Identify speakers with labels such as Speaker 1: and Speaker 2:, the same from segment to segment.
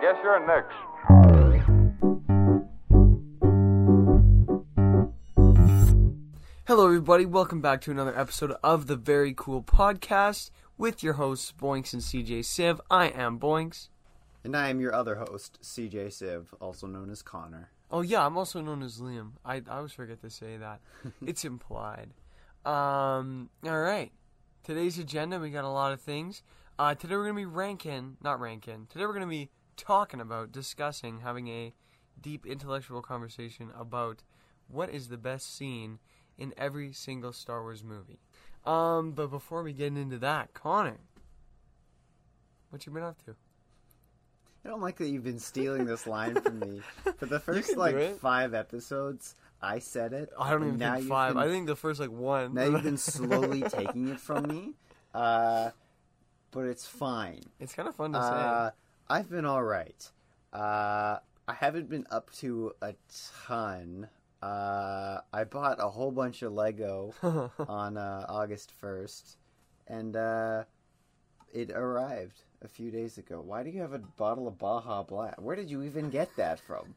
Speaker 1: Guess you're next.
Speaker 2: Hello, everybody. Welcome back to another episode of the Very Cool Podcast with your hosts, Boinks and CJ Siv. I am Boinks.
Speaker 3: And I am your other host, CJ Siv, also known as Connor.
Speaker 2: Oh, yeah, I'm also known as Liam. I, I always forget to say that. it's implied. Um, all right. Today's agenda, we got a lot of things. Uh, today we're going to be ranking, not ranking, today we're going to be talking about, discussing, having a deep intellectual conversation about what is the best scene in every single Star Wars movie. Um, but before we get into that, Connor, what you been up to?
Speaker 3: I don't like that you've been stealing this line from me. For the first
Speaker 2: can do
Speaker 3: like
Speaker 2: it.
Speaker 3: five episodes, I said it.
Speaker 2: I don't
Speaker 3: and
Speaker 2: even
Speaker 3: now
Speaker 2: think
Speaker 3: you've
Speaker 2: five.
Speaker 3: been-
Speaker 2: I think the first like one.
Speaker 3: now you've been slowly taking it from me. Uh, but it's fine.
Speaker 2: It's kind of fun to
Speaker 3: Uh,
Speaker 2: say.
Speaker 3: I've been all right. Uh, I haven't been up to a ton. Uh, I bought a whole bunch of Lego on uh, August first, and uh, it arrived a few days ago. Why do you have a bottle of Baja Blast? Where did you even get that from?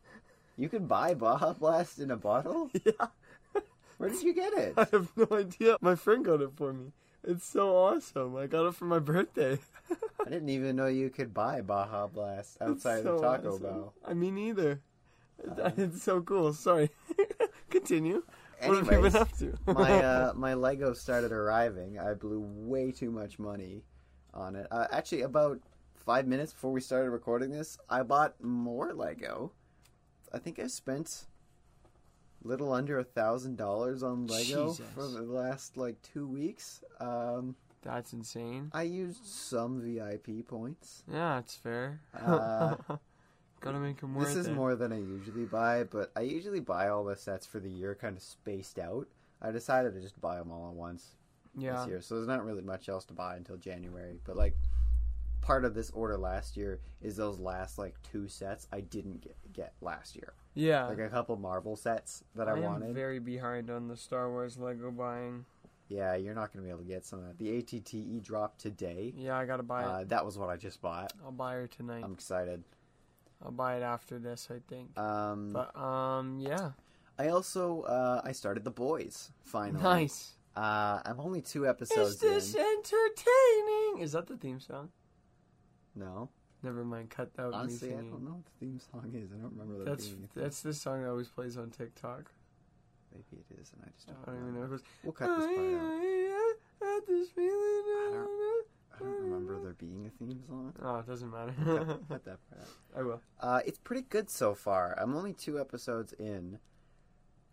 Speaker 3: You can buy Baja Blast in a bottle.
Speaker 2: Yeah,
Speaker 3: Where did you get it?
Speaker 2: I have no idea. My friend got it for me. It's so awesome. I got it for my birthday.
Speaker 3: I didn't even know you could buy Baja Blast
Speaker 2: It's
Speaker 3: outside
Speaker 2: so
Speaker 3: of Taco
Speaker 2: awesome.
Speaker 3: Bell. Um,
Speaker 2: I mean, either. it's so cool. Sorry. Continue. what have you
Speaker 3: Anyways,
Speaker 2: been up to?
Speaker 3: my uh, my Lego started arriving. I blew way too much money on it. Uh, actually, about five minutes before we started recording this, I bought more Lego. I think I spent little under a thousand dollars on Lego
Speaker 2: Jesus.
Speaker 3: for the last like two weeks. Um,
Speaker 2: That's insane.
Speaker 3: I used some VIP points.
Speaker 2: Yeah, it's fair.
Speaker 3: Uh,
Speaker 2: Gotta make him worth
Speaker 3: This is
Speaker 2: it.
Speaker 3: more than I usually buy, but I usually buy all the sets for the year, kind of spaced out. I decided to just buy them all at once.
Speaker 2: yeah.
Speaker 3: this year. So there's not really much else to buy until January. But like part of this order last year is those last like two sets I didn't get, get last year.
Speaker 2: Yeah.
Speaker 3: Like a couple Marvel sets that
Speaker 2: I
Speaker 3: I,
Speaker 2: am
Speaker 3: wanted.
Speaker 2: very behind on the Star Wars Lego buying.
Speaker 3: Yeah, you're not going to be able to get some of that. The ATTE E dropped today.
Speaker 2: Yeah, I gotta buy it.
Speaker 3: Uh, that was what I just bought.
Speaker 2: I'll buy her tonight.
Speaker 3: I'm excited.
Speaker 2: I'll buy it after this, I think.
Speaker 3: Um,
Speaker 2: but um, yeah.
Speaker 3: I also uh, I started The Boys finally.
Speaker 2: Nice.
Speaker 3: Uh, I'm only two episodes
Speaker 2: Is this
Speaker 3: in.
Speaker 2: entertaining? Is that the theme song?
Speaker 3: No,
Speaker 2: Never mind. Cut that. with me
Speaker 3: honestly, I
Speaker 2: singing.
Speaker 3: don't know what the theme song is. I don't remember there
Speaker 2: That's
Speaker 3: being a theme.
Speaker 2: that's the song that always plays on TikTok.
Speaker 3: Maybe it is, and I just
Speaker 2: I
Speaker 3: don't,
Speaker 2: don't even know.
Speaker 3: remember.
Speaker 2: It goes.
Speaker 3: We'll cut this part out.
Speaker 2: Got this feeling.
Speaker 3: don't- I don't remember there being a theme song.
Speaker 2: Oh, it doesn't matter.
Speaker 3: Cut- cut that part out.
Speaker 2: I will.
Speaker 3: Uh, it's pretty good so far. I'm only two episodes in.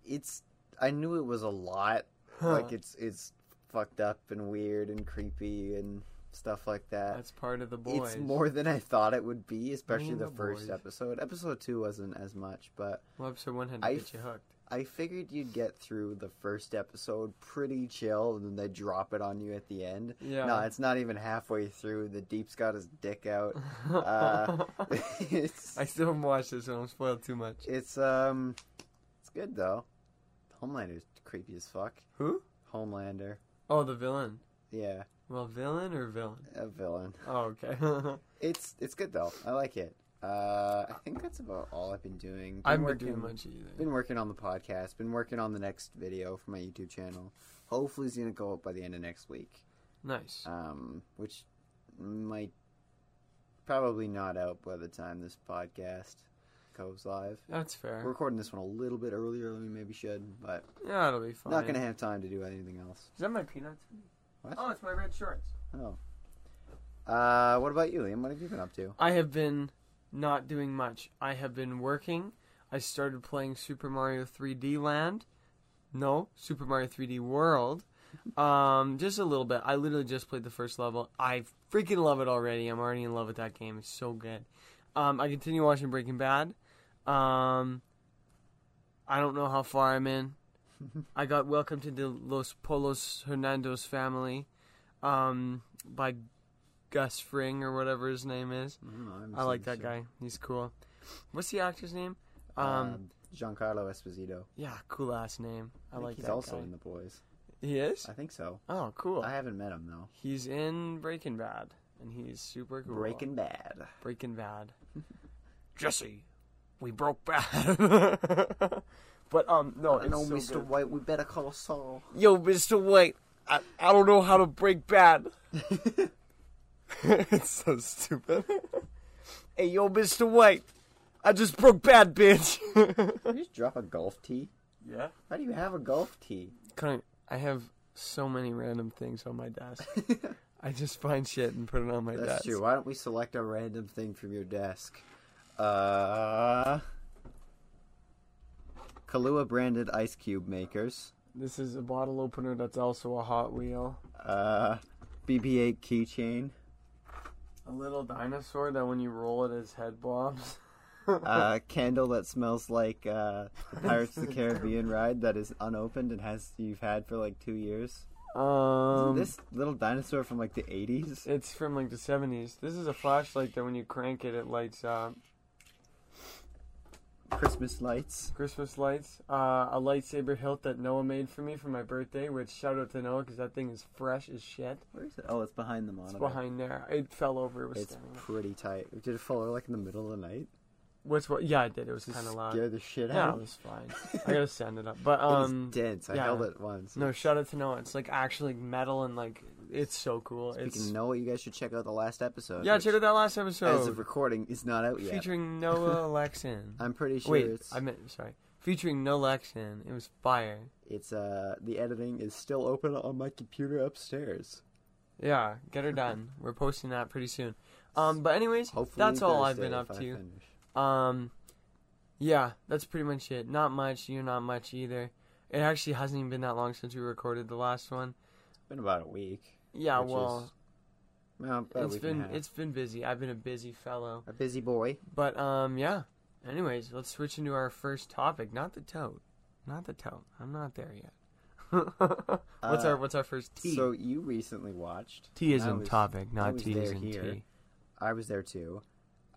Speaker 3: It's I knew it was a lot. Like it's it's fucked up and weird and creepy and stuff like that.
Speaker 2: that's part of the boys.
Speaker 3: It's more than I thought it would be, especially
Speaker 2: mean,
Speaker 3: the
Speaker 2: the
Speaker 3: first
Speaker 2: boys.
Speaker 3: episode. Episode two wasn't as much, but
Speaker 2: Well, episode one had to
Speaker 3: I
Speaker 2: get you hooked.
Speaker 3: I figured you'd get through the first episode pretty chill, and then they drop it on you at the end.
Speaker 2: Yeah.
Speaker 3: No, it's not even halfway through. The deep's got his dick out. uh, it's
Speaker 2: I still haven't watched this, so I'm spoiled too much.
Speaker 3: it's um it's good though. Homelander's creepy as fuck.
Speaker 2: Who?
Speaker 3: Homelander,
Speaker 2: Oh, the villain.
Speaker 3: yeah,
Speaker 2: Well, villain or villain?
Speaker 3: a villain.
Speaker 2: Oh, okay.
Speaker 3: It's it's good though. I like it. Uh, I think that's about all I've been doing. Been
Speaker 2: I haven't been
Speaker 3: working,
Speaker 2: doing much either.
Speaker 3: Been working on the podcast. Been working on the next video for my YouTube channel. Hopefully, it's gonna go up by the end of next week.
Speaker 2: Nice.
Speaker 3: Um, which might probably not out by the time this podcast goes live.
Speaker 2: That's
Speaker 3: We're
Speaker 2: fair.
Speaker 3: recording this one a little bit earlier than we maybe should, but
Speaker 2: Yeah, it'll be fine.
Speaker 3: not gonna have time to do anything else.
Speaker 2: Is that my peanuts?
Speaker 3: What?
Speaker 2: Oh, it's my red shorts.
Speaker 3: Oh. Uh, what about you, Liam? What have you been up to?
Speaker 2: I have been not doing much. I have been working. I started playing Super Mario 3D Land. No, Super Mario 3D World. Um, just a little bit. I literally just played the first level. I freaking love it already. I'm already in love with that game. It's so good. Um, I continue watching Breaking Bad. Um, I don't know how far I'm in. I got Welcome to the Los Polos Hernandos family um, by Gus Fring or whatever his name is.
Speaker 3: I, don't know, haven't
Speaker 2: I
Speaker 3: seen
Speaker 2: like
Speaker 3: the
Speaker 2: that
Speaker 3: show.
Speaker 2: guy. He's cool. What's the actor's name? Um,
Speaker 3: Um, Giancarlo Esposito.
Speaker 2: yeah, cool ass name. I,
Speaker 3: I, think
Speaker 2: like
Speaker 3: he's
Speaker 2: that
Speaker 3: also
Speaker 2: guy.
Speaker 3: in The Boys.
Speaker 2: He is.
Speaker 3: I think so.
Speaker 2: Oh, cool.
Speaker 3: I haven't met him though.
Speaker 2: He's in Breaking Bad, and he's super cool.
Speaker 3: Breaking Bad.
Speaker 2: Breaking Bad. Jesse, we broke bad. but um, no,
Speaker 3: I
Speaker 2: it's
Speaker 3: know,
Speaker 2: so
Speaker 3: Mr.
Speaker 2: good.
Speaker 3: White, we better call Saul.
Speaker 2: Yo, Mr. White, I, I don't know how to break bad. it's so stupid. hey, yo, Mr. White, I just broke bad, bitch.
Speaker 3: Did you just drop a golf tee?
Speaker 2: yeah.
Speaker 3: How do you have a golf tee?
Speaker 2: Kind I have so many random things on my desk. I just find shit and put it on my
Speaker 3: That's
Speaker 2: desk.
Speaker 3: true. Why don't we select a random thing from your desk? Uh, Kahlua branded ice cube makers.
Speaker 2: This is a bottle opener that's also a Hot Wheel.
Speaker 3: Uh, BB-8 keychain.
Speaker 2: A little dinosaur that when you roll it, his head bobs.
Speaker 3: Uh, candle that smells like uh, the Pirates of the Caribbean ride that is unopened and has you've had for like two years.
Speaker 2: Um,
Speaker 3: this little dinosaur from like the '80s.
Speaker 2: It's from like the 70s. This is a flashlight that when you crank it, it lights up.
Speaker 3: Christmas lights.
Speaker 2: Christmas lights. Uh, a lightsaber hilt that Noah made for me for my birthday, which shout out to Noah because that thing is fresh as shit.
Speaker 3: Where is it? Oh, it's behind the monitor.
Speaker 2: It's behind there. It fell over. It was
Speaker 3: It's
Speaker 2: standing.
Speaker 3: pretty tight. Did it fall like in the middle of the night?
Speaker 2: What's what? Yeah, I did. It was
Speaker 3: Just
Speaker 2: kind of loud.
Speaker 3: Scare the shit
Speaker 2: Yeah, it
Speaker 3: out. of me.
Speaker 2: was fine. I gotta sand it up. But
Speaker 3: It was
Speaker 2: um,
Speaker 3: dense. I
Speaker 2: yeah.
Speaker 3: held it once.
Speaker 2: no, shout out to Noah. It's like actually metal and like it's so cool.
Speaker 3: Speaking
Speaker 2: it's
Speaker 3: of Noah, you guys should check out the last episode.
Speaker 2: yeah.
Speaker 3: which,
Speaker 2: Check out that last
Speaker 3: As of
Speaker 2: episode
Speaker 3: recording, is not out yet.
Speaker 2: featuring Noah Lexan.
Speaker 3: I'm pretty sure
Speaker 2: Wait,
Speaker 3: it's
Speaker 2: I meant sorry. Featuring Noah Lexan. It was fire.
Speaker 3: it's uh the editing is still open on my computer upstairs.
Speaker 2: Yeah, get her done. We're posting that pretty soon. Um, but anyways,
Speaker 3: Hopefully
Speaker 2: that's all I've been
Speaker 3: Thursday
Speaker 2: up
Speaker 3: if I
Speaker 2: to.
Speaker 3: finish.
Speaker 2: Um, yeah, that's pretty much it. Not much. You're not much either. It actually hasn't even been that long since we recorded the last one.
Speaker 3: It's been about a week.
Speaker 2: Yeah,
Speaker 3: which
Speaker 2: well,
Speaker 3: is, well, about a
Speaker 2: it's
Speaker 3: week and
Speaker 2: been
Speaker 3: a half.
Speaker 2: it's been busy. I've been a busy fellow.
Speaker 3: a busy boy.
Speaker 2: But um, yeah. Anyways, let's switch into our first topic. Not the tote. Not the tote. I'm not there yet. what's
Speaker 3: Uh,
Speaker 2: our what's our first tea?
Speaker 3: So you recently watched.
Speaker 2: tea is
Speaker 3: I
Speaker 2: in
Speaker 3: was-
Speaker 2: topic,
Speaker 3: I
Speaker 2: not
Speaker 3: was
Speaker 2: tea is
Speaker 3: there
Speaker 2: in
Speaker 3: here.
Speaker 2: tea.
Speaker 3: I was there too.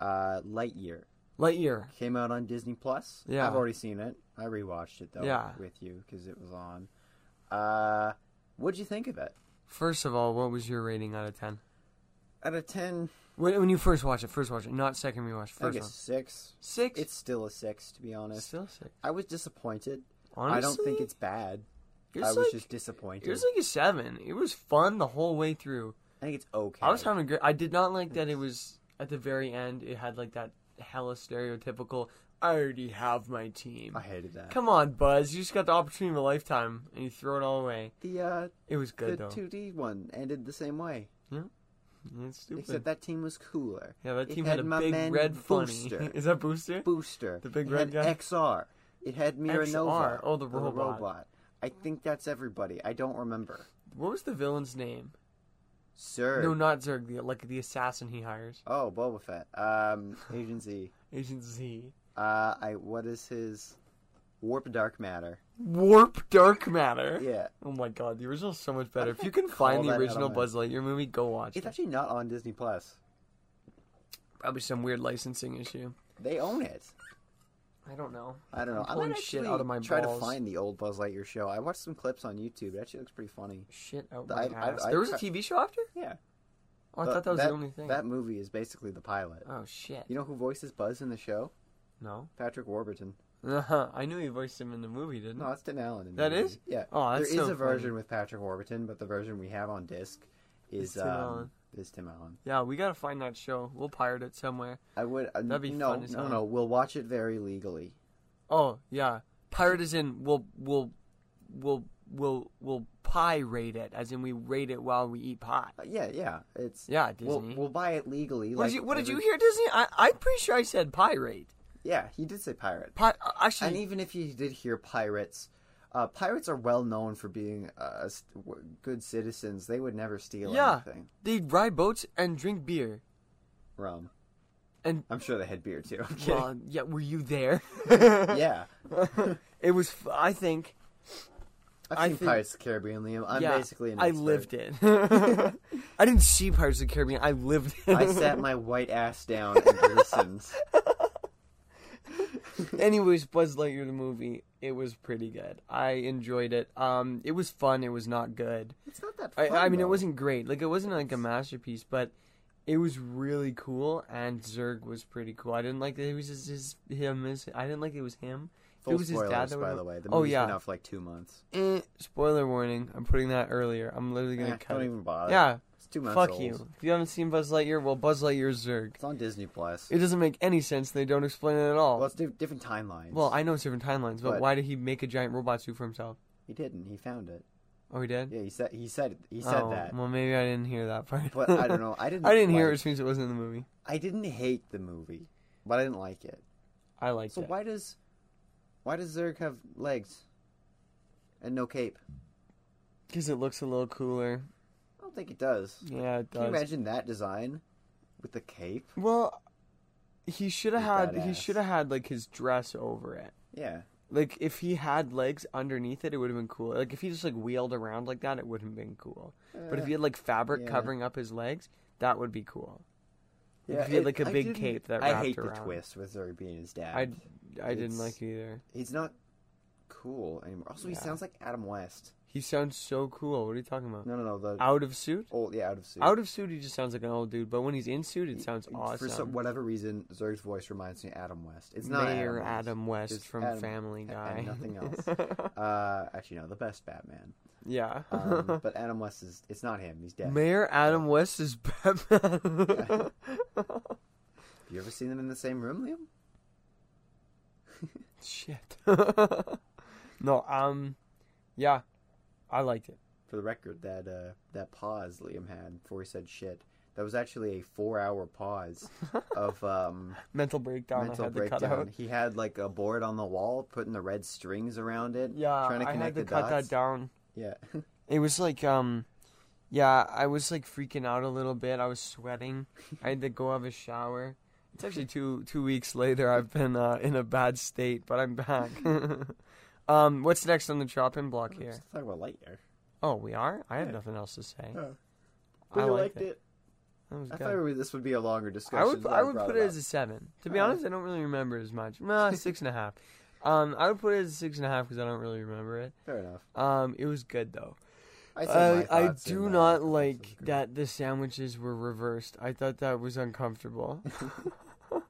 Speaker 3: Uh, Lightyear
Speaker 2: Lightyear.
Speaker 3: came out on Disney Plus.
Speaker 2: Yeah.
Speaker 3: I've already seen it. I rewatched it though
Speaker 2: Yeah.
Speaker 3: with you because it was on. Uh, what'd you think of it?
Speaker 2: First of all, what was your rating out of ten?
Speaker 3: Out of ten,
Speaker 2: When, when you first watch it, first watch it, not second rewatch.
Speaker 3: I
Speaker 2: First
Speaker 3: guess
Speaker 2: one,
Speaker 3: six.
Speaker 2: six.
Speaker 3: It's still a six to be honest.
Speaker 2: still six.
Speaker 3: I was disappointed.
Speaker 2: Honestly,
Speaker 3: I don't think it's bad.
Speaker 2: It
Speaker 3: I
Speaker 2: was
Speaker 3: was
Speaker 2: like,
Speaker 3: just disappointed.
Speaker 2: it was like a seven. It was fun the whole way through.
Speaker 3: I think it's okay.
Speaker 2: I was having a great. I did not like that it was at the very end. It had like that hella stereotypical. I already have my team.
Speaker 3: I hated that.
Speaker 2: Come on, Buzz. You just got the opportunity of a lifetime, and you throw it all away.
Speaker 3: The uh,
Speaker 2: It was good
Speaker 3: the
Speaker 2: though.
Speaker 3: two D one ended the same way,
Speaker 2: It's stupid.
Speaker 3: except that team was cooler.
Speaker 2: yeah, that
Speaker 3: it
Speaker 2: team had,
Speaker 3: had
Speaker 2: a
Speaker 3: my
Speaker 2: big
Speaker 3: man
Speaker 2: red funny.
Speaker 3: Booster.
Speaker 2: Is that Booster?
Speaker 3: Booster.
Speaker 2: The big
Speaker 3: it
Speaker 2: red
Speaker 3: had
Speaker 2: guy?
Speaker 3: XR. It had Miranova.
Speaker 2: XR. Oh, the robot.
Speaker 3: I think that's everybody. I don't remember.
Speaker 2: What was the villain's name?
Speaker 3: Sir.
Speaker 2: No, not Zerg. The, like the assassin he hires,
Speaker 3: Oh, Boba Fett. Um, Agent Z.
Speaker 2: Agent Z.
Speaker 3: Uh, I. What is his? Warp dark matter.
Speaker 2: Warp Dark Matter.
Speaker 3: Yeah,
Speaker 2: Oh my god, the original's so much
Speaker 3: How
Speaker 2: better.
Speaker 3: did
Speaker 2: If you
Speaker 3: I
Speaker 2: can
Speaker 3: call
Speaker 2: find the
Speaker 3: that out
Speaker 2: original
Speaker 3: on my-
Speaker 2: Buzz Lightyear movie, go watch
Speaker 3: it's
Speaker 2: it.
Speaker 3: actually not on Disney Plus.
Speaker 2: Probably some weird licensing issue.
Speaker 3: They own it.
Speaker 2: I don't know.
Speaker 3: I don't know.
Speaker 2: I'm
Speaker 3: I
Speaker 2: pulling
Speaker 3: might
Speaker 2: shit
Speaker 3: actually
Speaker 2: out of my
Speaker 3: try
Speaker 2: balls.
Speaker 3: to find the old Buzz Lightyear show. I watched some clips on YouTube. It actually looks pretty funny.
Speaker 2: Shit out my
Speaker 3: I- I-
Speaker 2: ass.
Speaker 3: I
Speaker 2: there was a
Speaker 3: try-
Speaker 2: TV show after?
Speaker 3: Yeah.
Speaker 2: Oh, I thought that was the only thing.
Speaker 3: That movie is basically the pilot.
Speaker 2: Oh shit.
Speaker 3: You know who voices Buzz in the show?
Speaker 2: No.
Speaker 3: Patrick Warburton.
Speaker 2: Uh-huh. I knew he voiced him in the movie, didn't
Speaker 3: No, that's Tim Allen. In the
Speaker 2: That
Speaker 3: movie.
Speaker 2: is?
Speaker 3: Yeah.
Speaker 2: Oh, that's
Speaker 3: there is
Speaker 2: so
Speaker 3: a version
Speaker 2: funny.
Speaker 3: with Patrick Warburton, but the version we have on disc is
Speaker 2: It's Tim
Speaker 3: um,
Speaker 2: Allen.
Speaker 3: Is Tim Allen.
Speaker 2: he? Yeah, we gotta find that show. We'll pirate it somewhere.
Speaker 3: I would. Uh,
Speaker 2: That'd be
Speaker 3: no,
Speaker 2: fun as
Speaker 3: no,
Speaker 2: hell.
Speaker 3: no. We'll watch it very legally.
Speaker 2: Oh yeah, pirate is in. We'll we'll we'll we'll we'll pie rate it, as in we rate it while we eat pie.
Speaker 3: Uh, yeah, yeah. It's
Speaker 2: Yeah, Disney.
Speaker 3: We'll, we'll buy it legally.
Speaker 2: what
Speaker 3: like
Speaker 2: did you What did you
Speaker 3: every-
Speaker 2: hear, Disney? I I'm pretty sure I said pirate.
Speaker 3: Yeah, he did say pirate.
Speaker 2: Pi- uh, actually,
Speaker 3: And even if you did hear pirates, uh, pirates are well known for being uh, s- w- good citizens. They would never steal
Speaker 2: Yeah.
Speaker 3: anything.
Speaker 2: they ride boats and drink beer.
Speaker 3: Rum.
Speaker 2: And-
Speaker 3: I'm sure they had beer too. I'm kidding.
Speaker 2: Well, yeah, were you there?
Speaker 3: yeah.
Speaker 2: it was. f- I think.
Speaker 3: I've
Speaker 2: I
Speaker 3: seen
Speaker 2: think-
Speaker 3: Pirates of the Caribbean, Liam. I'm
Speaker 2: yeah,
Speaker 3: basically an
Speaker 2: I
Speaker 3: expert.
Speaker 2: lived it. I didn't see Pirates of the Caribbean. I lived it.
Speaker 3: I sat my white ass down and listened.
Speaker 2: Anyways, Buzz Lightyear the movie, it was pretty good. I enjoyed it. Um, it was fun. It was not good.
Speaker 3: It's not that fun.
Speaker 2: I, I mean, it
Speaker 3: though.
Speaker 2: wasn't great. Like it wasn't like a masterpiece, but It was really cool, and Zerg was pretty cool. I didn't like that it was his, his him. His, I didn't like it was him.
Speaker 3: Full
Speaker 2: it was his dad
Speaker 3: spoilers,
Speaker 2: that would
Speaker 3: by
Speaker 2: have-
Speaker 3: the way. The
Speaker 2: Oh,
Speaker 3: movie's been
Speaker 2: yeah.
Speaker 3: out for like two months.
Speaker 2: Eh, spoiler warning. I'm putting that earlier. I'm literally gonna
Speaker 3: Eh,
Speaker 2: cut.
Speaker 3: don't
Speaker 2: it.
Speaker 3: even bother.
Speaker 2: yeah,
Speaker 3: it's two months
Speaker 2: fuck
Speaker 3: old.
Speaker 2: you. If you haven't seen Buzz Lightyear, well, Buzz Lightyear's Zerg.
Speaker 3: It's on Disney Plus.
Speaker 2: It doesn't make any sense. They don't explain it at all.
Speaker 3: well, it's di- different timelines.
Speaker 2: well, I know it's different timelines, but,
Speaker 3: But-
Speaker 2: why did he make a giant robot suit for himself?
Speaker 3: he didn't. He found it.
Speaker 2: Oh, he did.
Speaker 3: Yeah, he said he said he said
Speaker 2: oh,
Speaker 3: that.
Speaker 2: Well, maybe I didn't hear that part.
Speaker 3: But I don't know. I didn't.
Speaker 2: I didn't hear it,
Speaker 3: like-
Speaker 2: which means it wasn't in the movie.
Speaker 3: I didn't hate the movie, but I didn't like it.
Speaker 2: I liked
Speaker 3: So
Speaker 2: it.
Speaker 3: why does why does Zerg have legs and no cape?
Speaker 2: Because it looks a little cooler.
Speaker 3: I don't think it does.
Speaker 2: Yeah, it
Speaker 3: Can you
Speaker 2: does.
Speaker 3: imagine that design with the cape?
Speaker 2: Well, he should have had he
Speaker 3: badass.
Speaker 2: should have had like his dress over it.
Speaker 3: Yeah,
Speaker 2: Like if he had legs underneath it, it would have been cool. Like if he just like wheeled around like that, it wouldn't have been cool. But if he had like fabric
Speaker 3: yeah.
Speaker 2: covering up his legs, that would be cool.
Speaker 3: yeah,
Speaker 2: if he had,
Speaker 3: it-
Speaker 2: like, a
Speaker 3: I
Speaker 2: big
Speaker 3: didn't-
Speaker 2: cape that
Speaker 3: I
Speaker 2: wrapped
Speaker 3: hate the
Speaker 2: around.
Speaker 3: twist with Zerg being his dad.
Speaker 2: I I didn't
Speaker 3: It's-
Speaker 2: like it either.
Speaker 3: He's not cool anymore. Also, he
Speaker 2: Yeah.
Speaker 3: sounds like Adam West.
Speaker 2: He sounds so cool. What are you talking about?
Speaker 3: No, no, no. The
Speaker 2: Out of suit?
Speaker 3: old yeah, out of suit.
Speaker 2: Out of suit, he just sounds like an old dude. But when he's in suit, it sounds awesome.
Speaker 3: For some, whatever reason, Zerg's voice reminds me of Adam West. It's not
Speaker 2: Mayor
Speaker 3: Adam.
Speaker 2: Adam West,
Speaker 3: It's
Speaker 2: from
Speaker 3: Adam-
Speaker 2: Family
Speaker 3: and
Speaker 2: Guy.
Speaker 3: nothing else. West. Uh, actually, no, the best Batman.
Speaker 2: yeah.
Speaker 3: Um, but Adam West is it's not him. He's dead.
Speaker 2: Mayor Adam West is Batman.
Speaker 3: Have you ever seen them in the same room, Liam?
Speaker 2: Shit. no, um, yeah, I liked it.
Speaker 3: For the record, that uh, that pause Liam had before he said shit. That was actually a four-hour pause of um,
Speaker 2: Mental breakdown. I
Speaker 3: mental
Speaker 2: had to cut out.
Speaker 3: breakdown. He had like a board on the wall, putting the red strings around it.
Speaker 2: Yeah,
Speaker 3: trying to
Speaker 2: I had
Speaker 3: connect
Speaker 2: to
Speaker 3: the
Speaker 2: cut
Speaker 3: dots.
Speaker 2: that down.
Speaker 3: Yeah,
Speaker 2: It was like, um, yeah, I was like freaking out a little bit. I was sweating. I had to go have a shower. It's actually two two weeks later. I've been uh, in a bad state, but I'm back. um, what's next on the chopping block here?
Speaker 3: Let's talk about Lightyear.
Speaker 2: Oh, we are. I have
Speaker 3: Yeah.
Speaker 2: nothing else to say.
Speaker 3: Yeah.
Speaker 2: I
Speaker 3: Really
Speaker 2: liked it. That was
Speaker 3: I
Speaker 2: good.
Speaker 3: thought we- this would be a longer discussion.
Speaker 2: I would
Speaker 3: but
Speaker 2: I would
Speaker 3: brought
Speaker 2: put it
Speaker 3: up.
Speaker 2: as a seven. To be
Speaker 3: Alright.
Speaker 2: honest, I don't really remember as much. Nah, six and a half. Um, I would put it as a six and a half because I don't really remember it.
Speaker 3: fair enough.
Speaker 2: Um, it was good though.
Speaker 3: I,
Speaker 2: I,
Speaker 3: said my
Speaker 2: I
Speaker 3: thoughts in,
Speaker 2: do
Speaker 3: uh,
Speaker 2: not
Speaker 3: episode
Speaker 2: like
Speaker 3: three.
Speaker 2: that the sandwiches were reversed. I thought that was uncomfortable.
Speaker 3: The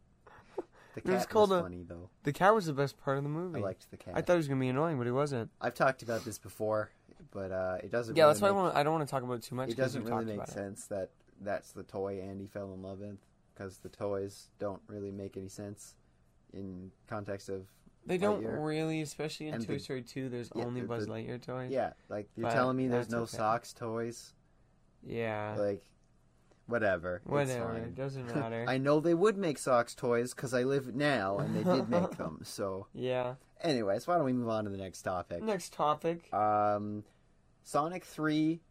Speaker 2: It was
Speaker 3: cat was
Speaker 2: called a-
Speaker 3: funny though.
Speaker 2: the cat was the best part of the
Speaker 3: I
Speaker 2: movie.
Speaker 3: liked the cat.
Speaker 2: I thought it was gonna be annoying, but it wasn't.
Speaker 3: I've talked about this before, but uh, it doesn't.
Speaker 2: Yeah,
Speaker 3: really
Speaker 2: that's why I
Speaker 3: make-
Speaker 2: want. I don't want to talk about it too much. 'cause
Speaker 3: It
Speaker 2: we
Speaker 3: doesn't really
Speaker 2: talked
Speaker 3: make
Speaker 2: about it.
Speaker 3: sense that that's the toy Andy fell in love with because the toys don't really make any sense in context of
Speaker 2: They don't
Speaker 3: Lightyear.
Speaker 2: really, especially in
Speaker 3: And
Speaker 2: Toy
Speaker 3: the-
Speaker 2: Story Two. There's
Speaker 3: yeah,
Speaker 2: only
Speaker 3: the-
Speaker 2: Buzz
Speaker 3: the-
Speaker 2: Lightyear toys.
Speaker 3: yeah. Like you're
Speaker 2: But
Speaker 3: telling me there's
Speaker 2: that's
Speaker 3: no
Speaker 2: okay.
Speaker 3: socks toys.
Speaker 2: Yeah.
Speaker 3: Like whatever. It's
Speaker 2: Whatever.
Speaker 3: fine.
Speaker 2: It doesn't matter.
Speaker 3: I know they would make socks toys because I live now and they did make them. So,
Speaker 2: yeah.
Speaker 3: anyways, why don't we move on to the next topic?
Speaker 2: Next topic.
Speaker 3: Um, Sonic Three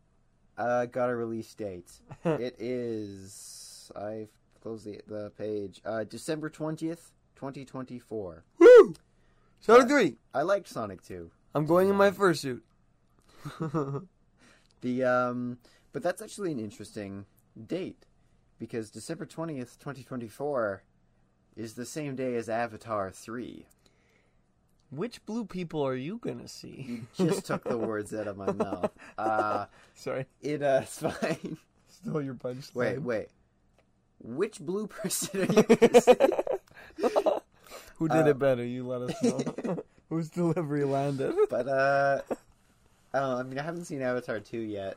Speaker 3: uh, got a release date. it is. I've closed the the page. Uh, December twentieth, twenty twenty four.
Speaker 2: Woo! Sonic Three.
Speaker 3: I liked Sonic Two.
Speaker 2: I'm going in my fursuit. oh
Speaker 3: The um, but that's actually an interesting date because December twentieth, twenty twenty four, is the same day as Avatar Three.
Speaker 2: Which blue people are you gonna see?
Speaker 3: You just took the words out of my mouth. Uh,
Speaker 2: Sorry,
Speaker 3: it uh, it's fine.
Speaker 2: stole your punchline.
Speaker 3: Wait, wait. Which blue person are you? gonna see?
Speaker 2: Who did it better? You let us know. Whose delivery landed?
Speaker 3: But uh, I don't know. I mean, I haven't seen Avatar two yet,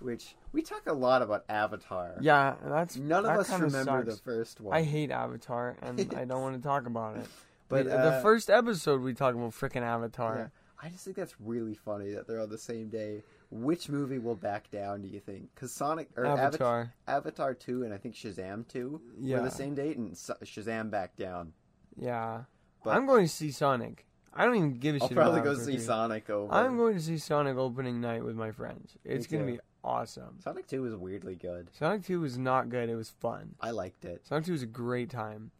Speaker 3: which we talk a lot about Avatar.
Speaker 2: Yeah, that's
Speaker 3: None
Speaker 2: that
Speaker 3: of us
Speaker 2: kinda
Speaker 3: remember the
Speaker 2: sucks.
Speaker 3: first one.
Speaker 2: I hate Avatar, and I don't want to talk about it.
Speaker 3: But,
Speaker 2: But the
Speaker 3: uh,
Speaker 2: first episode, we talk about freaking
Speaker 3: Yeah.
Speaker 2: Avatar.
Speaker 3: I just think that's really funny that they're on the same day. Which movie will back down? Do you think? Because Sonic or Avatar.
Speaker 2: Avatar.
Speaker 3: Avatar two and I think Shazam two were
Speaker 2: Yeah.
Speaker 3: the same date, and Sa- Shazam backed down.
Speaker 2: Yeah,
Speaker 3: But-
Speaker 2: I'm going to see Sonic. I don't even give a
Speaker 3: I'll
Speaker 2: shit.
Speaker 3: probably
Speaker 2: about
Speaker 3: go
Speaker 2: Avatar
Speaker 3: see
Speaker 2: three.
Speaker 3: Sonic over.
Speaker 2: I'm going to see Sonic opening night with my friends. It's gonna
Speaker 3: too.
Speaker 2: be awesome.
Speaker 3: Sonic two was weirdly good.
Speaker 2: Sonic Two was not good. It was fun.
Speaker 3: I liked it.
Speaker 2: Sonic Two was a great time.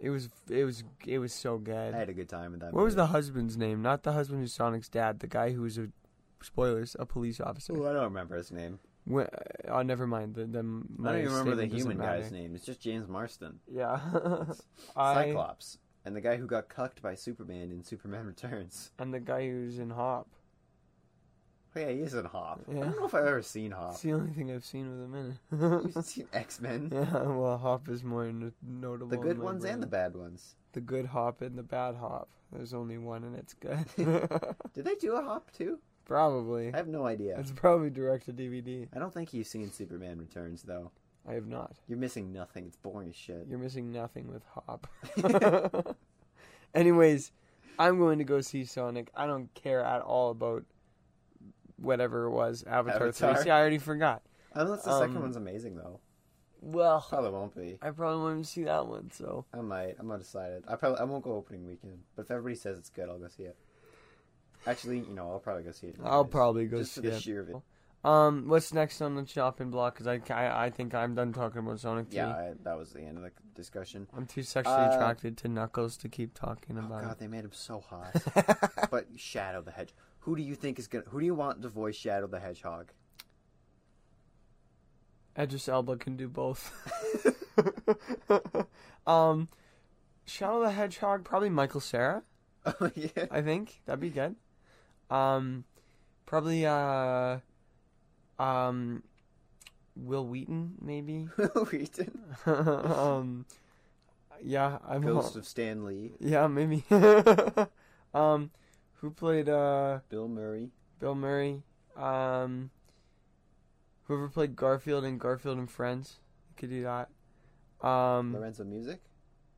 Speaker 2: It was it was it was so good.
Speaker 3: I had a good time in that.
Speaker 2: What was
Speaker 3: movie.
Speaker 2: the husband's name? Not the husband who's Sonic's dad. The guy who was a spoilers, a police officer.
Speaker 3: Oh, I don't remember his name.
Speaker 2: Wh- oh, never mind. The, the
Speaker 3: I
Speaker 2: my
Speaker 3: don't even remember the
Speaker 2: statement doesn't
Speaker 3: human
Speaker 2: matter.
Speaker 3: guy's name. It's just James Marston.
Speaker 2: Yeah, I
Speaker 3: Cyclops, and the guy who got cucked by Superman in Superman Returns.
Speaker 2: and the guy who's in Hop.
Speaker 3: Oh, yeah, he is in Hop. I
Speaker 2: Yeah.
Speaker 3: don't know if I've ever seen Hop.
Speaker 2: It's the only thing I've seen with him in
Speaker 3: You've
Speaker 2: it.
Speaker 3: seen X Men,
Speaker 2: yeah, well, Hop is more n- notable.
Speaker 3: the
Speaker 2: in
Speaker 3: good
Speaker 2: my
Speaker 3: ones and the
Speaker 2: brain.
Speaker 3: bad ones.
Speaker 2: the good Hop and the bad Hop. There's only one, and it's good.
Speaker 3: Did they do a Hop too?
Speaker 2: probably.
Speaker 3: I have no idea.
Speaker 2: It's probably direct to DVD.
Speaker 3: I don't think you've seen Superman Returns though.
Speaker 2: I have not.
Speaker 3: You're missing nothing. It's boring as shit.
Speaker 2: You're missing nothing with Hop. Anyways, I'm going to go see Sonic. I don't care at all about whatever it was Avatar,
Speaker 3: Avatar.
Speaker 2: 3. See, I already forgot.
Speaker 3: Unless the second
Speaker 2: Um,
Speaker 3: one's amazing though.
Speaker 2: Well,
Speaker 3: Probably won't be.
Speaker 2: I probably won't even see that one. So
Speaker 3: I might. I'm not decided. I probably I won't go opening weekend, but if everybody says it's good, I'll go see it. Actually, you know, I'll probably go see it.
Speaker 2: I'll
Speaker 3: anyways,
Speaker 2: probably go
Speaker 3: just
Speaker 2: see
Speaker 3: for the
Speaker 2: it.
Speaker 3: sheer of it.
Speaker 2: Um, what's next on the shopping block? Because I, I, I think I'm done talking about Sonic 3.
Speaker 3: Yeah, I, that was the end of the discussion.
Speaker 2: I'm too sexually
Speaker 3: Uh,
Speaker 2: attracted to Knuckles to keep talking
Speaker 3: Oh
Speaker 2: about
Speaker 3: god,
Speaker 2: it.
Speaker 3: they made him so hot. but Shadow the Hedgehog. Who do you think is gonna? Who do you want to voice Shadow the Hedgehog?
Speaker 2: Edris Elba can do both. um, Shadow the Hedgehog, probably Michael Sarah.
Speaker 3: Oh yeah.
Speaker 2: I think that'd be good. Um, probably uh, um, Will Wheaton maybe.
Speaker 3: Wheaton.
Speaker 2: um, yeah, I'm
Speaker 3: Ghost of Stan Lee.
Speaker 2: yeah maybe. um, who played uh
Speaker 3: Bill Murray.
Speaker 2: Bill Murray? Um, whoever played Garfield in Garfield and Friends could do that. Um,
Speaker 3: Lorenzo Music.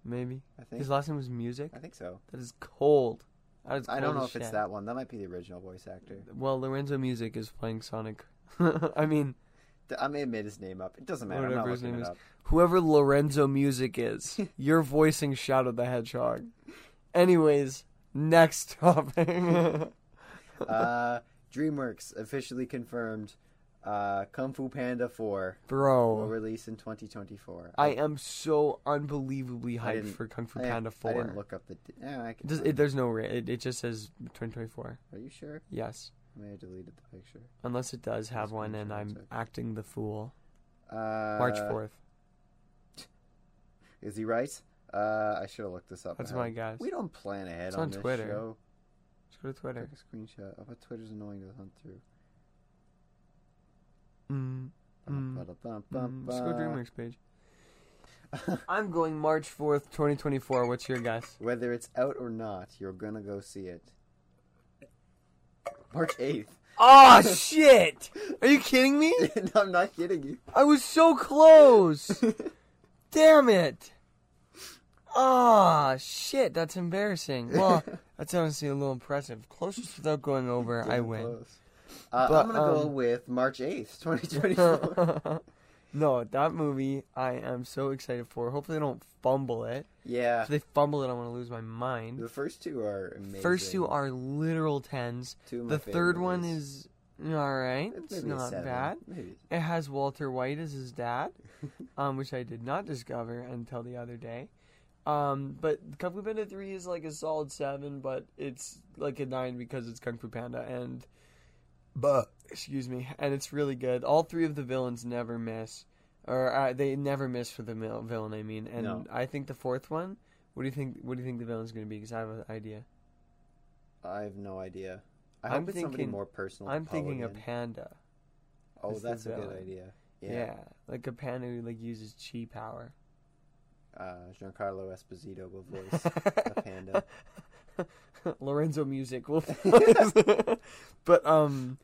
Speaker 2: maybe
Speaker 3: I think.
Speaker 2: his last name was Music.
Speaker 3: I think so.
Speaker 2: That is cold. That is cold
Speaker 3: I don't know
Speaker 2: as
Speaker 3: if it's
Speaker 2: shit.
Speaker 3: that one. That might be the original voice actor.
Speaker 2: Well, Lorenzo Music is playing Sonic. I mean,
Speaker 3: Th- I may have made his name up. It doesn't matter. I'm
Speaker 2: Whatever
Speaker 3: not
Speaker 2: his
Speaker 3: looking
Speaker 2: name
Speaker 3: it
Speaker 2: is.
Speaker 3: up.
Speaker 2: whoever Lorenzo Music is, you're voicing Shadow the Hedgehog. Anyways, next topic.
Speaker 3: uh, DreamWorks officially confirmed uh, Kung Fu Panda 4 will
Speaker 2: Bro,
Speaker 3: release in 2024.
Speaker 2: I am so unbelievably
Speaker 3: I
Speaker 2: hyped
Speaker 3: didn't-
Speaker 2: for Kung Fu
Speaker 3: I didn't-
Speaker 2: Panda
Speaker 3: I didn't
Speaker 2: 4.
Speaker 3: look up the. d- Yeah, I can
Speaker 2: Does,
Speaker 3: find
Speaker 2: it, there's no ra- it, it just says 2024.
Speaker 3: it. Are you sure?
Speaker 2: Yes.
Speaker 3: I may have deleted the picture.
Speaker 2: Unless it does have
Speaker 3: Just
Speaker 2: one and
Speaker 3: screenshot
Speaker 2: I'm
Speaker 3: check.
Speaker 2: acting the fool.
Speaker 3: Uh,
Speaker 2: March 4th.
Speaker 3: Is he right? Uh, I should have looked this up.
Speaker 2: That's
Speaker 3: now.
Speaker 2: my guess.
Speaker 3: We don't plan ahead
Speaker 2: It's
Speaker 3: on,
Speaker 2: on
Speaker 3: this
Speaker 2: Twitter.
Speaker 3: show.
Speaker 2: Just go to Twitter.
Speaker 3: Take a screenshot. I bet Twitter's annoying to hunt through.
Speaker 2: Mm, Mm. mm, just go
Speaker 3: Ba-da-bum-bum-bum.
Speaker 2: DreamWorks page. I'm going March 4th, 2024. What's your guess?
Speaker 3: Whether it's out or not, you're gonna go see it. March 8th.
Speaker 2: Oh shit! Are you kidding me?
Speaker 3: no, I'm not kidding you.
Speaker 2: I was so close. Damn it! Ah shit! That's embarrassing. Well, that's honestly a little impressive. Closest without going over, I
Speaker 3: Damn
Speaker 2: win.
Speaker 3: close. Uh,
Speaker 2: But,
Speaker 3: I'm gonna go
Speaker 2: um,
Speaker 3: with March 8th, 2024.
Speaker 2: no, that movie I am so excited for. Hopefully they don't fumble it.
Speaker 3: yeah,
Speaker 2: If they fumble it, I want to lose my mind.
Speaker 3: the first two are amazing.
Speaker 2: First two are literal tens.
Speaker 3: Two of my
Speaker 2: The third
Speaker 3: favorite
Speaker 2: one
Speaker 3: movies.
Speaker 2: is all right.
Speaker 3: Maybe
Speaker 2: It's
Speaker 3: a
Speaker 2: not
Speaker 3: seven.
Speaker 2: bad.
Speaker 3: Maybe.
Speaker 2: It has Walter White as his dad, um, which I did not discover until the other day. Um, but Kung Fu Panda 3 is like a solid 7, but it's like a 9 because it's Kung Fu Panda and. But. Excuse me. And it's really good. All three of the villains never miss. Or uh, they never miss for the mil- villain, I mean. And
Speaker 3: No.
Speaker 2: I think the fourth one. What do you think? What do you think the villain's going to be? Because I have an idea.
Speaker 3: I have no idea. I
Speaker 2: I'm
Speaker 3: hope it's somebody
Speaker 2: thinking-
Speaker 3: more personal.
Speaker 2: I'm
Speaker 3: to
Speaker 2: thinking a
Speaker 3: Poe again.
Speaker 2: panda.
Speaker 3: Oh,
Speaker 2: is the
Speaker 3: that's a good
Speaker 2: villain.
Speaker 3: idea.
Speaker 2: Yeah.
Speaker 3: Yeah.
Speaker 2: like a panda who like uses chi power.
Speaker 3: Uh, Giancarlo Esposito will voice a panda.
Speaker 2: Lorenzo music will voice. but um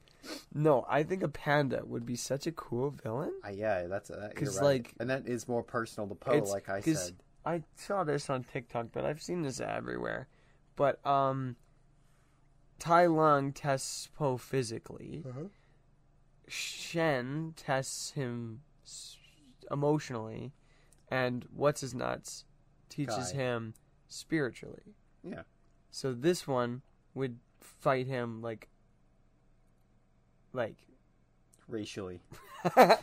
Speaker 2: no, I think a panda would be such a cool villain.
Speaker 3: Uh, yeah, that's uh, you're
Speaker 2: 'Cause,
Speaker 3: right.
Speaker 2: like,
Speaker 3: and that is more personal to Poe,
Speaker 2: it's-
Speaker 3: like I
Speaker 2: 'cause-
Speaker 3: said.
Speaker 2: I saw this on TikTok, but I've seen this everywhere. But um Tai Lung tests Poe physically. Shen tests him s- emotionally, and what's his nuts teaches
Speaker 3: Kai.
Speaker 2: him spiritually.
Speaker 3: Yeah.
Speaker 2: So this one would fight him like, like
Speaker 3: Racially,
Speaker 2: I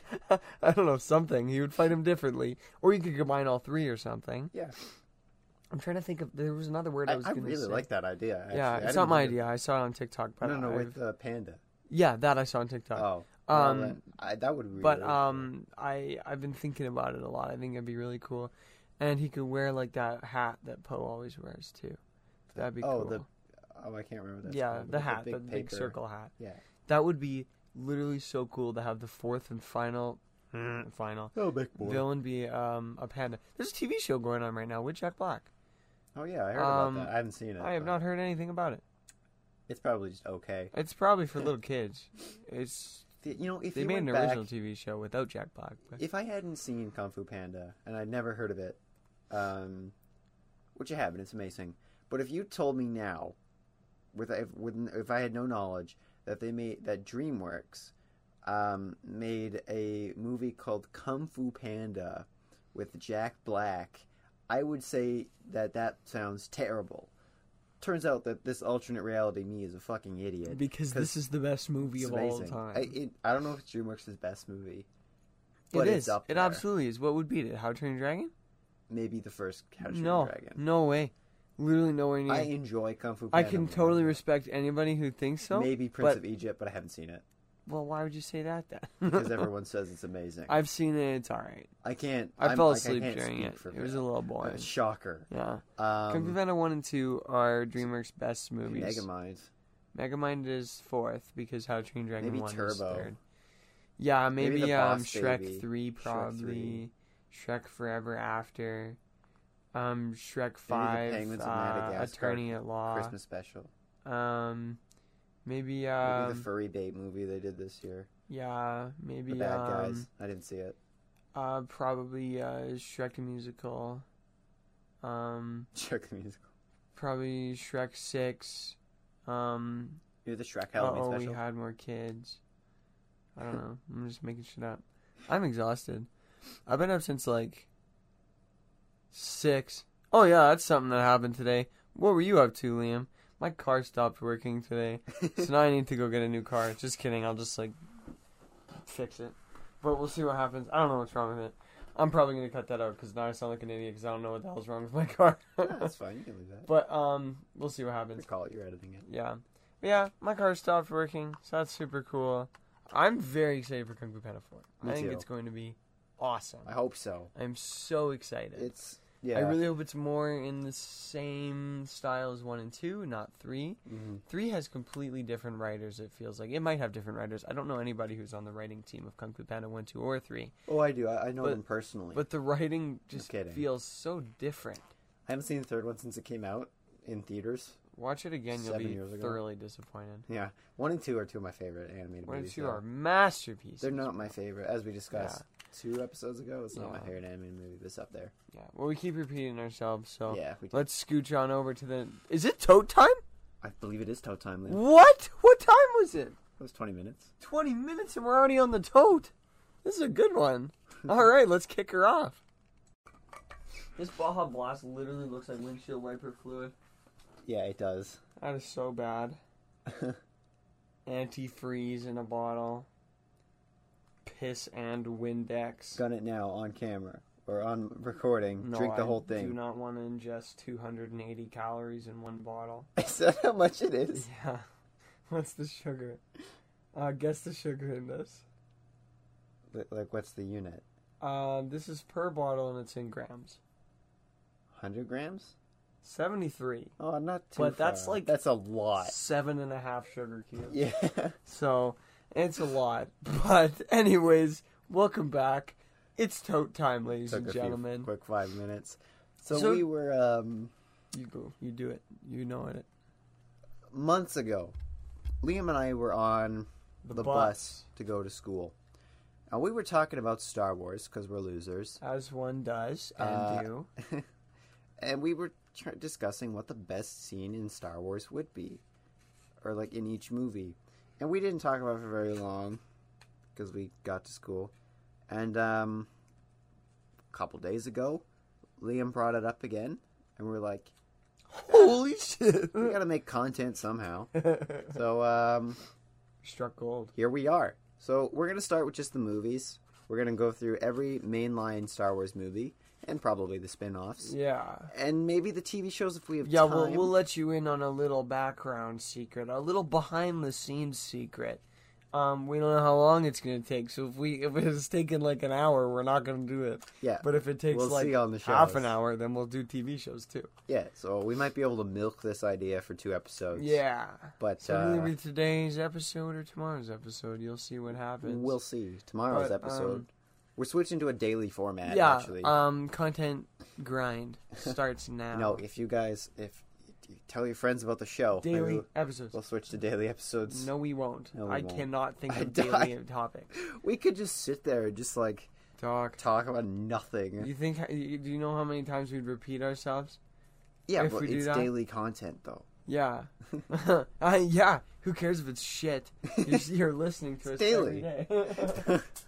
Speaker 2: don't know something. He would fight him differently, or you could combine all three or something.
Speaker 3: yeah.
Speaker 2: I'm trying to think of there was another word
Speaker 3: I,
Speaker 2: I was
Speaker 3: I
Speaker 2: going to
Speaker 3: really
Speaker 2: say.
Speaker 3: like that idea. Actually.
Speaker 2: yeah,
Speaker 3: I
Speaker 2: it's
Speaker 3: didn't
Speaker 2: not my
Speaker 3: think
Speaker 2: idea. I saw it on TikTok,
Speaker 3: Of,
Speaker 2: but
Speaker 3: no, no,
Speaker 2: I've-
Speaker 3: with uh, panda.
Speaker 2: yeah, that I saw on TikTok.
Speaker 3: Oh, well,
Speaker 2: um,
Speaker 3: that, I, that would. Be
Speaker 2: But
Speaker 3: really cool.
Speaker 2: um, I I've been thinking about it a lot. I think it'd be really cool, and he could wear like that hat that Poe always wears too. That'd be
Speaker 3: oh
Speaker 2: cool.
Speaker 3: the, oh I can't remember that.
Speaker 2: yeah, the hat, the big circle hat.
Speaker 3: Yeah.
Speaker 2: That would be literally so cool to have the fourth and final final
Speaker 3: Oh, big
Speaker 2: villain be um, a panda. There's a TV show going on right now with Jack Black.
Speaker 3: Oh yeah, I heard about
Speaker 2: Um,
Speaker 3: that. I haven't seen it.
Speaker 2: I have
Speaker 3: but
Speaker 2: not heard anything about it.
Speaker 3: It's probably just okay.
Speaker 2: It's probably for little kids. It's
Speaker 3: Th- You know, if
Speaker 2: they
Speaker 3: you
Speaker 2: made
Speaker 3: went
Speaker 2: an
Speaker 3: back,
Speaker 2: original TV show without Jack Black. But
Speaker 3: if I hadn't seen Kung Fu Panda and I'd never heard of it, um, which I haven't, it's amazing. But if you told me now, with if, with if I had no knowledge that they made that DreamWorks um, made a movie called Kung Fu Panda with Jack Black, I would say that that sounds terrible. Turns out that this alternate reality me is a fucking idiot.
Speaker 2: because this is the best movie
Speaker 3: It's
Speaker 2: of all
Speaker 3: amazing.
Speaker 2: time.
Speaker 3: I, it, I don't know if it's DreamWorks' best movie.
Speaker 2: it
Speaker 3: but
Speaker 2: is.
Speaker 3: It's up
Speaker 2: it
Speaker 3: there.
Speaker 2: absolutely is. What would beat it? How to Train Your Dragon?
Speaker 3: Maybe the first How to Train Your
Speaker 2: no,
Speaker 3: Dragon.
Speaker 2: no way. Literally nowhere near.
Speaker 3: I
Speaker 2: I,
Speaker 3: enjoy Kung Fu. Panda
Speaker 2: can
Speaker 3: more.
Speaker 2: totally respect anybody who thinks so.
Speaker 3: Maybe Prince
Speaker 2: but-
Speaker 3: of Egypt, but I haven't seen it
Speaker 2: Well, why would you say that then?
Speaker 3: because everyone says it's amazing. I,
Speaker 2: I've seen it. It's all right.
Speaker 3: can't.
Speaker 2: I
Speaker 3: I'm,
Speaker 2: fell
Speaker 3: like,
Speaker 2: asleep
Speaker 3: can't
Speaker 2: during
Speaker 3: speak
Speaker 2: it.
Speaker 3: For
Speaker 2: It was a
Speaker 3: real.
Speaker 2: little
Speaker 3: Uh,
Speaker 2: boring.
Speaker 3: shocker.
Speaker 2: Yeah. Kung Fu
Speaker 3: Um,
Speaker 2: Panda 1 and 2 are DreamWorks' best movies.
Speaker 3: Megamind.
Speaker 2: Megamind is fourth because How to Train Dragon
Speaker 3: Maybe
Speaker 2: 1 is
Speaker 3: Turbo.
Speaker 2: third. Yeah,
Speaker 3: Maybe
Speaker 2: maybe,
Speaker 3: the
Speaker 2: um,
Speaker 3: Boss
Speaker 2: Shrek
Speaker 3: Baby.
Speaker 2: 3 probably.
Speaker 3: 3.
Speaker 2: Shrek, Forever After. Um, Shrek 5.
Speaker 3: Penguins of
Speaker 2: uh,
Speaker 3: Madagascar
Speaker 2: Attorney at Law.
Speaker 3: Christmas special.
Speaker 2: Um, maybe,
Speaker 3: Maybe
Speaker 2: um,
Speaker 3: the furry bait movie they did this year.
Speaker 2: yeah, maybe,
Speaker 3: The bad
Speaker 2: um,
Speaker 3: guys. I didn't see it.
Speaker 2: uh, probably, uh, Shrek the Musical. Um,
Speaker 3: Shrek the musical.
Speaker 2: probably Shrek 6. Um,
Speaker 3: You know the Shrek Halloween
Speaker 2: Oh, we
Speaker 3: special.
Speaker 2: had more kids. I don't know. I'm just making shit up. I'm exhausted. I've been up since like six. Oh yeah, that's something that happened today. What were you up to, Liam? My car stopped working today, so now I need to go get a new car. Just kidding. I'll just like fix it. But we'll see what happens. I don't know what's wrong with it. I'm probably gonna cut that out because now I sound like an idiot because I don't know what the hell's wrong with my car.
Speaker 3: Yeah, that's fine. You can leave that.
Speaker 2: but um, we'll see what happens.
Speaker 3: Just call it. You're editing it.
Speaker 2: Yeah. But yeah, my car stopped working, so that's super cool. I'm very excited for Kung Fu Panda 4.
Speaker 3: Me
Speaker 2: I think
Speaker 3: too.
Speaker 2: it's going to be awesome.
Speaker 3: I hope so.
Speaker 2: I'm so excited.
Speaker 3: It's yeah.
Speaker 2: I really hope it's more in the same style as 1 and 2, not 3.
Speaker 3: Mhm.
Speaker 2: 3 has completely different writers, it feels like. It might have different writers. I don't know anybody who's on the writing team of Kung Fu Panda 1, 2, or 3.
Speaker 3: Oh, I do. I, I know
Speaker 2: But-
Speaker 3: them personally.
Speaker 2: But the writing just
Speaker 3: kidding.
Speaker 2: feels so different.
Speaker 3: I haven't seen the third one since it came out in theaters.
Speaker 2: Watch it again, you'll
Speaker 3: Seven
Speaker 2: be
Speaker 3: years ago.
Speaker 2: thoroughly disappointed.
Speaker 3: Yeah, one and two are two of my favorite animated
Speaker 2: 1 and
Speaker 3: movies.
Speaker 2: 2
Speaker 3: though.
Speaker 2: are masterpieces.
Speaker 3: They're not my favorite, as we discussed two episodes ago. It's not my
Speaker 2: Yeah.
Speaker 3: favorite animated movie, but it's up there.
Speaker 2: Yeah. Well, we keep repeating ourselves, so
Speaker 3: Yeah, we do.
Speaker 2: let's scooch on over to the. Is it tote time?
Speaker 3: I believe it is Toe Time. Liam. It
Speaker 2: What? What time was it?
Speaker 3: was twenty minutes.
Speaker 2: Twenty minutes, and we're already on the tote. This is a good one. All right, let's kick her off. This Baja Blast literally looks like windshield wiper fluid.
Speaker 3: Yeah, it does.
Speaker 2: That is so bad. Antifreeze in a bottle. Piss and Windex.
Speaker 3: Gun it now on camera or on recording.
Speaker 2: No,
Speaker 3: Drink the
Speaker 2: I
Speaker 3: whole
Speaker 2: Do
Speaker 3: thing.
Speaker 2: not want to ingest 280 calories in one bottle.
Speaker 3: Is that how much it is?
Speaker 2: Yeah. What's the sugar? Uh, guess the sugar in this.
Speaker 3: Li- Like, what's the unit?
Speaker 2: Uh, this is per bottle and it's in grams.
Speaker 3: Hundred grams?
Speaker 2: 73.
Speaker 3: Oh, not too.
Speaker 2: But that's
Speaker 3: far.
Speaker 2: like-
Speaker 3: that's a lot.
Speaker 2: Seven and a half sugar cubes.
Speaker 3: Yeah.
Speaker 2: So, it's a lot. But, anyways, welcome back. It's tote time, ladies
Speaker 3: Took
Speaker 2: and
Speaker 3: a few
Speaker 2: gentlemen.
Speaker 3: quick five minutes. So,
Speaker 2: So-
Speaker 3: we were um,
Speaker 2: You go. You do it. You know it.
Speaker 3: months ago. Liam and I were on the, bus. to go to school. Now we were talking about Star Wars because we're losers,
Speaker 2: As one does and
Speaker 3: Uh,
Speaker 2: do.
Speaker 3: and we were tr- discussing what the best scene in Star Wars would be, or like in each movie, and we didn't talk about it for very long because we got to school, and um, a couple days ago, Liam brought it up again, and we are like,
Speaker 2: Holy shit!
Speaker 3: we got to make content somehow, so um.
Speaker 2: Struck gold.
Speaker 3: here we are. So we're gonna start with just the movies. We're gonna go through every mainline Star Wars movie and probably the spin-offs.
Speaker 2: Yeah.
Speaker 3: And maybe the TV shows if we have
Speaker 2: Yeah,
Speaker 3: time.
Speaker 2: we'll, we'll let you in on a little background secret, a little behind the scenes secret. Um, we don't know how long it's gonna take. So if we if it's taking like an hour, we're not gonna do it.
Speaker 3: Yeah.
Speaker 2: But if it takes
Speaker 3: We'll
Speaker 2: like
Speaker 3: see on the
Speaker 2: half
Speaker 3: shows.
Speaker 2: an hour, then we'll do TV shows too.
Speaker 3: Yeah, so we might be able to milk this idea for two episodes.
Speaker 2: Yeah.
Speaker 3: But
Speaker 2: So
Speaker 3: uh,
Speaker 2: it'll either be today's episode or tomorrow's episode. You'll see what happens.
Speaker 3: we'll see. Tomorrow's
Speaker 2: But,
Speaker 3: episode.
Speaker 2: um,
Speaker 3: We're switching to a daily format,
Speaker 2: yeah.
Speaker 3: actually.
Speaker 2: Um, content grind starts now.
Speaker 3: you know, if you guys, if you tell your friends about the show, maybe
Speaker 2: daily
Speaker 3: we'll-
Speaker 2: episodes.
Speaker 3: we'll switch to daily episodes.
Speaker 2: No, we won't.
Speaker 3: No, we
Speaker 2: I
Speaker 3: won't.
Speaker 2: cannot think
Speaker 3: I
Speaker 2: of
Speaker 3: die.
Speaker 2: daily topic.
Speaker 3: We could just sit there and just like
Speaker 2: Talk.
Speaker 3: talk about nothing.
Speaker 2: You think? you- Do you know how many times we'd repeat ourselves?
Speaker 3: yeah,
Speaker 2: if
Speaker 3: but
Speaker 2: we do
Speaker 3: it's
Speaker 2: that-
Speaker 3: daily content though.
Speaker 2: Yeah. uh, yeah. Who cares if it's shit? You're, you're listening to us
Speaker 3: It's daily.
Speaker 2: every day.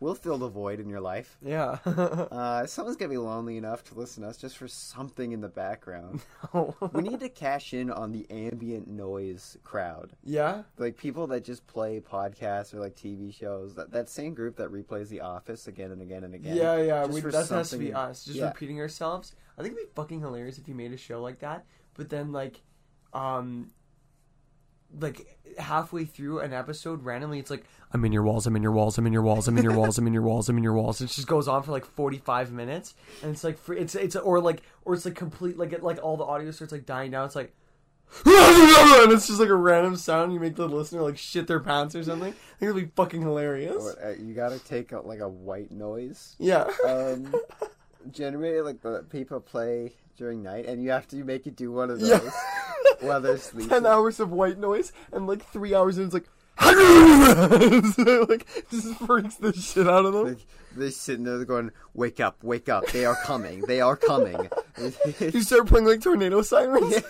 Speaker 3: We'll fill the void in your life.
Speaker 2: yeah.
Speaker 3: Uh, someone's gonna be lonely enough to listen to us just for something in the background.
Speaker 2: No.
Speaker 3: we need to cash in on the ambient noise crowd.
Speaker 2: yeah.
Speaker 3: like people that just play podcasts or like TV shows. That that same group that replays The Office again and again and again.
Speaker 2: Yeah, yeah.
Speaker 3: Just
Speaker 2: We,
Speaker 3: for
Speaker 2: that has to
Speaker 3: something-
Speaker 2: be us, just
Speaker 3: yeah.
Speaker 2: repeating ourselves. I think it'd be fucking hilarious if you made a show like that, but then like, um, like halfway through an episode, randomly, it's like, "I'm in your walls, I'm in your walls, I'm in your walls, I'm in your walls, I'm in your walls, I'm in your walls." It just goes on for like 45 minutes, and it's like, fr- it's it's or like or it's like complete like it like all the audio starts like dying down. It's like. and it's just like a random sound you make the listener like shit their pants or something. I think it'd be fucking hilarious.
Speaker 3: Or, uh, you got to take out like a white noise
Speaker 2: yeah.
Speaker 3: um, generated like the people play during night, and you have to make it do one of those
Speaker 2: Yeah.
Speaker 3: while they're sleeping.
Speaker 2: ten hours of white noise and like three hours and it's like So, like just freaks the shit out of them.
Speaker 3: Like, they're sitting there going, "Wake up! Wake up! They are coming! They are coming!"
Speaker 2: You start playing like tornado sirens.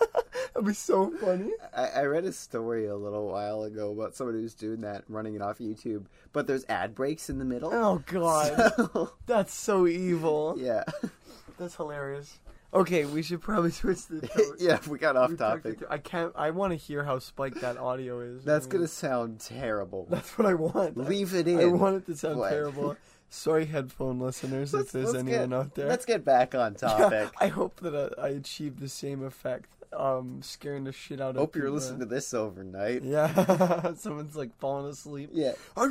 Speaker 2: That'd be so funny.
Speaker 3: I, I read a story a little while ago about someone who's doing that, running it off YouTube, but there's ad breaks in the middle.
Speaker 2: Oh god,
Speaker 3: So,
Speaker 2: that's so evil.
Speaker 3: yeah,
Speaker 2: That's hilarious. Okay, we should probably switch the. topic.
Speaker 3: yeah, we got off
Speaker 2: We talked
Speaker 3: topic.
Speaker 2: to- I can't. I want to hear how spiked that audio is.
Speaker 3: That's
Speaker 2: I mean,
Speaker 3: gonna sound terrible.
Speaker 2: That's what I want.
Speaker 3: Leave it
Speaker 2: I,
Speaker 3: in.
Speaker 2: I want it to sound
Speaker 3: What?
Speaker 2: terrible. Sorry, headphone listeners, if there's anyone
Speaker 3: get,
Speaker 2: out there.
Speaker 3: Let's get back on topic.
Speaker 2: I hope that uh, I, I achieved the same effect, um, scaring the shit out of.
Speaker 3: Hope you're listening to this overnight.
Speaker 2: uh, Yeah, someone's like falling asleep.
Speaker 3: Yeah,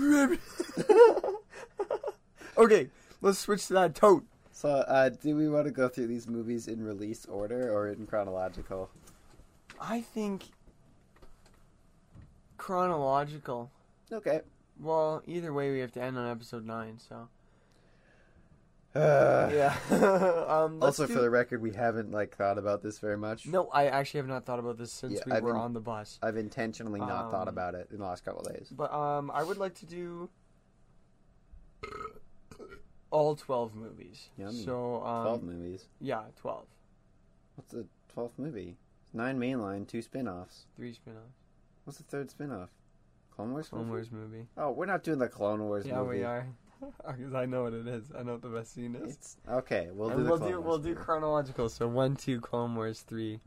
Speaker 2: okay, let's switch to that tote.
Speaker 3: So, uh, do we want to go through these movies in release order or in chronological?
Speaker 2: I think chronological.
Speaker 3: Okay.
Speaker 2: Well, either way, we have to end on episode nine. So
Speaker 3: Uh,
Speaker 2: yeah. um, let's
Speaker 3: Also,
Speaker 2: do-
Speaker 3: for the record, we haven't like thought about this very much.
Speaker 2: no, I actually have not thought about this since
Speaker 3: Yeah,
Speaker 2: we
Speaker 3: I've
Speaker 2: were
Speaker 3: been-
Speaker 2: on the bus.
Speaker 3: I've intentionally not
Speaker 2: Um,
Speaker 3: thought about it in the last couple of days.
Speaker 2: But um, I would like to do all twelve movies.
Speaker 3: Yummy.
Speaker 2: So um,
Speaker 3: Twelve movies.
Speaker 2: yeah, twelve,
Speaker 3: What's the twelfth movie? Nine mainline, two spin-offs.
Speaker 2: three spin-offs.
Speaker 3: What's the third spin-off? Clone Wars.
Speaker 2: Clone
Speaker 3: movie?
Speaker 2: Wars movie.
Speaker 3: Oh, we're not doing the Clone Wars
Speaker 2: yeah,
Speaker 3: movie.
Speaker 2: we are. 'Cause I know what it is. I know what the best scene is.
Speaker 3: It's okay. We'll do
Speaker 2: and
Speaker 3: the
Speaker 2: we'll
Speaker 3: Clone
Speaker 2: do
Speaker 3: Wars
Speaker 2: we'll do
Speaker 3: movie.
Speaker 2: chronological. So one, two, Clone Wars, three.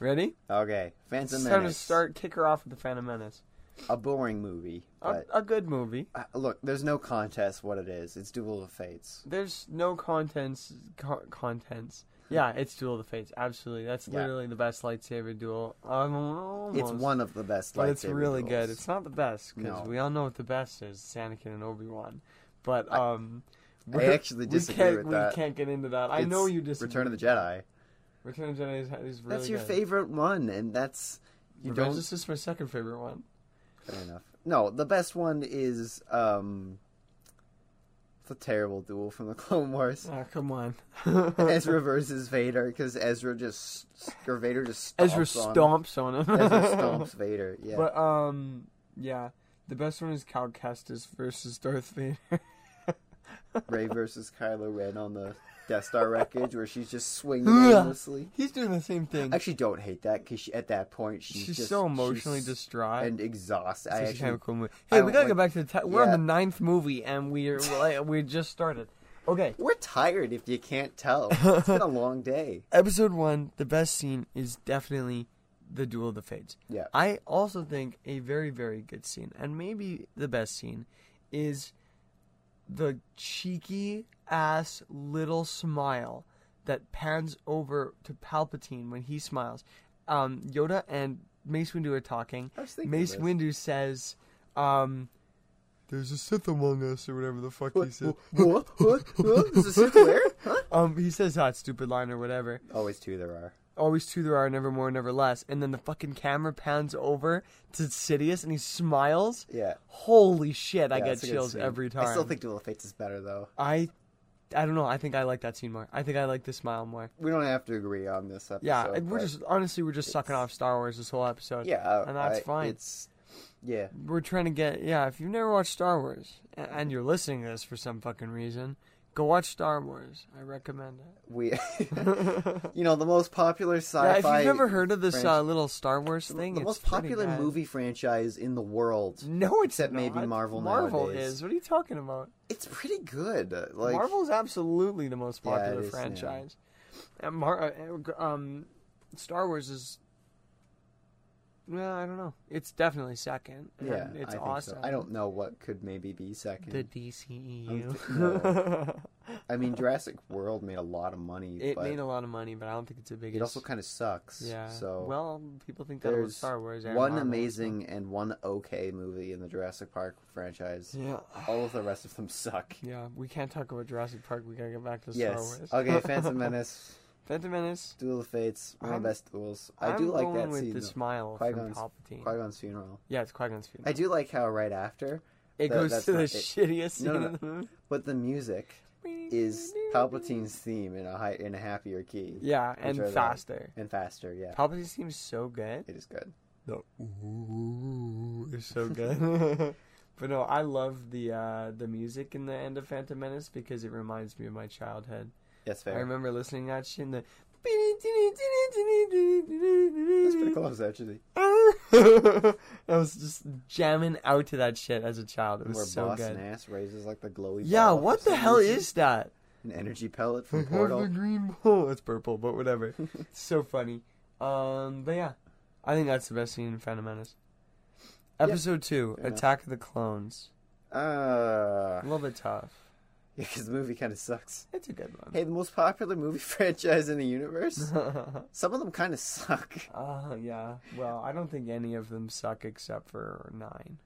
Speaker 2: Ready?
Speaker 3: Okay,
Speaker 2: It's
Speaker 3: Phantom
Speaker 2: time to
Speaker 3: Menace.
Speaker 2: start. Kick her off with the Phantom Menace.
Speaker 3: A boring movie,
Speaker 2: A,
Speaker 3: but
Speaker 2: a good movie.
Speaker 3: uh, look, there's no contest. What it is, it's Duel of Fates.
Speaker 2: There's no contents. Co- contents. Yeah, it's Duel of the Fates. Absolutely, that's
Speaker 3: Yeah.
Speaker 2: literally the best lightsaber duel. Um, almost.
Speaker 3: It's one of the best.
Speaker 2: But it's
Speaker 3: lightsaber
Speaker 2: really
Speaker 3: duels.
Speaker 2: good. It's not the best because
Speaker 3: No.
Speaker 2: we all know what the best is: it's Anakin and Obi Wan. But
Speaker 3: I-
Speaker 2: um,
Speaker 3: I
Speaker 2: we're-
Speaker 3: actually disagree
Speaker 2: we can't,
Speaker 3: with
Speaker 2: we
Speaker 3: that.
Speaker 2: can't get into that. I
Speaker 3: It's
Speaker 2: know you disagree.
Speaker 3: Return of the Jedi.
Speaker 2: Return of the Jedi is, is really
Speaker 3: that's your
Speaker 2: good.
Speaker 3: favorite one, and that's you
Speaker 2: Revenge
Speaker 3: don't.
Speaker 2: is just my second favorite one.
Speaker 3: Fair enough. No, the best one is um, the terrible duel from the Clone Wars.
Speaker 2: Ah, come on.
Speaker 3: Ezra versus Vader because Ezra just or Vader just stomps
Speaker 2: Ezra
Speaker 3: on-
Speaker 2: stomps on him.
Speaker 3: Ezra stomps Vader. Yeah,
Speaker 2: But um, yeah, the best one is Cal Kestis versus Darth Vader.
Speaker 3: Ray versus Kylo Ren on the Death Star wreckage where she's just swinging aimlessly.
Speaker 2: He's doing the same thing.
Speaker 3: I actually don't hate that because at that point she's,
Speaker 2: she's
Speaker 3: just
Speaker 2: so emotionally
Speaker 3: she's
Speaker 2: distraught.
Speaker 3: and exhausted. I
Speaker 2: This is kind of
Speaker 3: actually
Speaker 2: a cool movie.
Speaker 3: I
Speaker 2: Hey,
Speaker 3: don't
Speaker 2: we gotta
Speaker 3: like-
Speaker 2: get back to the. T- We're on
Speaker 3: Yeah.
Speaker 2: the ninth movie, and we're like, we just started. Okay,
Speaker 3: we're tired if you can't tell. It's been a long day.
Speaker 2: episode one. The best scene is definitely the duel of the fates.
Speaker 3: Yeah.
Speaker 2: I also think a very very good scene, and maybe the best scene, is the cheeky ass little smile that pans over to Palpatine when he smiles. Um, Yoda and Mace Windu are talking.
Speaker 3: I was thinking
Speaker 2: Mace
Speaker 3: of this.
Speaker 2: Windu says, um, "There's a Sith among us," or whatever the fuck he said.
Speaker 3: What? What? What? Is the Sith where? Huh?
Speaker 2: Um, he says that stupid line or whatever.
Speaker 3: Always two there are.
Speaker 2: Always two there are, never more, never less. And then the fucking camera pans over to Sidious, and he smiles.
Speaker 3: Yeah.
Speaker 2: Holy shit! I
Speaker 3: Yeah,
Speaker 2: get
Speaker 3: it's a good
Speaker 2: chills
Speaker 3: scene.
Speaker 2: every time.
Speaker 3: I still think Duel of Fates is better though.
Speaker 2: I, I don't know. I think I like that scene more. I think I like the smile more.
Speaker 3: We don't have to agree on this episode.
Speaker 2: Yeah, and we're
Speaker 3: but-
Speaker 2: just honestly we're just sucking
Speaker 3: it's-
Speaker 2: off Star Wars this whole episode.
Speaker 3: yeah, uh,
Speaker 2: and that's
Speaker 3: I-
Speaker 2: fine.
Speaker 3: It's yeah,
Speaker 2: We're trying to get yeah. If you've never watched Star Wars a- and you're listening to this for some fucking reason, go watch Star Wars. I recommend it.
Speaker 3: we you know the most popular
Speaker 2: yeah,
Speaker 3: sci-fi.
Speaker 2: if you've never heard of this
Speaker 3: franchise-
Speaker 2: uh, little Star Wars
Speaker 3: the-
Speaker 2: thing,
Speaker 3: the
Speaker 2: it's
Speaker 3: most
Speaker 2: pretty
Speaker 3: popular
Speaker 2: bad.
Speaker 3: movie franchise in the world.
Speaker 2: No, it's
Speaker 3: Except maybe
Speaker 2: not.
Speaker 3: Marvel
Speaker 2: Marvel
Speaker 3: nowadays.
Speaker 2: is. What are you talking about?
Speaker 3: It's pretty good. uh, Like
Speaker 2: Marvel's absolutely the most
Speaker 3: Yeah, it
Speaker 2: popular
Speaker 3: is, yeah.
Speaker 2: franchise. And Mar- uh, um, Star Wars is. Well, I don't know. It's definitely second. and
Speaker 3: yeah, I
Speaker 2: it's
Speaker 3: think so.
Speaker 2: awesome.
Speaker 3: I don't know what could maybe be second.
Speaker 2: The E
Speaker 3: I'm
Speaker 2: DCEU.
Speaker 3: th- no. I mean, Jurassic World made a lot of money,
Speaker 2: it
Speaker 3: but
Speaker 2: made a lot of money, but I don't think it's the biggest.
Speaker 3: it also kind of sucks.
Speaker 2: yeah.
Speaker 3: So
Speaker 2: well, people think that about
Speaker 3: there's
Speaker 2: Star Wars. and
Speaker 3: one
Speaker 2: Marvel.
Speaker 3: amazing and one okay movie in the Jurassic Park franchise.
Speaker 2: Yeah.
Speaker 3: All of the rest of them suck.
Speaker 2: Yeah, we can't talk about Jurassic Park. We gotta get back to Star
Speaker 3: yes.
Speaker 2: Wars.
Speaker 3: Okay, Phantom Menace,
Speaker 2: Phantom Menace.
Speaker 3: Duel of Fates, one of
Speaker 2: I'm-
Speaker 3: the best duels. I
Speaker 2: I'm
Speaker 3: do like
Speaker 2: going
Speaker 3: that
Speaker 2: with
Speaker 3: scene.
Speaker 2: the
Speaker 3: though.
Speaker 2: smile
Speaker 3: Qui-Gon's-
Speaker 2: from Palpatine.
Speaker 3: Qui-Gon's funeral.
Speaker 2: Yeah, it's Qui Gon's funeral.
Speaker 3: I do like how right after,
Speaker 2: It
Speaker 3: That-
Speaker 2: goes
Speaker 3: that's
Speaker 2: to the
Speaker 3: not it.
Speaker 2: shittiest scene
Speaker 3: No, no,
Speaker 2: in the movie.
Speaker 3: but the music is Palpatine's theme in a high, in a happier key
Speaker 2: Yeah, and
Speaker 3: I like.
Speaker 2: faster.
Speaker 3: and faster. Yeah,
Speaker 2: Palpatine seems so good.
Speaker 3: it is good.
Speaker 2: The ooh is so good. but no, I love the uh, the music in the end of Phantom Menace because it reminds me of my childhood.
Speaker 3: That's
Speaker 2: I
Speaker 3: fair.
Speaker 2: remember listening to that shit. And the
Speaker 3: That's pretty close actually.
Speaker 2: I was just jamming out to that shit as a child. It was
Speaker 3: Where
Speaker 2: so
Speaker 3: boss
Speaker 2: good.
Speaker 3: Nass raises like the glowy.
Speaker 2: Yeah,
Speaker 3: ball for
Speaker 2: what the
Speaker 3: some
Speaker 2: hell
Speaker 3: reason.
Speaker 2: is that?
Speaker 3: an energy pellet from
Speaker 2: I have the
Speaker 3: Portal?
Speaker 2: green ball. It's purple, but whatever. it's so funny. Um, but yeah, I think that's the best scene in Phantom Menace.
Speaker 3: Yeah.
Speaker 2: Episode two,
Speaker 3: Fair enough.
Speaker 2: Attack of the Clones.
Speaker 3: Uh,
Speaker 2: A little bit tough.
Speaker 3: because the movie kind of sucks.
Speaker 2: It's a good one.
Speaker 3: Hey, the most popular movie franchise in the
Speaker 2: Mm-hmm.
Speaker 3: universe. Some of them kind of suck.
Speaker 2: uh, yeah. Well, I don't think any of them suck except for nine.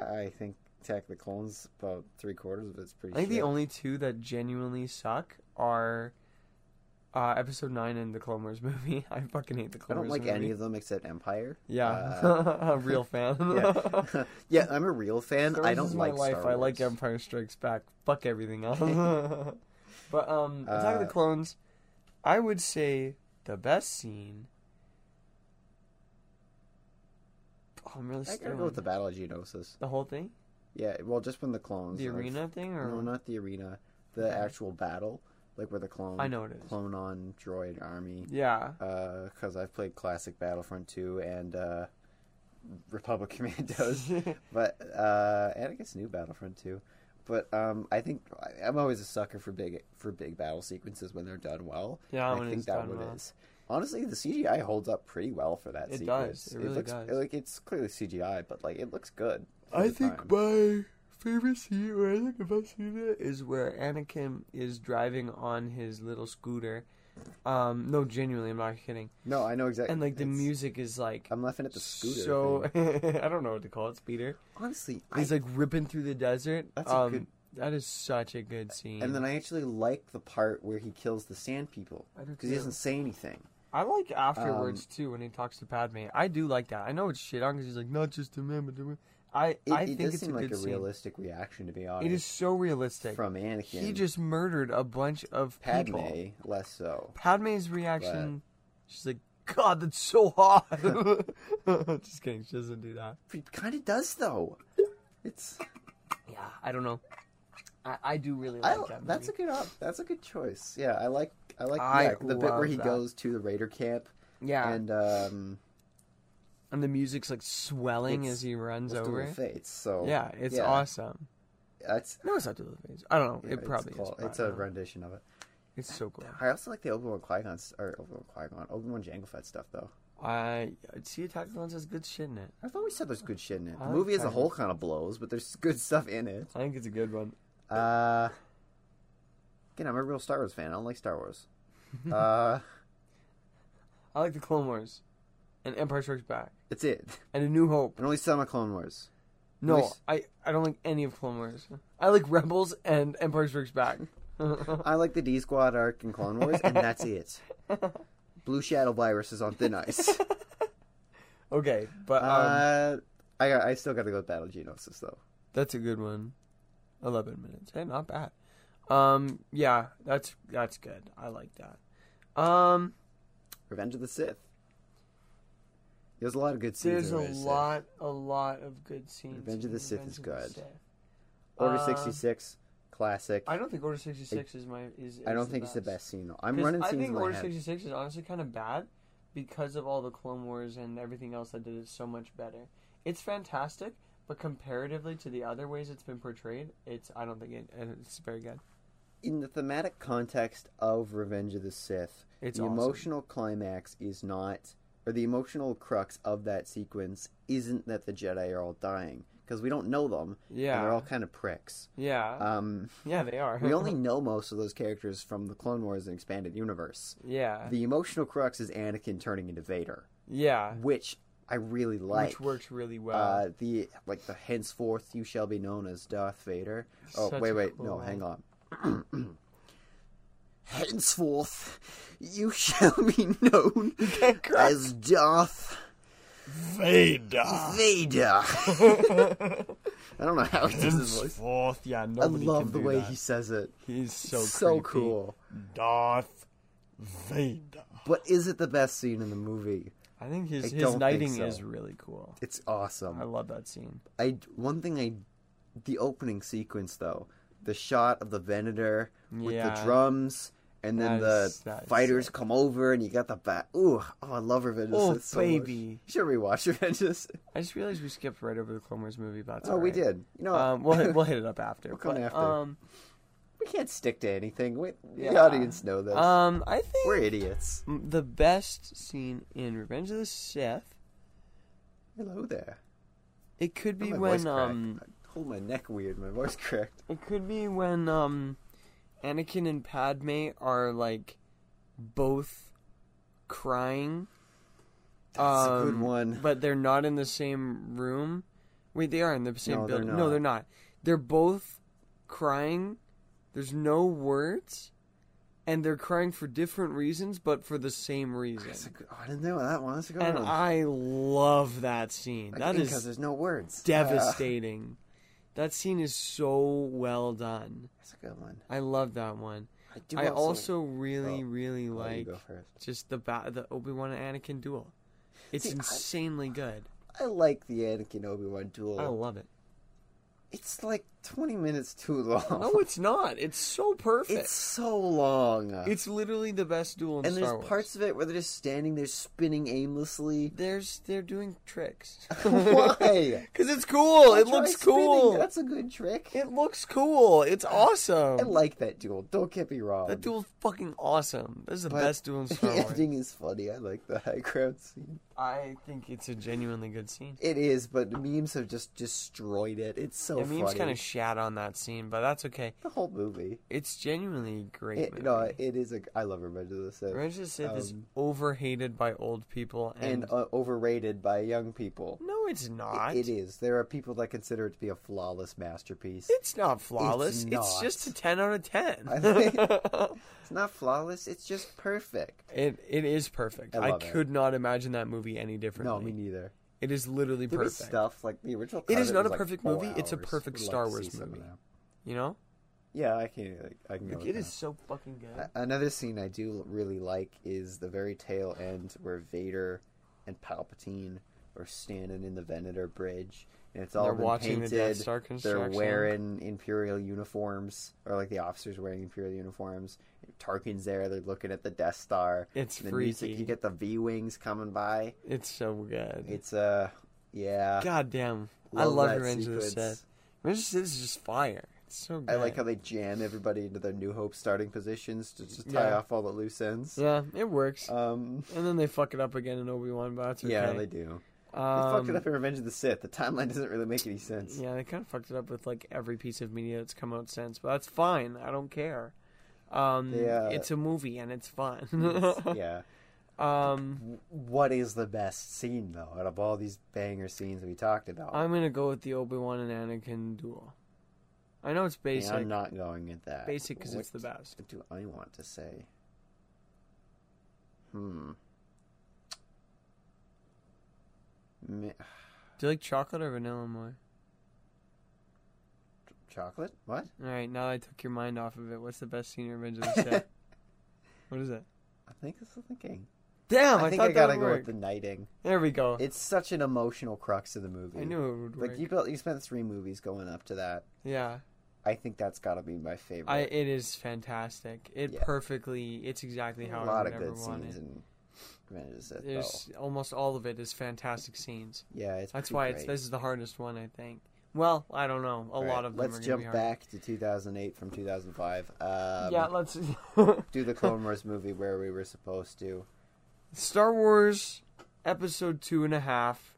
Speaker 3: I think Attack of the Clones about three quarters of it's pretty.
Speaker 2: I think the
Speaker 3: shit.
Speaker 2: only two that genuinely suck are uh, episode nine and the Clone Wars movie. I fucking hate the
Speaker 3: I
Speaker 2: Clone
Speaker 3: don't
Speaker 2: Wars
Speaker 3: like
Speaker 2: movie.
Speaker 3: any of them except Empire.
Speaker 2: Yeah,
Speaker 3: Uh,
Speaker 2: a real fan.
Speaker 3: yeah. yeah, I'm a real fan.
Speaker 2: Star
Speaker 3: I
Speaker 2: Wars
Speaker 3: don't
Speaker 2: is
Speaker 3: like
Speaker 2: my life.
Speaker 3: Star Wars.
Speaker 2: I like Empire Strikes Back. Fuck everything else. but um, Attack of the
Speaker 3: Uh,
Speaker 2: Clones, I would say the best scene. Oh, I'm really
Speaker 3: I gotta
Speaker 2: stoned.
Speaker 3: go with the Battle of Geonosis.
Speaker 2: The whole thing,
Speaker 3: Yeah, well, just when the clones.
Speaker 2: the
Speaker 3: like-
Speaker 2: arena thing, or
Speaker 3: No, not the arena. The
Speaker 2: Okay.
Speaker 3: actual battle, like where the clone.
Speaker 2: I know what it is.
Speaker 3: Clone on droid army.
Speaker 2: Yeah,
Speaker 3: because uh, I've played classic Battlefront 2 and uh, Republic Commandos, but uh, and I guess new Battlefront 2. But um, I think I- I'm always a sucker for big for big battle sequences when they're done well.
Speaker 2: yeah.
Speaker 3: and
Speaker 2: when
Speaker 3: I
Speaker 2: it's
Speaker 3: think that
Speaker 2: done
Speaker 3: one
Speaker 2: well.
Speaker 3: is. Honestly, the CGI holds up pretty well for that
Speaker 2: It
Speaker 3: sequence.
Speaker 2: does. It really
Speaker 3: looks
Speaker 2: does.
Speaker 3: like it's clearly CGI, but like it looks good. for
Speaker 2: I
Speaker 3: the
Speaker 2: think
Speaker 3: time.
Speaker 2: my favorite scene, or I think the best scene is where Anakin is driving on his little scooter. Um, no, genuinely, I'm not kidding.
Speaker 3: no, I know exactly.
Speaker 2: And like the
Speaker 3: it's-
Speaker 2: music is like
Speaker 3: I'm laughing at the scooter.
Speaker 2: so
Speaker 3: thing.
Speaker 2: I don't know what to call it, speeder.
Speaker 3: honestly, I
Speaker 2: He's like ripping through the desert.
Speaker 3: That's a
Speaker 2: um,
Speaker 3: good-
Speaker 2: That is such a good scene.
Speaker 3: And then I actually like the part where he kills the sand people
Speaker 2: I do
Speaker 3: because he
Speaker 2: too.
Speaker 3: doesn't say anything.
Speaker 2: I like afterwards
Speaker 3: um,
Speaker 2: too when he talks to Padme. I do like that. I know it's shit on because he's like not just a man, but a man." I
Speaker 3: It,
Speaker 2: I
Speaker 3: it
Speaker 2: think
Speaker 3: does
Speaker 2: it's
Speaker 3: seem
Speaker 2: a
Speaker 3: like
Speaker 2: good
Speaker 3: a
Speaker 2: scene.
Speaker 3: realistic reaction, to be honest.
Speaker 2: It is so realistic.
Speaker 3: from Anakin.
Speaker 2: He just murdered a bunch of
Speaker 3: Padme
Speaker 2: people.
Speaker 3: less so.
Speaker 2: Padme's reaction, she's like, "God, that's so hot." just kidding. She doesn't do that.
Speaker 3: It kind of does though. It's
Speaker 2: Yeah, I don't know. I, I do really
Speaker 3: I,
Speaker 2: like that.
Speaker 3: that's a
Speaker 2: movie.
Speaker 3: good op, that's a good choice. Yeah, I like I like
Speaker 2: I
Speaker 3: yeah, the bit where
Speaker 2: love
Speaker 3: he
Speaker 2: that.
Speaker 3: goes to the raider camp
Speaker 2: yeah.
Speaker 3: and um
Speaker 2: and the music's like swelling
Speaker 3: It's-
Speaker 2: as he runs
Speaker 3: let's do
Speaker 2: over.
Speaker 3: the
Speaker 2: it.
Speaker 3: fates. So
Speaker 2: Yeah, it's
Speaker 3: yeah,
Speaker 2: awesome.
Speaker 3: That's
Speaker 2: No, it's not Duel of Fates. I don't know.
Speaker 3: yeah,
Speaker 2: it probably
Speaker 3: it's,
Speaker 2: is.
Speaker 3: cool.
Speaker 2: but
Speaker 3: It's
Speaker 2: I
Speaker 3: a
Speaker 2: don't know.
Speaker 3: rendition of it.
Speaker 2: It's so cool.
Speaker 3: I also like the Obi Wan Qui Gon or Obi Wan Qui Gon, Obi Wan Jango Fett stuff though.
Speaker 2: I see Attack of the Clones has good shit in it.
Speaker 3: I thought we said there's good shit in it. The
Speaker 2: I like
Speaker 3: movie as a
Speaker 2: Tiger.
Speaker 3: whole kind of blows, but there's good stuff in it.
Speaker 2: I think it's a good one.
Speaker 3: Uh, again, I'm a real Star Wars fan. I don't like Star Wars. uh,
Speaker 2: I like the Clone Wars. and Empire Strikes Back
Speaker 3: That's it.
Speaker 2: and A New Hope.
Speaker 3: And only some of Clone Wars.
Speaker 2: No,
Speaker 3: Nice.
Speaker 2: I, I don't like any of Clone Wars. I like Rebels and Empire Strikes Back.
Speaker 3: I like the D Squad arc in Clone Wars, and that's it. Blue Shadow Virus is on thin ice.
Speaker 2: okay, but um,
Speaker 3: uh, I I still got to go with Battle Genosis though.
Speaker 2: that's a good one. Eleven minutes. Hey, not bad. Um, yeah, that's that's good. I like that. Um,
Speaker 3: Revenge of the Sith. There's a lot of good scenes.
Speaker 2: there's
Speaker 3: in
Speaker 2: a
Speaker 3: Revenge of the Sith.
Speaker 2: lot, a lot of good scenes.
Speaker 3: Revenge of
Speaker 2: in
Speaker 3: the Sith
Speaker 2: Revenge
Speaker 3: is
Speaker 2: of the
Speaker 3: good.
Speaker 2: Sith.
Speaker 3: Order
Speaker 2: Uh,
Speaker 3: sixty six, classic.
Speaker 2: I don't think Order sixty six is my is.
Speaker 3: I
Speaker 2: is
Speaker 3: don't think it's the best scene though. I'm
Speaker 2: 'Cause
Speaker 3: running
Speaker 2: I
Speaker 3: scenes
Speaker 2: think
Speaker 3: in my
Speaker 2: Order
Speaker 3: head.
Speaker 2: sixty six is honestly kind of bad because of all the Clone Wars and everything else that did it so much better. It's fantastic, but comparatively to the other ways it's been portrayed, it's I don't think it, it's very good.
Speaker 3: In the thematic context of Revenge of the Sith,
Speaker 2: It's
Speaker 3: the
Speaker 2: awesome.
Speaker 3: emotional climax is not, or the emotional crux of that sequence isn't that the Jedi are all dying because we don't know them and
Speaker 2: Yeah,
Speaker 3: they're all kind of pricks.
Speaker 2: yeah,
Speaker 3: Um,
Speaker 2: yeah. They are.
Speaker 3: we only know most of those characters from the Clone Wars and expanded universe.
Speaker 2: yeah,
Speaker 3: The emotional crux is Anakin turning into Vader,
Speaker 2: yeah,
Speaker 3: which I really like.
Speaker 2: which works really well.
Speaker 3: Uh, the like the henceforth you shall be known as Darth Vader. Oh
Speaker 2: Such
Speaker 3: wait,
Speaker 2: a
Speaker 3: wait,
Speaker 2: cool
Speaker 3: no,
Speaker 2: line.
Speaker 3: hang on. henceforth, you shall be known
Speaker 2: can't cry.
Speaker 3: as Darth
Speaker 2: Vader.
Speaker 3: Vader. I don't know how he does his voice.
Speaker 2: Henceforth, yeah,
Speaker 3: I
Speaker 2: nobody
Speaker 3: love the way he says it.
Speaker 2: he's so
Speaker 3: so cool.
Speaker 2: Darth Vader.
Speaker 3: But is it the best scene in the movie?
Speaker 2: I think
Speaker 3: I
Speaker 2: his
Speaker 3: don't
Speaker 2: his
Speaker 3: think
Speaker 2: knighting
Speaker 3: so.
Speaker 2: is really cool.
Speaker 3: It's
Speaker 2: I
Speaker 3: awesome.
Speaker 2: love that scene.
Speaker 3: I one thing I the opening sequence though, the shot of the Venator with the
Speaker 2: Yeah.
Speaker 3: drums and then
Speaker 2: That
Speaker 3: the
Speaker 2: is- that is
Speaker 3: fighters come over and you got the bat. Ooh, oh, I love Revenge of the
Speaker 2: Oh,
Speaker 3: Sith so much.
Speaker 2: baby.
Speaker 3: You should rewatch Revenge of the Sith.
Speaker 2: I just realized we skipped right over the Clone Wars movie. But that's
Speaker 3: Oh, we
Speaker 2: alright.
Speaker 3: did. You know,
Speaker 2: Um, we'll hit, we'll hit it up after.
Speaker 3: come
Speaker 2: but,
Speaker 3: after.
Speaker 2: Um,
Speaker 3: we can't stick to anything. We, The
Speaker 2: Yeah.
Speaker 3: audience know this.
Speaker 2: um, I think
Speaker 3: We're idiots.
Speaker 2: m- the best scene in Revenge of the Sith
Speaker 3: Hello there.
Speaker 2: it could
Speaker 3: Oh,
Speaker 2: be
Speaker 3: my voice
Speaker 2: when
Speaker 3: cracked.
Speaker 2: um
Speaker 3: I hold my neck weird. My voice cracked.
Speaker 2: it could be when um Anakin and Padme are like both crying.
Speaker 3: That's a good
Speaker 2: Um,
Speaker 3: one.
Speaker 2: but they're not in the same room. Wait, they are in the same
Speaker 3: No, they're
Speaker 2: building.
Speaker 3: not.
Speaker 2: No, they're not. They're both crying. There's no words, and they're crying for different reasons, but for the same
Speaker 3: That's a
Speaker 2: reason.
Speaker 3: good, oh, I didn't know that one. That's a good
Speaker 2: And
Speaker 3: one.
Speaker 2: I love that scene. That
Speaker 3: Again, 'cause
Speaker 2: is
Speaker 3: there's no words. Uh,
Speaker 2: devastating. That scene is so well done.
Speaker 3: that's a good one.
Speaker 2: I love that one.
Speaker 3: I do.
Speaker 2: I also really,
Speaker 3: Oh,
Speaker 2: really
Speaker 3: I'll let you
Speaker 2: like
Speaker 3: go first.
Speaker 2: just the ba- the Obi Wan and Anakin duel. It's
Speaker 3: See, I-
Speaker 2: insanely good.
Speaker 3: I like the Anakin Obi Wan duel.
Speaker 2: I love it.
Speaker 3: It's like 20 minutes too long.
Speaker 2: No, it's not. It's so perfect.
Speaker 3: it's
Speaker 2: It's,
Speaker 3: so long.
Speaker 2: literally the best duel in
Speaker 3: and
Speaker 2: Star
Speaker 3: there's
Speaker 2: Wars.
Speaker 3: parts of it where they're just standing there spinning aimlessly.
Speaker 2: There's they're doing tricks.
Speaker 3: Why?
Speaker 2: Because it's cool.
Speaker 3: Try
Speaker 2: it looks
Speaker 3: spinning,
Speaker 2: cool.
Speaker 3: That's a good trick.
Speaker 2: It looks cool. It's awesome.
Speaker 3: I like that duel. Don't get me wrong.
Speaker 2: that duel's fucking awesome. This is the
Speaker 3: But
Speaker 2: best duel in Star
Speaker 3: The
Speaker 2: Wars.
Speaker 3: ending is funny. I like the high ground scene.
Speaker 2: I think it's a genuinely good scene.
Speaker 3: It is, but the memes have just destroyed it. It's so
Speaker 2: The meme's
Speaker 3: funny.
Speaker 2: kind of shat on that scene, but that's okay.
Speaker 3: the whole movie.
Speaker 2: It's genuinely a great.
Speaker 3: It,
Speaker 2: movie.
Speaker 3: no, it is a. I love Revenge of the Sith.
Speaker 2: Revenge of the Sith is
Speaker 3: um,
Speaker 2: overhated by old people, and,
Speaker 3: and uh, overrated by young people.
Speaker 2: no, it's not.
Speaker 3: It is. There are people that consider it to be a flawless masterpiece.
Speaker 2: It's not flawless. It's,
Speaker 3: not.
Speaker 2: just a ten out of ten.
Speaker 3: I think- It's not flawless. It's just perfect.
Speaker 2: it it is perfect.
Speaker 3: I
Speaker 2: I,
Speaker 3: love it.
Speaker 2: could not imagine that movie any
Speaker 3: No,
Speaker 2: differently.
Speaker 3: me neither.
Speaker 2: it is literally
Speaker 3: There was
Speaker 2: perfect.
Speaker 3: stuff like the original.
Speaker 2: It is
Speaker 3: cut,
Speaker 2: not
Speaker 3: was
Speaker 2: a
Speaker 3: like
Speaker 2: perfect
Speaker 3: four
Speaker 2: movie, it's a
Speaker 3: hours.
Speaker 2: perfect
Speaker 3: I'd like
Speaker 2: Star
Speaker 3: to see
Speaker 2: Wars
Speaker 3: some of
Speaker 2: movie.
Speaker 3: that.
Speaker 2: You know,
Speaker 3: Yeah, I can. like, I can. go
Speaker 2: Like,
Speaker 3: with
Speaker 2: it
Speaker 3: that.
Speaker 2: is so fucking good.
Speaker 3: A- Another scene I do really like is the very tail end where Vader and Palpatine are standing in the Venator Bridge, and it's all
Speaker 2: They're
Speaker 3: been
Speaker 2: watching the
Speaker 3: painted.
Speaker 2: Death Star
Speaker 3: They're
Speaker 2: construction.
Speaker 3: wearing Imperial uniforms, or like the officers wearing Imperial uniforms. Tarkin's there. They're looking at the Death Star.
Speaker 2: It's
Speaker 3: the
Speaker 2: freaky.
Speaker 3: music. You get the V wings coming by.
Speaker 2: It's so good.
Speaker 3: It's uh, yeah.
Speaker 2: God damn, I
Speaker 3: Love
Speaker 2: love
Speaker 3: that
Speaker 2: Revenge of the
Speaker 3: sequence.
Speaker 2: Sith. Revenge of the Sith is just fire. It's so good.
Speaker 3: I like how they jam everybody into their New Hope starting positions to just tie
Speaker 2: Yeah.
Speaker 3: off all the loose ends.
Speaker 2: Yeah, it works.
Speaker 3: Um,
Speaker 2: and then they fuck it up again in Obi Wan, but that's okay.
Speaker 3: yeah, they do. They
Speaker 2: Um,
Speaker 3: fucked it up in Revenge of the Sith. The timeline doesn't really make any sense.
Speaker 2: Yeah, they kind of fucked it up with like every piece of media that's come out since, but that's fine. I don't care. Um,
Speaker 3: They, uh,
Speaker 2: it's a movie and it's fun.
Speaker 3: It's- yeah.
Speaker 2: Um,
Speaker 3: What is the best scene though out of all these banger scenes we talked about?
Speaker 2: I'm gonna go with the Obi Wan and Anakin duel. I know it's
Speaker 3: And
Speaker 2: basic,
Speaker 3: I'm not going at that.
Speaker 2: basic because
Speaker 3: What
Speaker 2: it's the best.
Speaker 3: do I want to say? Hmm. Mi-
Speaker 2: Do you like chocolate or vanilla more?
Speaker 3: Chocolate? What?
Speaker 2: All right, now that I took your mind off of it. What's the best scene in Revenge of the Sith? what is it?
Speaker 3: I think I was thinking.
Speaker 2: Damn, Oh, I,
Speaker 3: I think
Speaker 2: thought
Speaker 3: I gotta
Speaker 2: that would
Speaker 3: go
Speaker 2: work.
Speaker 3: with the knighting.
Speaker 2: There we go.
Speaker 3: It's such an emotional crux of the movie.
Speaker 2: I knew it would work.
Speaker 3: Like you, built, you spent three movies going up to that.
Speaker 2: yeah,
Speaker 3: I think that's got to be my favorite.
Speaker 2: I, it is fantastic. It
Speaker 3: Yeah.
Speaker 2: perfectly, it's exactly
Speaker 3: a
Speaker 2: how I
Speaker 3: lot
Speaker 2: would
Speaker 3: of
Speaker 2: ever
Speaker 3: good
Speaker 2: want
Speaker 3: scenes
Speaker 2: it.
Speaker 3: in Revenge of the Sith. though.
Speaker 2: There's almost all of it is fantastic scenes.
Speaker 3: Yeah, it's
Speaker 2: That's
Speaker 3: pretty
Speaker 2: why it's
Speaker 3: great.
Speaker 2: this is the hardest one, I think. Well, I don't know. A
Speaker 3: All
Speaker 2: lot
Speaker 3: right,
Speaker 2: of them
Speaker 3: Let's
Speaker 2: are
Speaker 3: jump
Speaker 2: gonna be hard.
Speaker 3: back to 2008 from 2005. Um,
Speaker 2: yeah, let's
Speaker 3: do the Clone Wars movie where we were supposed to.
Speaker 2: Star Wars Episode Two and a Half,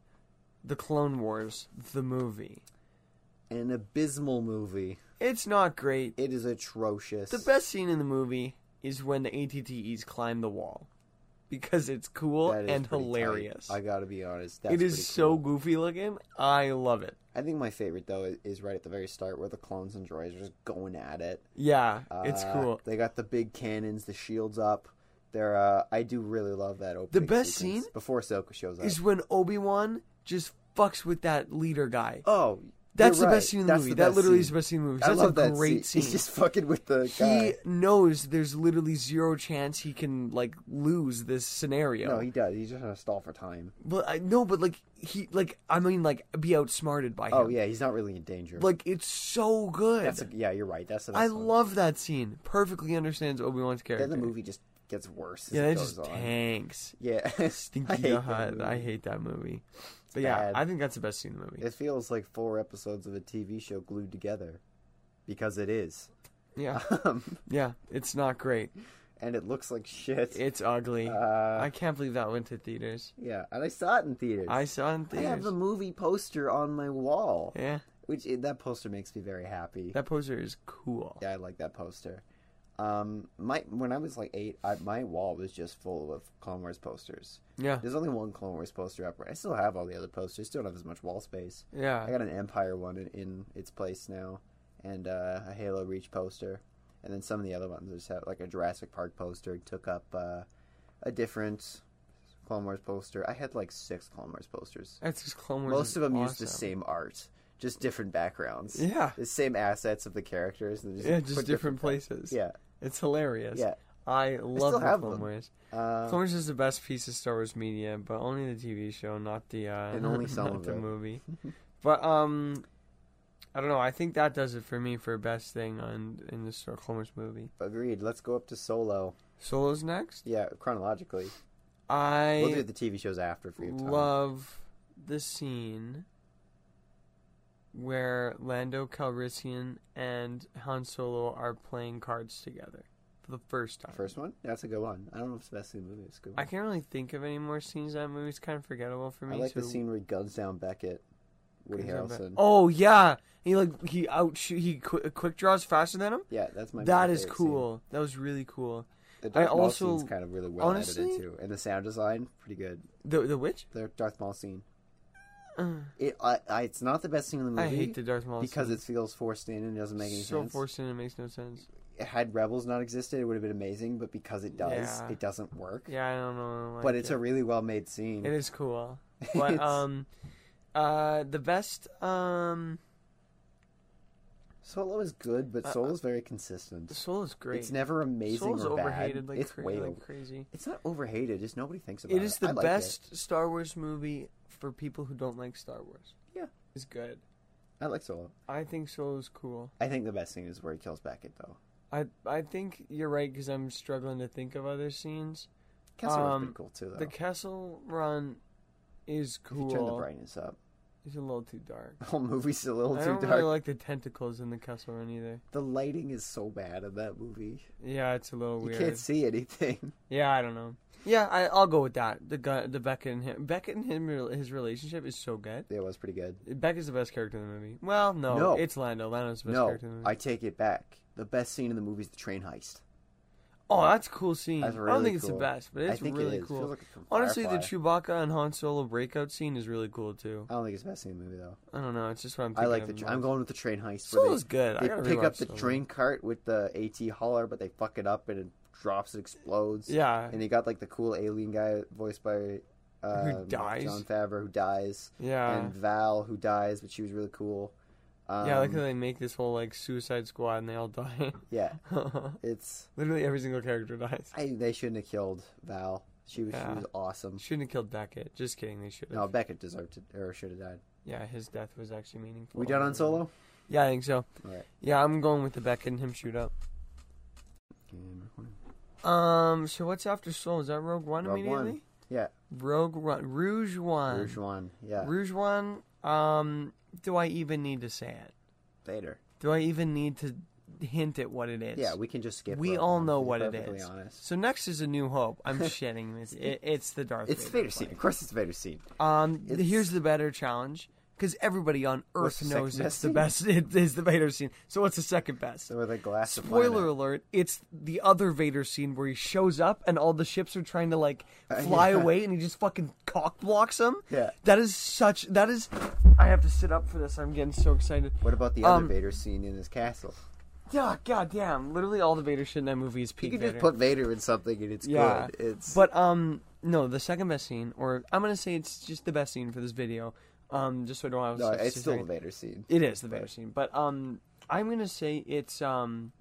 Speaker 2: The Clone Wars, the movie.
Speaker 3: An abysmal movie.
Speaker 2: It's not great.
Speaker 3: It is atrocious.
Speaker 2: The best scene in the movie is when the ATTEs climb the wall, because it's cool
Speaker 3: That is
Speaker 2: and
Speaker 3: pretty tight.
Speaker 2: hilarious.
Speaker 3: I gotta be honest. That's
Speaker 2: It
Speaker 3: pretty
Speaker 2: is so
Speaker 3: cool.
Speaker 2: goofy looking. I love it.
Speaker 3: I think my favorite though is- is right at the very start where the clones and droids are just going at it.
Speaker 2: Yeah, it's
Speaker 3: Uh,
Speaker 2: cool.
Speaker 3: They got the big cannons, the shields up. They're. Uh, I do really love that opening.
Speaker 2: best
Speaker 3: sequence
Speaker 2: scene
Speaker 3: before Ahsoka shows up.
Speaker 2: Is when Obi Wan just fucks with that leader guy.
Speaker 3: oh,
Speaker 2: That's
Speaker 3: you're
Speaker 2: the
Speaker 3: right.
Speaker 2: best scene in the
Speaker 3: That's
Speaker 2: movie.
Speaker 3: the
Speaker 2: that
Speaker 3: best
Speaker 2: literally is
Speaker 3: scene.
Speaker 2: the best scene in the movie.
Speaker 3: I
Speaker 2: That's
Speaker 3: love
Speaker 2: a
Speaker 3: that
Speaker 2: great scene.
Speaker 3: scene. He's just fucking with the guy.
Speaker 2: he knows there's literally zero chance he can like lose this scenario.
Speaker 3: No, he does. He's just gonna stall for time.
Speaker 2: But I no, but like he like I mean like be outsmarted by him.
Speaker 3: Oh yeah, he's not really in danger.
Speaker 2: Like it's so good.
Speaker 3: that's a, yeah, you're right. That's the
Speaker 2: I
Speaker 3: best one.
Speaker 2: love that scene. Perfectly understands Obi Wan's character.
Speaker 3: Then the movie just gets worse. As
Speaker 2: yeah,
Speaker 3: it
Speaker 2: it
Speaker 3: goes
Speaker 2: just
Speaker 3: on.
Speaker 2: tanks.
Speaker 3: yeah, I
Speaker 2: Stinky
Speaker 3: hate that
Speaker 2: God, I
Speaker 3: movie.
Speaker 2: hate that movie. But yeah,
Speaker 3: bad.
Speaker 2: I think that's the best scene in the movie.
Speaker 3: It feels like four episodes of a TV show glued together, because it is.
Speaker 2: yeah,
Speaker 3: Um,
Speaker 2: yeah, it's not great.
Speaker 3: and it looks like shit.
Speaker 2: It's ugly.
Speaker 3: uh,
Speaker 2: I can't believe that went to theaters.
Speaker 3: yeah, and I saw it in theaters.
Speaker 2: I saw it in
Speaker 3: I have
Speaker 2: theaters.
Speaker 3: the movie poster on my wall,
Speaker 2: yeah,
Speaker 3: which eh, that poster makes me very happy.
Speaker 2: that poster is cool.
Speaker 3: Yeah, I like that poster. Um, my when I was like eight, I, my wall was just full of Clone Wars posters.
Speaker 2: Yeah,
Speaker 3: There's only one Clone Wars poster up. right- I still have all the other posters. Still don't have as much wall space.
Speaker 2: yeah.
Speaker 3: I got an Empire one in, in its place now, and uh, a Halo Reach poster, and then some of the other ones just have like a Jurassic Park poster. Took up uh, a different Clone Wars poster. I had like six Clone Wars posters.
Speaker 2: That's just Clone Wars.
Speaker 3: Most
Speaker 2: is
Speaker 3: of them used the
Speaker 2: awesome.
Speaker 3: same art, just different backgrounds.
Speaker 2: Yeah,
Speaker 3: The same assets of the characters, and just
Speaker 2: yeah,
Speaker 3: put
Speaker 2: just different places.
Speaker 3: Yeah,
Speaker 2: it's hilarious.
Speaker 3: yeah.
Speaker 2: I love
Speaker 3: still
Speaker 2: the
Speaker 3: have
Speaker 2: Clone
Speaker 3: them.
Speaker 2: Wars.
Speaker 3: Uh,
Speaker 2: Clone Wars is the best piece of Star Wars media, but only the TV show, not the uh,
Speaker 3: And only some
Speaker 2: not
Speaker 3: of
Speaker 2: the
Speaker 3: it.
Speaker 2: movie. But um, I don't know. I think that does it for me for best thing on in the Star Clone Wars movie.
Speaker 3: Um, agreed. Let's go up to Solo.
Speaker 2: Solo's next.
Speaker 3: Yeah, chronologically,
Speaker 2: I
Speaker 3: we'll do the TV shows after for you. Tom.
Speaker 2: love the scene where Lando Calrissian and Han Solo are playing cards together for the first time.
Speaker 3: First one? That's a good one. I don't know if it's the best in the movie. It's a good
Speaker 2: I
Speaker 3: one.
Speaker 2: can't really think of any more scenes. That movie's kind of forgettable for
Speaker 3: I,
Speaker 2: me.
Speaker 3: like the
Speaker 2: so-
Speaker 3: scene where he guns down Beckett, Woody Harrelson.
Speaker 2: Oh yeah, he like he out he qu- quick draws faster than him.
Speaker 3: Yeah, that's my
Speaker 2: that
Speaker 3: my
Speaker 2: is
Speaker 3: favorite
Speaker 2: cool. That was really cool.
Speaker 3: Scene. The Darth
Speaker 2: I
Speaker 3: Maul
Speaker 2: also-
Speaker 3: scene's kind of really well
Speaker 2: honestly-
Speaker 3: edited too, and the sound design pretty good.
Speaker 2: The the witch.
Speaker 3: The Darth Maul scene.
Speaker 2: Uh,
Speaker 3: It, I, I, it's not the best scene in the movie
Speaker 2: I hate the Darth Maul
Speaker 3: because
Speaker 2: scene.
Speaker 3: it feels forced in and it doesn't make any
Speaker 2: so
Speaker 3: sense.
Speaker 2: forced in. It makes no sense.
Speaker 3: Had Rebels not existed, it would have been amazing, but because it does,
Speaker 2: Yeah.
Speaker 3: it doesn't work.
Speaker 2: Yeah, I don't know. I don't
Speaker 3: but
Speaker 2: like
Speaker 3: it's
Speaker 2: it.
Speaker 3: a really well made scene.
Speaker 2: It is cool. But
Speaker 3: It's-
Speaker 2: um uh the best um
Speaker 3: Solo is good, but
Speaker 2: Uh,
Speaker 3: Solo's very consistent.
Speaker 2: Soul is great.
Speaker 3: It's never amazing
Speaker 2: Soul's
Speaker 3: or bad.
Speaker 2: overhated like,
Speaker 3: it's
Speaker 2: cra-
Speaker 3: way
Speaker 2: like
Speaker 3: over-
Speaker 2: crazy.
Speaker 3: It's not overhated. Just nobody thinks about it.
Speaker 2: It is the
Speaker 3: I like
Speaker 2: best Star Wars movie for people who don't like Star Wars.
Speaker 3: Yeah.
Speaker 2: It's good.
Speaker 3: It. I like Solo.
Speaker 2: I think Soul is cool.
Speaker 3: I think the best scene is where he kills Beckett, though.
Speaker 2: I I think you're right because I'm struggling to think of other scenes.
Speaker 3: Kessel was
Speaker 2: Um,
Speaker 3: pretty cool too, though.
Speaker 2: The Kessel Run is cool.
Speaker 3: If you turn the brightness up,
Speaker 2: It's a little too dark.
Speaker 3: the whole movie's a little
Speaker 2: I
Speaker 3: too
Speaker 2: don't
Speaker 3: dark.
Speaker 2: really like the tentacles in the Kessel Run either.
Speaker 3: The lighting is so bad in that movie.
Speaker 2: Yeah, it's a little
Speaker 3: You
Speaker 2: weird.
Speaker 3: can't see anything.
Speaker 2: Yeah, I don't know. Yeah, I, I'll go with that. The guy, the Beckett and him, Beckett and him, his relationship is so good.
Speaker 3: It was pretty good.
Speaker 2: Beckett's the best character in the movie. Well, no,
Speaker 3: No.
Speaker 2: it's Lando. Lando's the best
Speaker 3: no,
Speaker 2: character in the movie.
Speaker 3: I take it back. The best scene in the movie is the train heist.
Speaker 2: Oh, that's a cool scene.
Speaker 3: That's
Speaker 2: I don't
Speaker 3: really
Speaker 2: think it's the
Speaker 3: cool.
Speaker 2: best, but
Speaker 3: I
Speaker 2: it's
Speaker 3: think
Speaker 2: really
Speaker 3: it is. It
Speaker 2: cool.
Speaker 3: feels like it's from
Speaker 2: Honestly, the
Speaker 3: Firefly.
Speaker 2: Chewbacca and Han Solo breakout scene is really cool too.
Speaker 3: I don't think it's the best scene in the movie though.
Speaker 2: I don't know. It's just what I'm
Speaker 3: I
Speaker 2: thinking.
Speaker 3: like
Speaker 2: of
Speaker 3: the.
Speaker 2: the
Speaker 3: Tra-
Speaker 2: most.
Speaker 3: I'm going with the train heist. where
Speaker 2: Solo's good. I
Speaker 3: They
Speaker 2: gotta
Speaker 3: pick
Speaker 2: rewatch
Speaker 3: up the
Speaker 2: Solo.
Speaker 3: train cart with the AT hauler, but they fuck it up and it drops. It explodes.
Speaker 2: Yeah,
Speaker 3: And they got like the cool alien guy voiced by um,
Speaker 2: dies. Uh.
Speaker 3: John Favreau, who dies,
Speaker 2: yeah,
Speaker 3: and Val, who dies, but she was really cool. Um,
Speaker 2: yeah. I like uh, how they make this whole like Suicide Squad and they all die.
Speaker 3: yeah, it's
Speaker 2: Literally every single character dies.
Speaker 3: I, they shouldn't have killed Val. She was
Speaker 2: Yeah.
Speaker 3: she was awesome.
Speaker 2: Shouldn't have killed Beckett. Just kidding. They should have.
Speaker 3: No, Beckett deserved to or should have died.
Speaker 2: Yeah, his death was actually meaningful.
Speaker 3: We done on Solo?
Speaker 2: Yeah, I think so.
Speaker 3: Alright.
Speaker 2: Yeah, I'm going with the Beckett and him shoot up. Um, so what's after Soul? Is that Rogue One
Speaker 3: Rogue One.
Speaker 2: immediately?
Speaker 3: Yeah.
Speaker 2: Rogue One. Rouge One.
Speaker 3: Rouge One. Yeah.
Speaker 2: Um, Rouge One. Um, do I even need to say it?
Speaker 3: Later.
Speaker 2: Do I even need to hint at what it is?
Speaker 3: yeah, we can just skip.
Speaker 2: we
Speaker 3: Rogue
Speaker 2: all
Speaker 3: One,
Speaker 2: know
Speaker 3: to be
Speaker 2: what it
Speaker 3: perfectly
Speaker 2: is.
Speaker 3: Honest.
Speaker 2: So next is A New Hope. I'm shitting this. It, it's the Darth
Speaker 3: It's
Speaker 2: Vader
Speaker 3: Vader's scene.
Speaker 2: plane.
Speaker 3: Of course, it's Vader's scene.
Speaker 2: Um, th-
Speaker 3: It's-
Speaker 2: here's the better challenge because everybody on
Speaker 3: What's
Speaker 2: Earth
Speaker 3: the
Speaker 2: knows
Speaker 3: second
Speaker 2: it's the
Speaker 3: best
Speaker 2: best. It is the Vader scene. So what's the second best?
Speaker 3: So with a glass. of
Speaker 2: Spoiler
Speaker 3: planet.
Speaker 2: alert, it's the other Vader scene where he shows up and all the ships are trying to like
Speaker 3: Uh,
Speaker 2: fly
Speaker 3: yeah.
Speaker 2: away and he just fucking cock blocks them.
Speaker 3: Yeah.
Speaker 2: That is such that is I have to sit up for this. I'm getting so excited.
Speaker 3: What about the other
Speaker 2: Um,
Speaker 3: Vader scene in his castle?
Speaker 2: Yeah, goddamn. Literally all the Vader shit in that movie is
Speaker 3: You
Speaker 2: peak
Speaker 3: can
Speaker 2: Vader.
Speaker 3: just put Vader in something and it's
Speaker 2: yeah.
Speaker 3: good. It's
Speaker 2: But um no, the second best scene or I'm going to say it's just the best scene for this video. Um just so I don't have
Speaker 3: no,
Speaker 2: such-
Speaker 3: it's
Speaker 2: such
Speaker 3: still
Speaker 2: a-
Speaker 3: the Vader scene.
Speaker 2: It is the Vader scene, but um, I'm gonna say it's um.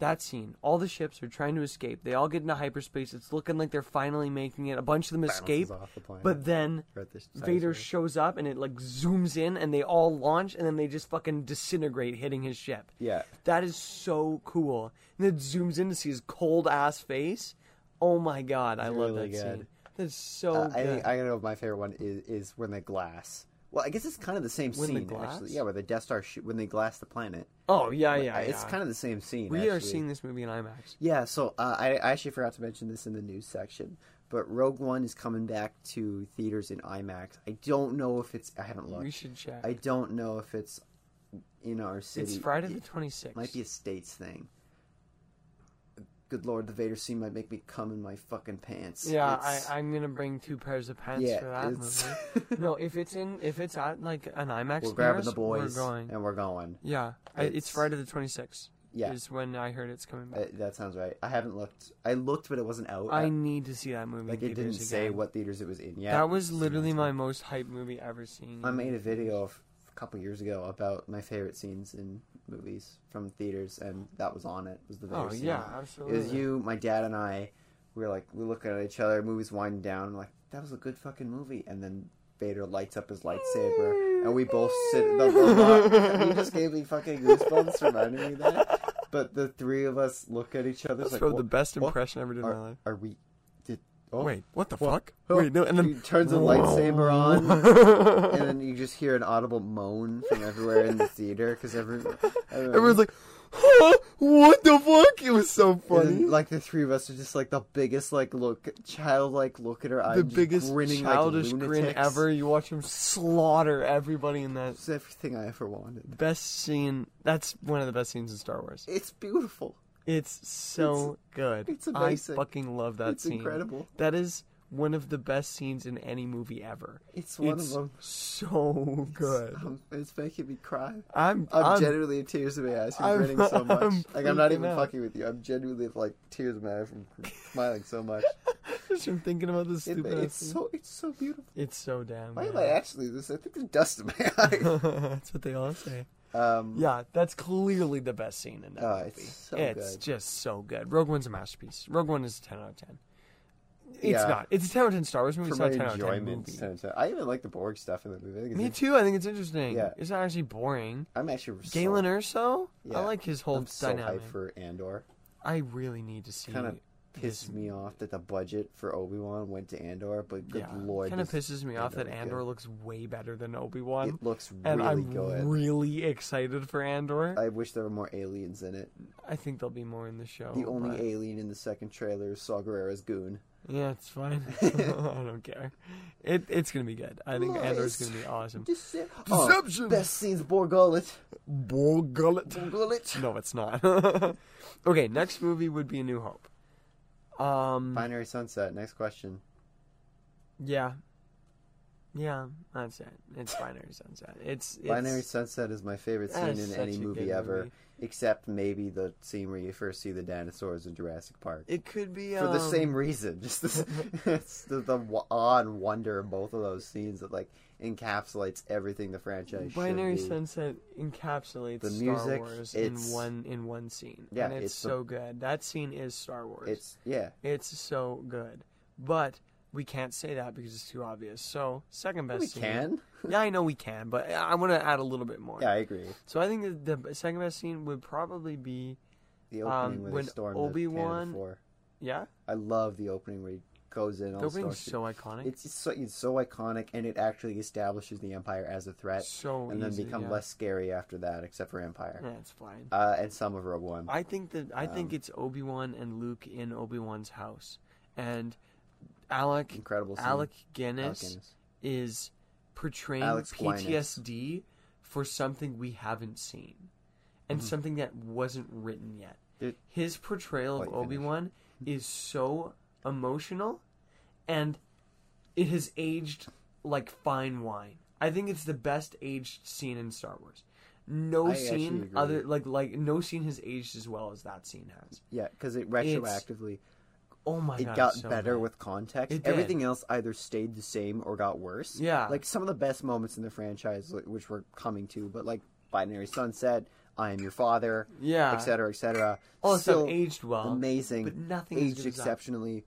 Speaker 2: That scene, all the ships are trying to escape. They all get into hyperspace. It's looking like they're finally making it. A bunch of them
Speaker 3: Bounces
Speaker 2: escape,
Speaker 3: off the planet.
Speaker 2: but then
Speaker 3: Or at the side
Speaker 2: Vader
Speaker 3: of it.
Speaker 2: shows up and it like zooms in, and they all launch, and then they just fucking disintegrate, hitting his ship.
Speaker 3: yeah,
Speaker 2: That is so cool. And it zooms in to see his cold ass face. Oh my god, I love that
Speaker 3: really good.
Speaker 2: scene. That's so
Speaker 3: Uh,
Speaker 2: good.
Speaker 3: I think I don't know. if My favorite one is is when the glass. Well, I guess it's kind of the same
Speaker 2: When the
Speaker 3: scene
Speaker 2: glass?
Speaker 3: actually. Yeah, where the Death Star shoot when they glass the planet.
Speaker 2: oh yeah, yeah,
Speaker 3: Uh, it's
Speaker 2: yeah.
Speaker 3: kind of the same scene.
Speaker 2: we are
Speaker 3: actually.
Speaker 2: seeing this movie in IMAX.
Speaker 3: Yeah, so uh, I, I actually forgot to mention this in the news section, but Rogue One is coming back to theaters in IMAX. I don't know if it's. I haven't
Speaker 2: We
Speaker 3: looked.
Speaker 2: should check.
Speaker 3: I don't know if it's in our city.
Speaker 2: It's Friday the
Speaker 3: It
Speaker 2: 26th.
Speaker 3: might be a states thing. Good lord, the Vader scene might make me cum in my fucking pants.
Speaker 2: yeah,
Speaker 3: It's-
Speaker 2: I, I'm gonna bring two pairs of pants
Speaker 3: yeah,
Speaker 2: for that
Speaker 3: it's-
Speaker 2: movie. No, if it's in, if it's at like an IMAX,
Speaker 3: we're grabbing
Speaker 2: nearest,
Speaker 3: the boys
Speaker 2: We're going.
Speaker 3: and we're going.
Speaker 2: Yeah, I, it's,
Speaker 3: It's-
Speaker 2: Friday the 26th.
Speaker 3: Yeah.
Speaker 2: is when I heard it's coming
Speaker 3: Uh,
Speaker 2: back.
Speaker 3: that sounds right. I haven't looked. I looked, but it wasn't out.
Speaker 2: I,
Speaker 3: I-
Speaker 2: need to see that movie.
Speaker 3: like
Speaker 2: in
Speaker 3: it didn't
Speaker 2: theaters
Speaker 3: say
Speaker 2: again.
Speaker 3: what theaters it was in yet.
Speaker 2: That was literally my most hype movie ever seen.
Speaker 3: I made a video of, a couple years ago about my favorite scenes in movies from theaters, and that was on it. Was the Vader
Speaker 2: oh
Speaker 3: scene.
Speaker 2: yeah,
Speaker 3: It
Speaker 2: absolutely.
Speaker 3: was you, my dad, and I. We were like, we look at each other, movies wind down, and like, that was a good fucking movie. And then Vader lights up his lightsaber, and we both sit in the robot. you just gave me fucking goosebumps reminding me of that. But the three of us look at each other.
Speaker 2: That's
Speaker 3: like,
Speaker 2: probably the
Speaker 3: "What-
Speaker 2: best
Speaker 3: what Uh,
Speaker 2: impression I ever did in my
Speaker 3: Are,
Speaker 2: life.
Speaker 3: are we. Did, oh,
Speaker 2: Wait, what the
Speaker 3: what-
Speaker 2: fuck?
Speaker 3: oh,
Speaker 2: Wait, no, and then
Speaker 3: he turns the lightsaber on and then you just hear an audible moan from everywhere in the theater because every,
Speaker 2: Everyone's like, huh? What the fuck? It was so
Speaker 3: and
Speaker 2: funny.
Speaker 3: then, like the three of us are just like the biggest like look childlike look at her eyes,
Speaker 2: the biggest
Speaker 3: grinning
Speaker 2: childish
Speaker 3: like,
Speaker 2: grin
Speaker 3: lunatics.
Speaker 2: ever. You watch him slaughter everybody in that
Speaker 3: It's everything I ever wanted.
Speaker 2: best scene. That's one of the best scenes in Star Wars.
Speaker 3: It's beautiful.
Speaker 2: It's so good.
Speaker 3: it's amazing.
Speaker 2: I fucking love that
Speaker 3: it's
Speaker 2: scene.
Speaker 3: incredible.
Speaker 2: That is one of the best scenes in any movie ever.
Speaker 3: It's one
Speaker 2: It's
Speaker 3: of them.
Speaker 2: So good.
Speaker 3: Um, it's making me cry.
Speaker 2: I'm
Speaker 3: I'm,
Speaker 2: I'm,
Speaker 3: genuinely in tears in my eyes from
Speaker 2: I'm-
Speaker 3: grinning so much.
Speaker 2: I'm
Speaker 3: like I'm not
Speaker 2: freaking
Speaker 3: even
Speaker 2: out.
Speaker 3: fucking with you. I'm genuinely like tears in my eyes from smiling so much.
Speaker 2: just from thinking about this
Speaker 3: It,
Speaker 2: stupid. ass
Speaker 3: it's
Speaker 2: scene.
Speaker 3: so it's so beautiful.
Speaker 2: it's so damn.
Speaker 3: Why am
Speaker 2: good.
Speaker 3: I actually this? I think there's dust in my eyes.
Speaker 2: that's what they all say.
Speaker 3: Um,
Speaker 2: Yeah, that's clearly the best scene in that
Speaker 3: Oh,
Speaker 2: movie.
Speaker 3: it's so
Speaker 2: It's
Speaker 3: good.
Speaker 2: just so good. Rogue One's a masterpiece. Rogue One is a ten out of ten. It's
Speaker 3: Yeah.
Speaker 2: not. It's a ten out of ten Star Wars movie.
Speaker 3: for
Speaker 2: It's
Speaker 3: my
Speaker 2: not a ten out of ten
Speaker 3: enjoyment.
Speaker 2: movie.
Speaker 3: so- so- I even like the Borg stuff in the movie. I think it's
Speaker 2: Me
Speaker 3: int-
Speaker 2: too. I think it's interesting.
Speaker 3: Yeah.
Speaker 2: It's not actually boring.
Speaker 3: I'm actually so-
Speaker 2: Galen Erso.
Speaker 3: Yeah.
Speaker 2: I like his whole
Speaker 3: I'm so
Speaker 2: dynamic.
Speaker 3: hyped for Andor.
Speaker 2: I really need to see.
Speaker 3: Kinda
Speaker 2: this-
Speaker 3: Pisses me off that the budget for Obi Wan went to Andor, but good
Speaker 2: Yeah.
Speaker 3: lord,
Speaker 2: Kind of
Speaker 3: this-
Speaker 2: pisses me off that
Speaker 3: looked
Speaker 2: Andor
Speaker 3: good.
Speaker 2: looks way better than Obi Wan,
Speaker 3: It looks
Speaker 2: and
Speaker 3: really
Speaker 2: I'm
Speaker 3: good.
Speaker 2: really excited for Andor.
Speaker 3: I wish there were more aliens in it.
Speaker 2: I think there'll be more in the show.
Speaker 3: The only
Speaker 2: but-
Speaker 3: alien in the second trailer is Saw Gerrera's goon.
Speaker 2: Yeah, it's fine. I don't care. It it's gonna be good. I think Andor's
Speaker 3: Nice.
Speaker 2: gonna be awesome.
Speaker 3: Dece-
Speaker 2: Deception.
Speaker 3: Oh, best scenes, Borgullet.
Speaker 2: Borgullet.
Speaker 3: Borgullet.
Speaker 2: No, it's not. okay, next movie would be A New Hope. Um,
Speaker 3: Binary Sunset. Next question.
Speaker 2: yeah, yeah, that's it. It's Binary Sunset. It's, it's
Speaker 3: Binary Sunset is my favorite
Speaker 2: that
Speaker 3: scene
Speaker 2: is
Speaker 3: in
Speaker 2: such
Speaker 3: any
Speaker 2: a
Speaker 3: movie
Speaker 2: good
Speaker 3: ever,
Speaker 2: movie.
Speaker 3: except maybe the scene where you first see the dinosaurs in Jurassic Park.
Speaker 2: It could be
Speaker 3: for the
Speaker 2: um,
Speaker 3: same reason. Just this, it's the, the wa- awe and wonder of both of those scenes that like encapsulates everything the franchise.
Speaker 2: Binary
Speaker 3: should be.
Speaker 2: Sunset encapsulates
Speaker 3: The
Speaker 2: Star
Speaker 3: music,
Speaker 2: Wars
Speaker 3: it's-
Speaker 2: in one in one scene.
Speaker 3: Yeah,
Speaker 2: and it's,
Speaker 3: it's the-
Speaker 2: so good. That scene is Star Wars.
Speaker 3: It's yeah.
Speaker 2: It's so good. But we can't say that because it's too obvious. So, second best
Speaker 3: We
Speaker 2: scene.
Speaker 3: can.
Speaker 2: Yeah, I know we can, but I- I want to add a little bit more.
Speaker 3: Yeah, I agree.
Speaker 2: So I think that the second best scene would probably be
Speaker 3: The
Speaker 2: Um,
Speaker 3: opening with
Speaker 2: when
Speaker 3: the storm.
Speaker 2: Obi-Wan-
Speaker 3: Obi Wan.
Speaker 2: yeah.
Speaker 3: I love the opening where he goes in.
Speaker 2: The
Speaker 3: on
Speaker 2: opening's
Speaker 3: Starship.
Speaker 2: so iconic.
Speaker 3: It's just so it's so iconic, and it actually establishes the Empire as a threat,
Speaker 2: so
Speaker 3: and then
Speaker 2: easy,
Speaker 3: become
Speaker 2: yeah.
Speaker 3: less scary after that, except for Empire
Speaker 2: Yeah, it's fine.
Speaker 3: uh, and some of Rogue One.
Speaker 2: Hmm. I think that I think
Speaker 3: Um,
Speaker 2: it's Obi Wan and Luke in Obi Wan's house, and Alec
Speaker 3: Incredible. Scene.
Speaker 2: Alec
Speaker 3: Alec
Speaker 2: Guinness
Speaker 3: Guinness.
Speaker 2: is portraying
Speaker 3: Alex Guinness.
Speaker 2: PTSD for something we haven't seen and
Speaker 3: Mm-hmm.
Speaker 2: something that wasn't written yet.
Speaker 3: Dude.
Speaker 2: His portrayal of
Speaker 3: Let you
Speaker 2: Obi
Speaker 3: finish.
Speaker 2: Wan
Speaker 3: Mm-hmm.
Speaker 2: is so emotional and it has aged like fine wine. I think it's the best aged scene in Star Wars. No
Speaker 3: I actually
Speaker 2: scene
Speaker 3: agree.
Speaker 2: other like like no scene has aged as well as that scene has.
Speaker 3: Yeah, because it retroactively
Speaker 2: Oh my
Speaker 3: it
Speaker 2: god.
Speaker 3: got
Speaker 2: it's so
Speaker 3: better
Speaker 2: good.
Speaker 3: with context.
Speaker 2: It did.
Speaker 3: Everything else either stayed the same or got worse.
Speaker 2: Yeah.
Speaker 3: like some of the best moments in the franchise, like, which we're coming to, but like Binary Sunset, I Am Your Father,
Speaker 2: Yeah.
Speaker 3: etc., etc.
Speaker 2: All that stuff
Speaker 3: Still
Speaker 2: aged well.
Speaker 3: amazing,
Speaker 2: but nothing as
Speaker 3: aged
Speaker 2: good as that.
Speaker 3: exceptionally.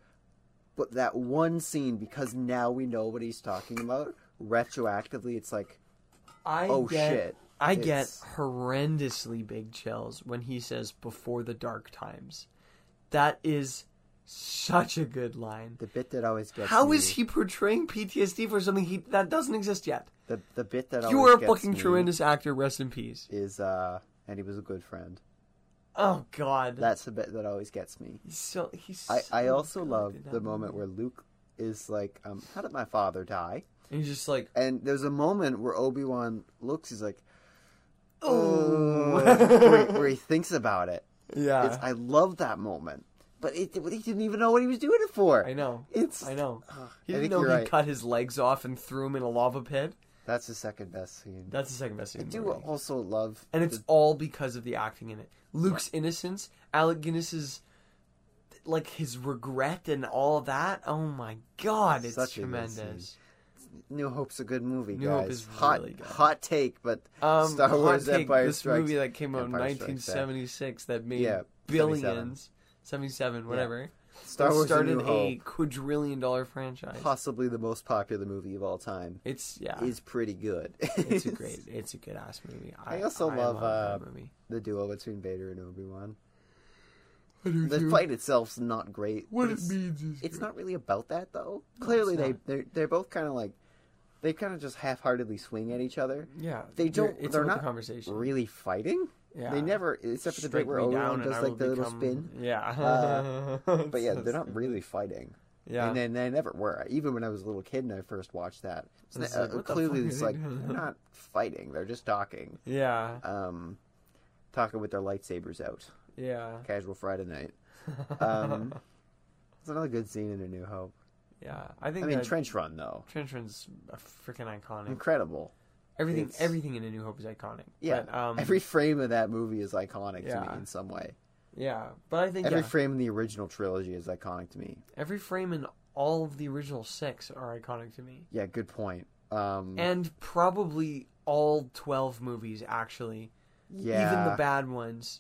Speaker 3: But that one scene, because now we know what he's talking about. Retroactively, it's like,
Speaker 2: I
Speaker 3: oh
Speaker 2: get,
Speaker 3: shit,
Speaker 2: I get
Speaker 3: It's-
Speaker 2: horrendously big chills when he says "before the dark times." That is such a good line.
Speaker 3: the bit that always gets.
Speaker 2: How
Speaker 3: me,
Speaker 2: is he portraying PTSD for something he, that doesn't exist yet?
Speaker 3: The the bit that
Speaker 2: You
Speaker 3: always
Speaker 2: are a
Speaker 3: gets
Speaker 2: fucking
Speaker 3: me
Speaker 2: tremendous actor. Rest in peace.
Speaker 3: Is uh, and he was a good friend.
Speaker 2: Oh God,
Speaker 3: That's the bit that always gets me.
Speaker 2: he's so he's.
Speaker 3: I,
Speaker 2: so
Speaker 3: I also
Speaker 2: good
Speaker 3: love
Speaker 2: in
Speaker 3: the
Speaker 2: that
Speaker 3: moment
Speaker 2: movie.
Speaker 3: where Luke is like, um, "How did my father die?"
Speaker 2: and he's just like,
Speaker 3: And there's a moment where Obi Wan looks. He's like,
Speaker 2: oh, Uh-huh.
Speaker 3: "Ugh," where, he- where he thinks about it.
Speaker 2: yeah,
Speaker 3: It's, I love that moment, but it, he didn't even know what he was doing it for.
Speaker 2: I know,
Speaker 3: It's
Speaker 2: I know.
Speaker 3: Ugh,
Speaker 2: He
Speaker 3: I
Speaker 2: didn't
Speaker 3: think
Speaker 2: know he
Speaker 3: you're right.
Speaker 2: cut his legs off and threw him in a lava pit.
Speaker 3: That's the second best scene.
Speaker 2: That's the second best scene.
Speaker 3: I
Speaker 2: in the
Speaker 3: do
Speaker 2: movie.
Speaker 3: also love,
Speaker 2: and it's all because of the acting in it. Luke's innocence, Alec Guinness's like his regret and all that. Oh my god, it's
Speaker 3: Such a good
Speaker 2: tremendous.
Speaker 3: New Hope's a good movie,
Speaker 2: New
Speaker 3: guys.
Speaker 2: Hope is
Speaker 3: hot,
Speaker 2: really good.
Speaker 3: hot take, but
Speaker 2: Um,
Speaker 3: Star
Speaker 2: hot
Speaker 3: Wars
Speaker 2: take,
Speaker 3: Empire
Speaker 2: this
Speaker 3: Strikes.
Speaker 2: movie that came out in
Speaker 3: Empire Strikes Back.
Speaker 2: 1976 that made
Speaker 3: Yeah, 77.
Speaker 2: billions, 77, whatever.
Speaker 3: Star
Speaker 2: It
Speaker 3: Wars: A
Speaker 2: started
Speaker 3: New
Speaker 2: a
Speaker 3: Hope,
Speaker 2: quadrillion dollar franchise.
Speaker 3: possibly the most popular movie of all time.
Speaker 2: It's yeah,
Speaker 3: is pretty good.
Speaker 2: it's a great, it's a good ass movie. I,
Speaker 3: I also love,
Speaker 2: that
Speaker 3: uh,
Speaker 2: movie.
Speaker 3: the duo between Vader and Obi Wan.
Speaker 2: Mhm.
Speaker 3: The fight itself's not great. but it's,
Speaker 2: means is
Speaker 3: it's not really about that though. Clearly, they
Speaker 2: not.
Speaker 3: they're, they're both kind of like they kind of just half-heartedly swing at each other.
Speaker 2: yeah,
Speaker 3: They
Speaker 2: they're-
Speaker 3: don't.
Speaker 2: It's
Speaker 3: they're
Speaker 2: about
Speaker 3: not
Speaker 2: the conversation.
Speaker 3: really fighting.
Speaker 2: Yeah.
Speaker 3: They never, except for the bit
Speaker 2: Strike
Speaker 3: where
Speaker 2: me
Speaker 3: Obi
Speaker 2: down
Speaker 3: Wan
Speaker 2: and
Speaker 3: does
Speaker 2: I
Speaker 3: like
Speaker 2: will
Speaker 3: the little
Speaker 2: become-
Speaker 3: spin.
Speaker 2: Yeah.
Speaker 3: Uh, But yeah,
Speaker 2: So
Speaker 3: they're not
Speaker 2: stupid.
Speaker 3: really fighting.
Speaker 2: Yeah.
Speaker 3: And then they never were. Even when I was a little kid and I first watched that, it's
Speaker 2: It's
Speaker 3: not-
Speaker 2: like,
Speaker 3: uh,
Speaker 2: what the
Speaker 3: clearly
Speaker 2: fuck are
Speaker 3: it's
Speaker 2: they
Speaker 3: like
Speaker 2: doing?
Speaker 3: they're not fighting. They're just talking.
Speaker 2: yeah.
Speaker 3: Um, talking with their lightsabers out.
Speaker 2: Yeah.
Speaker 3: casual Friday night. Um, it's another good scene in A New Hope.
Speaker 2: Yeah. I
Speaker 3: I
Speaker 2: think
Speaker 3: mean,
Speaker 2: that
Speaker 3: Trench Run though,
Speaker 2: Trench Run's a freaking iconic.
Speaker 3: incredible.
Speaker 2: Everything
Speaker 3: it's-
Speaker 2: everything in A New Hope is iconic.
Speaker 3: Yeah,
Speaker 2: But, um,
Speaker 3: every frame of that movie is iconic to
Speaker 2: Yeah.
Speaker 3: me in some way.
Speaker 2: yeah. But I think
Speaker 3: Every
Speaker 2: yeah,
Speaker 3: frame in the original trilogy is iconic to me.
Speaker 2: every frame in all of the original six are iconic to me.
Speaker 3: Yeah, good point. Um,
Speaker 2: And probably all twelve movies actually.
Speaker 3: yeah,
Speaker 2: Even the bad ones.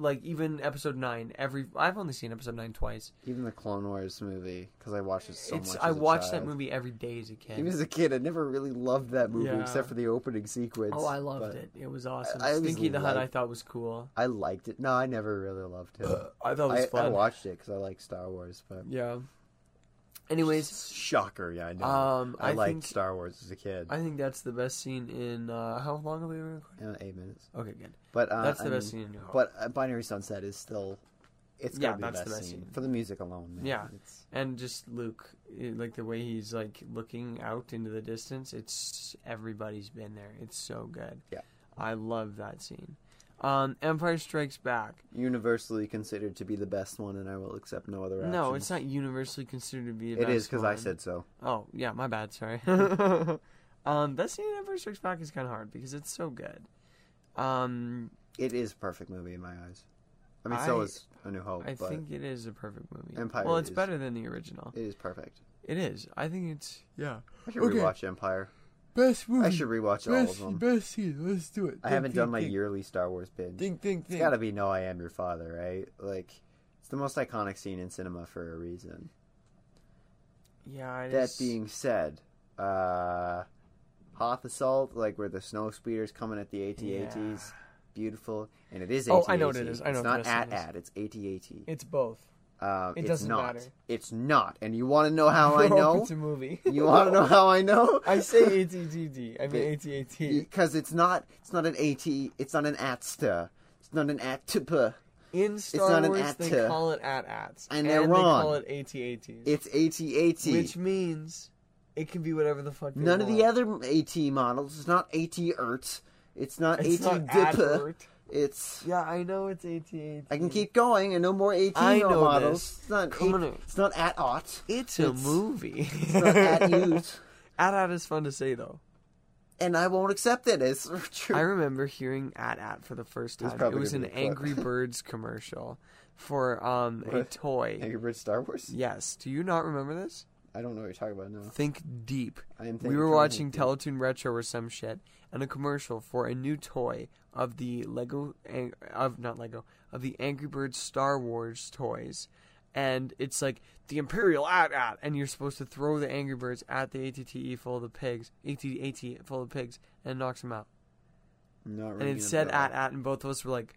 Speaker 2: Like even episode nine, every I've only seen episode nine twice.
Speaker 3: even the Clone Wars movie because I watched it so
Speaker 2: it's
Speaker 3: much.
Speaker 2: I
Speaker 3: as a
Speaker 2: watched that
Speaker 3: child.
Speaker 2: movie every day as a kid.
Speaker 3: Even as a kid, I never really loved that movie
Speaker 2: Yeah.
Speaker 3: except for the opening sequence.
Speaker 2: Oh, I loved
Speaker 3: but
Speaker 2: it. It was awesome.
Speaker 3: I always
Speaker 2: Stinky the Hut I
Speaker 3: liked-
Speaker 2: thought was cool.
Speaker 3: I liked it. No, I never really loved it.
Speaker 2: I thought it was
Speaker 3: Uh, I,
Speaker 2: fun.
Speaker 3: I watched it because I like Star Wars, but
Speaker 2: yeah. Anyways,
Speaker 3: Shocker, yeah, I know.
Speaker 2: Um,
Speaker 3: I,
Speaker 2: I
Speaker 3: liked
Speaker 2: think-
Speaker 3: Star Wars as a kid.
Speaker 2: I think that's the best scene in uh, how long have we been recording?
Speaker 3: Uh, eight minutes,
Speaker 2: Okay, good.
Speaker 3: but uh,
Speaker 2: That's the
Speaker 3: I
Speaker 2: best
Speaker 3: mean,
Speaker 2: scene in New Hope.
Speaker 3: But uh, Binary Sunset is still It's
Speaker 2: Yeah,
Speaker 3: gotta be
Speaker 2: that's
Speaker 3: the
Speaker 2: the
Speaker 3: best
Speaker 2: best
Speaker 3: scene
Speaker 2: scene.
Speaker 3: for the music alone. Man.
Speaker 2: Yeah.
Speaker 3: it's,
Speaker 2: and just Luke, eh, like the way he's like looking out into the distance. It's everybody's been there. It's so good.
Speaker 3: Yeah.
Speaker 2: I love that scene. Um, Empire Strikes Back.
Speaker 3: universally considered to be the best one, and I will accept no other. Options.
Speaker 2: No, it's not universally considered to be. The
Speaker 3: It
Speaker 2: best
Speaker 3: is because I
Speaker 2: one.
Speaker 3: said so.
Speaker 2: Oh yeah, my bad. Sorry. um, that scene in Empire Strikes Back is kind of hard because it's so good. Um,
Speaker 3: It is a perfect movie in my eyes. I mean, so
Speaker 2: I-
Speaker 3: is A New Hope,
Speaker 2: I
Speaker 3: but
Speaker 2: think it is a perfect movie.
Speaker 3: Empire
Speaker 2: well, it's
Speaker 3: is-
Speaker 2: better than the original.
Speaker 3: it is perfect.
Speaker 2: It is. I think it's yeah.
Speaker 3: I should
Speaker 2: Okay.
Speaker 3: rewatch Empire.
Speaker 2: Best movie.
Speaker 3: I should rewatch all of them.
Speaker 2: best scene. Let's do it.
Speaker 3: I haven't done my yearly Star Wars bid.
Speaker 2: Think, think,
Speaker 3: It's gotta be "No, I Am Your Father," right? Like, it's the most iconic scene in cinema for a reason.
Speaker 2: Yeah. I
Speaker 3: That
Speaker 2: just-
Speaker 3: being said, uh, Hoth Assault, like where the snow speeder's coming at the AT-ATs,
Speaker 2: Yeah.
Speaker 3: beautiful, and it is.
Speaker 2: Oh, I know what
Speaker 3: AT-AT.
Speaker 2: it is. I know
Speaker 3: it's
Speaker 2: what
Speaker 3: not
Speaker 2: this
Speaker 3: at
Speaker 2: is.
Speaker 3: at. It's AT-AT.
Speaker 2: it's both.
Speaker 3: Um,
Speaker 2: it
Speaker 3: it's
Speaker 2: doesn't
Speaker 3: not.
Speaker 2: matter.
Speaker 3: It's not. And you want to know how Oh, I
Speaker 2: Nope,
Speaker 3: know?
Speaker 2: it's a movie.
Speaker 3: You want to know how I know?
Speaker 2: I say ATTD. I mean ATAT.
Speaker 3: because it's not. It's not an AT. It's not an atsta. It's not an atpa.
Speaker 2: In Star
Speaker 3: not an
Speaker 2: Wars, they
Speaker 3: atta.
Speaker 2: call it at-ats.
Speaker 3: And they're
Speaker 2: they call
Speaker 3: wrong.
Speaker 2: it ATATs.
Speaker 3: It's AT-AT.
Speaker 2: Which means it can be whatever the fuck they
Speaker 3: None of the
Speaker 2: want.
Speaker 3: other AT models. It's not AT ERT. It's not
Speaker 2: It's
Speaker 3: AT
Speaker 2: not
Speaker 3: DIPA.
Speaker 2: advert.
Speaker 3: It's.
Speaker 2: Yeah, I know it's ATAT.
Speaker 3: I can keep going. I know more AT
Speaker 2: I know
Speaker 3: models.
Speaker 2: this.
Speaker 3: It's not.
Speaker 2: Come
Speaker 3: at-
Speaker 2: on.
Speaker 3: it's not at aught.
Speaker 2: It's a
Speaker 3: It's-
Speaker 2: movie.
Speaker 3: It's not at ute.
Speaker 2: At-at is fun to say though.
Speaker 3: And I won't accept it as
Speaker 2: I
Speaker 3: true.
Speaker 2: remember hearing at at for the first
Speaker 3: There's
Speaker 2: time. It
Speaker 3: probably
Speaker 2: was an
Speaker 3: gonna be a clip.
Speaker 2: Angry Birds commercial for um a
Speaker 3: What?
Speaker 2: toy.
Speaker 3: Angry Birds Star Wars.
Speaker 2: Yes. Do you not remember this?
Speaker 3: I don't know what you're talking about now.
Speaker 2: Think deep.
Speaker 3: I am
Speaker 2: we
Speaker 3: thinking
Speaker 2: were
Speaker 3: Cowboy
Speaker 2: watching
Speaker 3: Bebop.
Speaker 2: Teletoon Retro or some shit, and a commercial for a new toy of the Lego ang- of not Lego of the Angry Birds Star Wars toys, and it's like the Imperial at at, and you're supposed to throw the Angry Birds at the ATTE E full of the pigs, ATAT E full of pigs, and it knocks them out.
Speaker 3: Not
Speaker 2: and
Speaker 3: ringing
Speaker 2: it
Speaker 3: a
Speaker 2: said
Speaker 3: bell.
Speaker 2: at at, and both of us were like,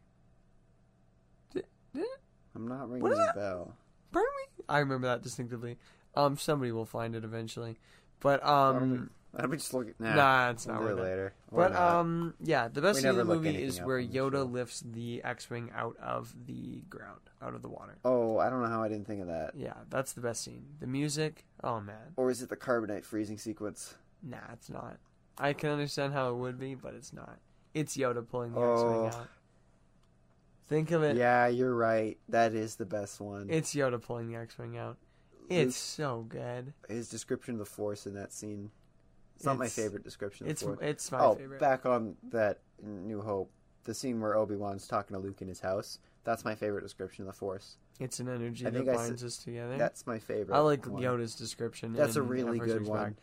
Speaker 2: "Di- did it
Speaker 3: I'm not ringing
Speaker 2: What is
Speaker 3: a
Speaker 2: that?
Speaker 3: bell.
Speaker 2: burn me? I remember that distinctively. Um, somebody will find it eventually, but um.
Speaker 3: I'll be just looking. Nah,
Speaker 2: Nah, it's
Speaker 3: we'll
Speaker 2: not
Speaker 3: do
Speaker 2: worth
Speaker 3: it
Speaker 2: it.
Speaker 3: later. Or
Speaker 2: But
Speaker 3: not.
Speaker 2: um, yeah, the best
Speaker 3: We
Speaker 2: scene in the
Speaker 3: never look
Speaker 2: movie
Speaker 3: anything
Speaker 2: is
Speaker 3: up
Speaker 2: where
Speaker 3: on the
Speaker 2: Yoda
Speaker 3: show.
Speaker 2: lifts the X-wing out of the ground, out of the water.
Speaker 3: oh, I don't know how I didn't think of that.
Speaker 2: Yeah, that's the best scene. The music, oh man,
Speaker 3: Or is it the carbonite freezing sequence?
Speaker 2: nah, it's not. I can understand how it would be, but it's not. It's Yoda pulling the
Speaker 3: Oh.
Speaker 2: X-wing out. Think of it.
Speaker 3: yeah, you're right. That is the best one.
Speaker 2: It's Yoda pulling the X-wing out. It's so good.
Speaker 3: His description of the Force in that scene. It's not my
Speaker 2: It's-
Speaker 3: favorite description. Of
Speaker 2: It's
Speaker 3: the Force.
Speaker 2: it's my
Speaker 3: oh,
Speaker 2: favorite.
Speaker 3: back on that New Hope, the scene where Obi Wan's talking to Luke in his house. That's my favorite description of the Force.
Speaker 2: It's an energy
Speaker 3: I
Speaker 2: that
Speaker 3: think I
Speaker 2: binds us together.
Speaker 3: That's my favorite.
Speaker 2: I like
Speaker 3: one.
Speaker 2: Yoda's description.
Speaker 3: That's a
Speaker 2: in
Speaker 3: really
Speaker 2: Empire
Speaker 3: good
Speaker 2: Strikes
Speaker 3: one,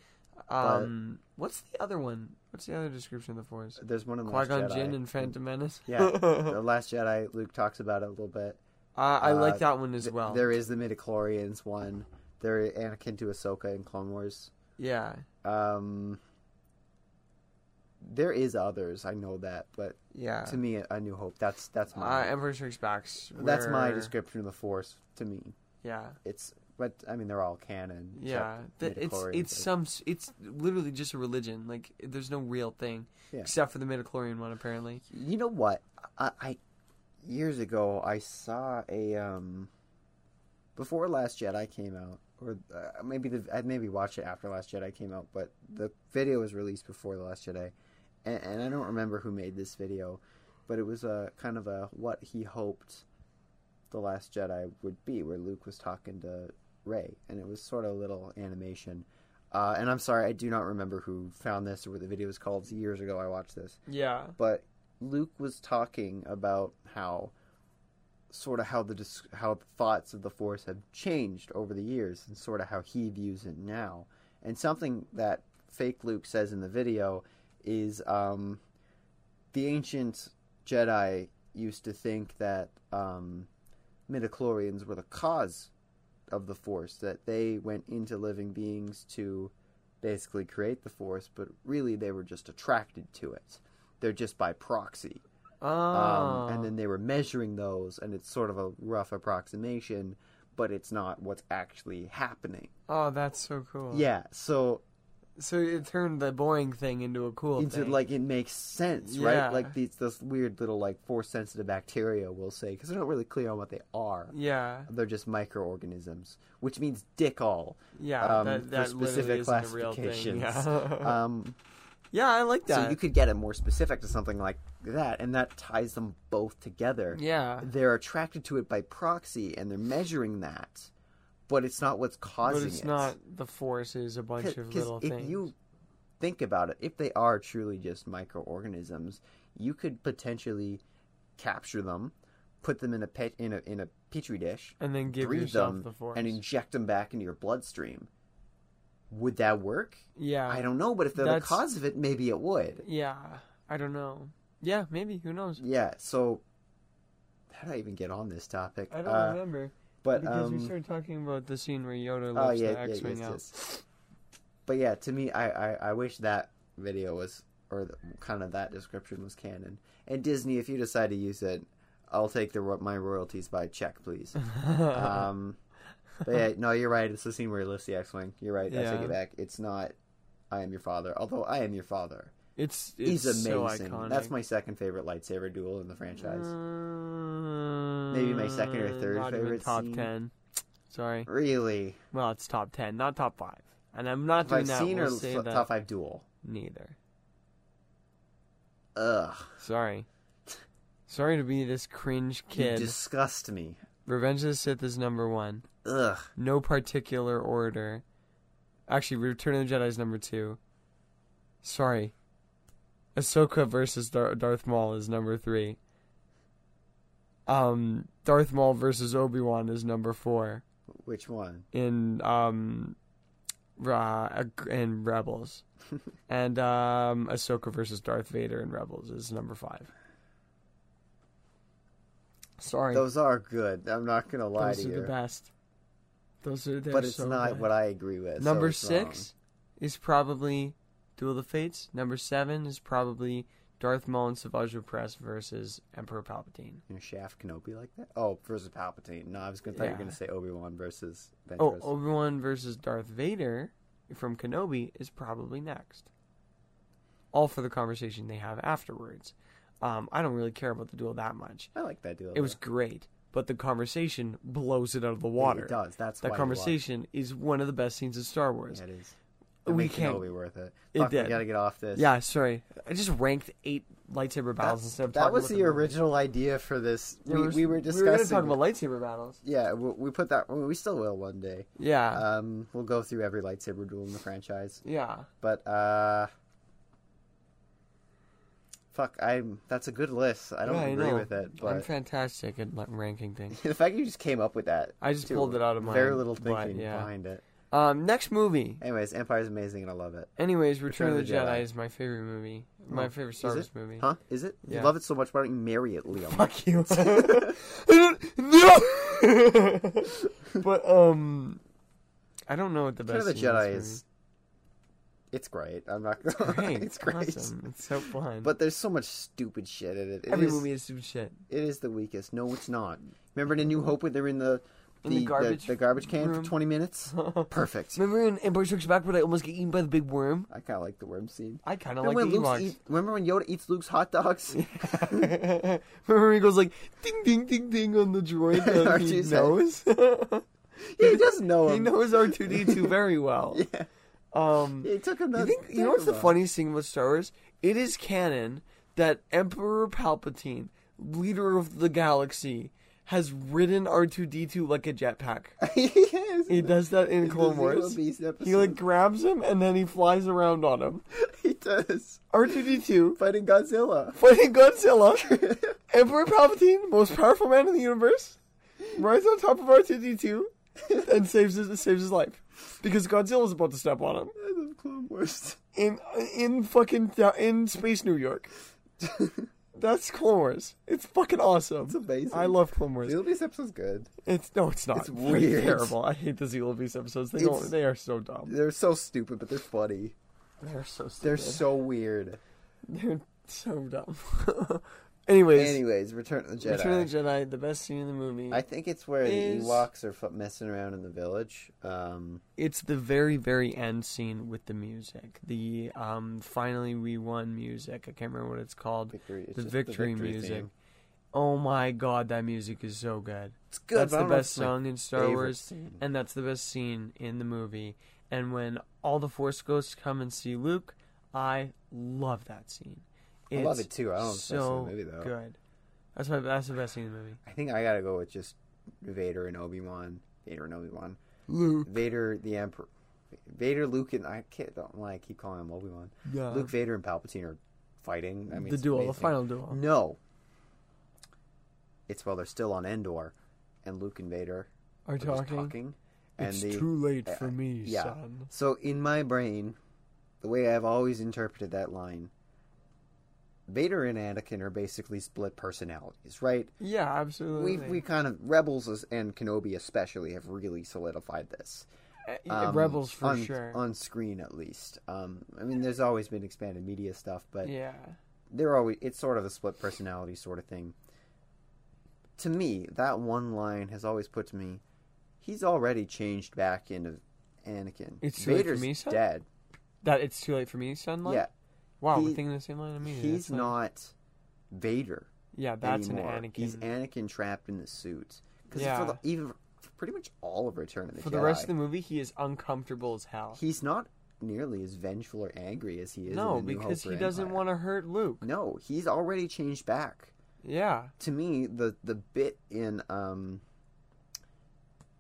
Speaker 2: Back. Um, what's the other one? What's the other description of the Force?
Speaker 3: There's one in the
Speaker 2: Qui
Speaker 3: Last
Speaker 2: Gon
Speaker 3: Jedi.
Speaker 2: Jinn and Phantom Menace.
Speaker 3: Yeah.
Speaker 2: uh,
Speaker 3: the Last Jedi. Luke talks about it a little bit.
Speaker 2: I
Speaker 3: Uh,
Speaker 2: like that one as
Speaker 3: Th-
Speaker 2: well.
Speaker 3: There is the midichlorians one. There, Anakin to Ahsoka in Clone Wars.
Speaker 2: yeah,
Speaker 3: Um, there is others. I know that, but
Speaker 2: yeah.
Speaker 3: to me, A New Hope. That's that's
Speaker 2: Uh,
Speaker 3: my
Speaker 2: Emperor Strikes Back's.
Speaker 3: that's my
Speaker 2: where-
Speaker 3: description of the Force. To me,
Speaker 2: Yeah,
Speaker 3: it's but I mean they're all canon.
Speaker 2: yeah.
Speaker 3: except
Speaker 2: Th- it's
Speaker 3: midichlorians.
Speaker 2: it's some. s- It's literally just a religion. Like there's no real thing
Speaker 3: Yeah.
Speaker 2: except for the midichlorian one. Apparently,
Speaker 3: You know what? I, I years ago I saw a um before Last Jedi came out, or uh, maybe the I'd maybe watch it after Last Jedi came out, but the video was released before the Last Jedi, and, and I don't remember who made this video, but it was a kind of a what he hoped the Last Jedi would be, where Luke was talking to Ray, and it was sort of a little animation. Uh, and I'm sorry, I do not remember who found this or what the video was called. It's years ago, I watched this
Speaker 2: yeah,
Speaker 3: but Luke was talking about how sort of how the dis- how the thoughts of the force have changed over the years and sort of how he views it now. And something that fake Luke says in the video is um, the ancient Jedi used to think that um, midichlorians were the cause of the force that they went into living beings to basically create the force, but really they were just attracted to it. They're just by proxy.
Speaker 2: oh,
Speaker 3: Um, and then they were measuring those, and it's sort of a rough approximation, but it's not what's actually happening.
Speaker 2: oh, that's so cool.
Speaker 3: Yeah, so
Speaker 2: So it turned the boring thing into a cool
Speaker 3: into
Speaker 2: thing.
Speaker 3: like it makes sense,
Speaker 2: Yeah.
Speaker 3: right? Like these those weird little like force sensitive bacteria, we'll say, because they're not really clear on what they are.
Speaker 2: yeah,
Speaker 3: They're just microorganisms, which means dick all.
Speaker 2: yeah.
Speaker 3: um,
Speaker 2: that
Speaker 3: for
Speaker 2: that literally
Speaker 3: specific
Speaker 2: isn't a real thing. Yeah.
Speaker 3: classifications.
Speaker 2: Uh-huh.
Speaker 3: Um,
Speaker 2: yeah, I like that.
Speaker 3: So you could get it more specific to something like that, and that ties them both together.
Speaker 2: yeah,
Speaker 3: They're attracted to it by proxy, and they're measuring that, but it's not what's
Speaker 2: but
Speaker 3: causing
Speaker 2: it's
Speaker 3: it.
Speaker 2: not the force is a bunch of
Speaker 3: Because
Speaker 2: little
Speaker 3: if
Speaker 2: things.
Speaker 3: you think about it, if they are truly just microorganisms, you could potentially capture them, put them in a pet in a in a petri dish,
Speaker 2: and then give
Speaker 3: breed
Speaker 2: yourself
Speaker 3: them,
Speaker 2: the force.
Speaker 3: and inject them back into your bloodstream. Would that work?
Speaker 2: yeah,
Speaker 3: I don't know, but if they're
Speaker 2: That's-
Speaker 3: the cause of it, maybe it would.
Speaker 2: yeah, I don't know. Yeah, maybe who knows?
Speaker 3: Yeah. So, how do I even get on this topic?
Speaker 2: I don't
Speaker 3: Uh,
Speaker 2: remember
Speaker 3: but
Speaker 2: because
Speaker 3: um,
Speaker 2: we started talking about the scene where Yoda
Speaker 3: oh
Speaker 2: lifts the
Speaker 3: yeah, yeah, yes,
Speaker 2: X-wing out.
Speaker 3: yes. But yeah, to me, I, I I wish that video was or the, kind of that description was canon. And Disney, if you decide to use it, I'll take the ro- my royalties by check, please. um, but yeah, no, you're right. It's the scene where he lifts the X-wing. You're right. I take
Speaker 2: Yeah.
Speaker 3: it back. It's not. I am your father. Although I am your father.
Speaker 2: it's it's
Speaker 3: He's amazing.
Speaker 2: so iconic. Mm.
Speaker 3: That's my second favorite lightsaber duel in the franchise.
Speaker 2: Maybe
Speaker 3: my second or third
Speaker 2: Mm, not even
Speaker 3: favorite
Speaker 2: top
Speaker 3: scene.
Speaker 2: ten. Sorry.
Speaker 3: Really,
Speaker 2: Well, it's top ten, not top five. And I'm not
Speaker 3: top
Speaker 2: doing
Speaker 3: five
Speaker 2: that.
Speaker 3: scene
Speaker 2: We'll
Speaker 3: or
Speaker 2: say
Speaker 3: f-
Speaker 2: that
Speaker 3: top five duel.
Speaker 2: neither.
Speaker 3: Ugh,
Speaker 2: Sorry. Sorry to be this cringe kid.
Speaker 3: you disgust me.
Speaker 2: Revenge of the Sith is number one.
Speaker 3: Ugh.
Speaker 2: No particular order. Actually, Return of the Jedi is number two. Sorry. Ahsoka versus Dar- Darth Maul is number three. Um, Darth Maul versus Obi Wan is number four.
Speaker 3: Which one?
Speaker 2: in um uh, in Rebels, and um Ahsoka versus Darth Vader in Rebels is number five. Sorry, those,
Speaker 3: Those are good. I'm not gonna lie to
Speaker 2: are
Speaker 3: you.
Speaker 2: the best. Those are they're
Speaker 3: but it's
Speaker 2: so
Speaker 3: not
Speaker 2: good.
Speaker 3: what I agree with. so
Speaker 2: number
Speaker 3: it's wrong.
Speaker 2: six is probably Duel of the Fates. Number seven is probably Darth Maul and Savage Press versus Emperor Palpatine.
Speaker 3: You know, Shaft Kenobi like that? Oh, versus Palpatine. No, I was gonna thought you
Speaker 2: Yeah.
Speaker 3: were gonna say Obi Wan versus
Speaker 2: Oh,
Speaker 3: Ventress.
Speaker 2: Obi Wan versus Darth Vader from Kenobi is probably next. All for the conversation they have afterwards. Um, I don't really care about the duel that much.
Speaker 3: I like that duel.
Speaker 2: It was
Speaker 3: though.
Speaker 2: great, but the conversation blows it out of the water.
Speaker 3: It does. That's
Speaker 2: That
Speaker 3: why you
Speaker 2: conversation is one of the best scenes of Star
Speaker 3: love
Speaker 2: Wars.
Speaker 3: it. Yeah, it is.
Speaker 2: We
Speaker 3: It made
Speaker 2: can't-
Speaker 3: Kenobi worth it.
Speaker 2: It
Speaker 3: Fuck,
Speaker 2: did.
Speaker 3: We gotta get off this.
Speaker 2: Yeah, sorry. I just ranked eight lightsaber battles
Speaker 3: That's,
Speaker 2: instead of
Speaker 3: that
Speaker 2: talking
Speaker 3: was
Speaker 2: about
Speaker 3: the
Speaker 2: the movies.
Speaker 3: original idea for this.
Speaker 2: Yeah,
Speaker 3: we, we were
Speaker 2: We were
Speaker 3: discussing.
Speaker 2: going to talk about lightsaber battles.
Speaker 3: yeah, we, we put that. We still will one day.
Speaker 2: Yeah.
Speaker 3: Um, we'll go through every lightsaber duel in the franchise.
Speaker 2: yeah.
Speaker 3: But uh fuck, I'm that's a good list. I don't
Speaker 2: Yeah,
Speaker 3: agree
Speaker 2: know.
Speaker 3: with it,
Speaker 2: I'm
Speaker 3: but
Speaker 2: fantastic at like, ranking things.
Speaker 3: the fact you just came up with that,
Speaker 2: I just
Speaker 3: too,
Speaker 2: pulled it out of my
Speaker 3: very little
Speaker 2: butt,
Speaker 3: thinking
Speaker 2: yeah.
Speaker 3: behind it.
Speaker 2: Um, next movie.
Speaker 3: Anyways, Empire's amazing and I love it.
Speaker 2: Anyways, Return,
Speaker 3: Return
Speaker 2: of the Jedi. is my favorite movie. My
Speaker 3: Oh,
Speaker 2: favorite Star
Speaker 3: is
Speaker 2: Wars
Speaker 3: it?
Speaker 2: movie.
Speaker 3: Huh? Is it?
Speaker 2: Yeah.
Speaker 3: You love it so much, why don't you marry it, Liam?
Speaker 2: Fuck you. I don't- no. but um, I don't know what the
Speaker 3: Return
Speaker 2: best.
Speaker 3: of the
Speaker 2: scene in this
Speaker 3: Jedi
Speaker 2: movie
Speaker 3: is it's great. I'm not gonna
Speaker 2: Great.
Speaker 3: it's great.
Speaker 2: Awesome. It's so fun.
Speaker 3: But there's so much stupid shit in it. It
Speaker 2: every
Speaker 3: is-
Speaker 2: movie is stupid shit.
Speaker 3: It is the weakest. No, it's not. Remember in A New Hope when they're in the
Speaker 2: In the garbage
Speaker 3: the, garbage can
Speaker 2: room?
Speaker 3: for 20 minutes? Perfect.
Speaker 2: Remember in Empire Strikes Back when I almost get eaten by the big worm?
Speaker 3: I kind of like the worm scene.
Speaker 2: I kind of like
Speaker 3: Remember,
Speaker 2: the
Speaker 3: when Luke's
Speaker 2: Ewoks.
Speaker 3: eat- remember when Yoda eats Luke's hot dogs?
Speaker 2: Remember when he goes like ding ding ding ding on the droid that he
Speaker 3: R2's
Speaker 2: knows?
Speaker 3: he doesn't know him.
Speaker 2: he knows R two D two very well.
Speaker 3: Um, Yeah.
Speaker 2: Um,
Speaker 3: It took him.
Speaker 2: You
Speaker 3: that-
Speaker 2: think you know what's the funniest thing about Star Wars? It is canon that Emperor Palpatine, leader of the galaxy, has ridden R two D two like a jetpack.
Speaker 3: yes.
Speaker 2: He does that in
Speaker 3: It's the
Speaker 2: Clone
Speaker 3: Zero
Speaker 2: Wars.
Speaker 3: Beast episode.
Speaker 2: He like grabs him and then he flies around on him.
Speaker 3: he does
Speaker 2: R two D two
Speaker 3: fighting Godzilla.
Speaker 2: fighting Godzilla. Emperor Palpatine, most powerful man in the universe, rides on top of R two D two and saves his saves his life because Godzilla's about to step on him.
Speaker 3: I love Clone Wars.
Speaker 2: in in fucking in space New York. That's Clone Wars. It's fucking awesome. It's
Speaker 3: amazing.
Speaker 2: I love Clone Wars.
Speaker 3: Zero Beast episode's good.
Speaker 2: It's no, it's not.
Speaker 3: It's weird.
Speaker 2: terrible. I hate the Zero Beast episodes. They
Speaker 3: It's-
Speaker 2: don't. They are so dumb.
Speaker 3: They're so stupid, but they're funny.
Speaker 2: They're so stupid.
Speaker 3: They're so weird.
Speaker 2: They're so dumb. Anyways,
Speaker 3: Anyways, Return of the Jedi.
Speaker 2: Return of the Jedi, the best scene in the movie.
Speaker 3: I think it's where
Speaker 2: is-
Speaker 3: the Ewoks are f- messing around in the village. Um,
Speaker 2: it's the very very end scene with the music. The um finally we won music. I can't remember what it's called.
Speaker 3: victory, it's
Speaker 2: the
Speaker 3: just
Speaker 2: victory, music.
Speaker 3: theme.
Speaker 2: Oh my god, that music is so good.
Speaker 3: It's good.
Speaker 2: that's
Speaker 3: but I
Speaker 2: the
Speaker 3: don't know if
Speaker 2: best
Speaker 3: it's my
Speaker 2: song in Star
Speaker 3: favorite
Speaker 2: Wars,
Speaker 3: scene.
Speaker 2: and that's the best scene in the movie. And when all the Force ghosts come and see Luke, I love that scene.
Speaker 3: I
Speaker 2: It's
Speaker 3: love it too. I don't know if it's the best scene in
Speaker 2: so
Speaker 3: the movie though.
Speaker 2: good. That's my that's the best scene in the movie.
Speaker 3: I think I gotta go with just Vader and Obi Wan. Vader and Obi Wan.
Speaker 2: Luke,
Speaker 3: Vader the Emperor. Vader, Luke, and I can't. Don't know why I keep calling him Obi Wan.
Speaker 2: yeah,
Speaker 3: Luke, Vader, and Palpatine are fighting. I mean,
Speaker 2: Uh-huh. the
Speaker 3: it's
Speaker 2: duel, the
Speaker 3: amazing.
Speaker 2: final duel.
Speaker 3: No. It's while they're still on Endor, and Luke and Vader
Speaker 2: Are
Speaker 3: are just
Speaker 2: talking.
Speaker 3: talking. And
Speaker 2: it's
Speaker 3: the,
Speaker 2: too late
Speaker 3: uh,
Speaker 2: for me,
Speaker 3: yeah.
Speaker 2: son.
Speaker 3: So in my brain, the way I've always interpreted that line, Vader and Anakin are basically split personalities, right?
Speaker 2: Yeah, absolutely.
Speaker 3: We've we kind of Rebels is- and Kenobi especially have really solidified this.
Speaker 2: Uh,
Speaker 3: Um,
Speaker 2: Rebels for
Speaker 3: on,
Speaker 2: sure.
Speaker 3: on screen at least. Um, I mean, there's always been expanded media stuff, but
Speaker 2: yeah,
Speaker 3: they're always it's sort of a split personality sort of thing. To me, that one line has always put to me, he's already changed back into Anakin.
Speaker 2: It's too late for
Speaker 3: Vader's
Speaker 2: me, son?
Speaker 3: dead.
Speaker 2: that it's too late for me, son. Line?
Speaker 3: Yeah,
Speaker 2: Wow, we're
Speaker 3: He-
Speaker 2: thinking the same line. I mean,
Speaker 3: he's not Vader
Speaker 2: Yeah, that's
Speaker 3: anymore.
Speaker 2: an Anakin.
Speaker 3: He's Anakin trapped in the suit. Because
Speaker 2: Yeah.
Speaker 3: for the, even for pretty much all of Return of the
Speaker 2: for
Speaker 3: Jedi,
Speaker 2: the rest of the movie, he is uncomfortable as hell.
Speaker 3: he's not nearly as vengeful or angry as he is.
Speaker 2: no,
Speaker 3: in the New
Speaker 2: because
Speaker 3: Hope or
Speaker 2: he doesn't
Speaker 3: Empire.
Speaker 2: want to hurt Luke.
Speaker 3: No, he's already changed back.
Speaker 2: Yeah,
Speaker 3: to me the the bit in um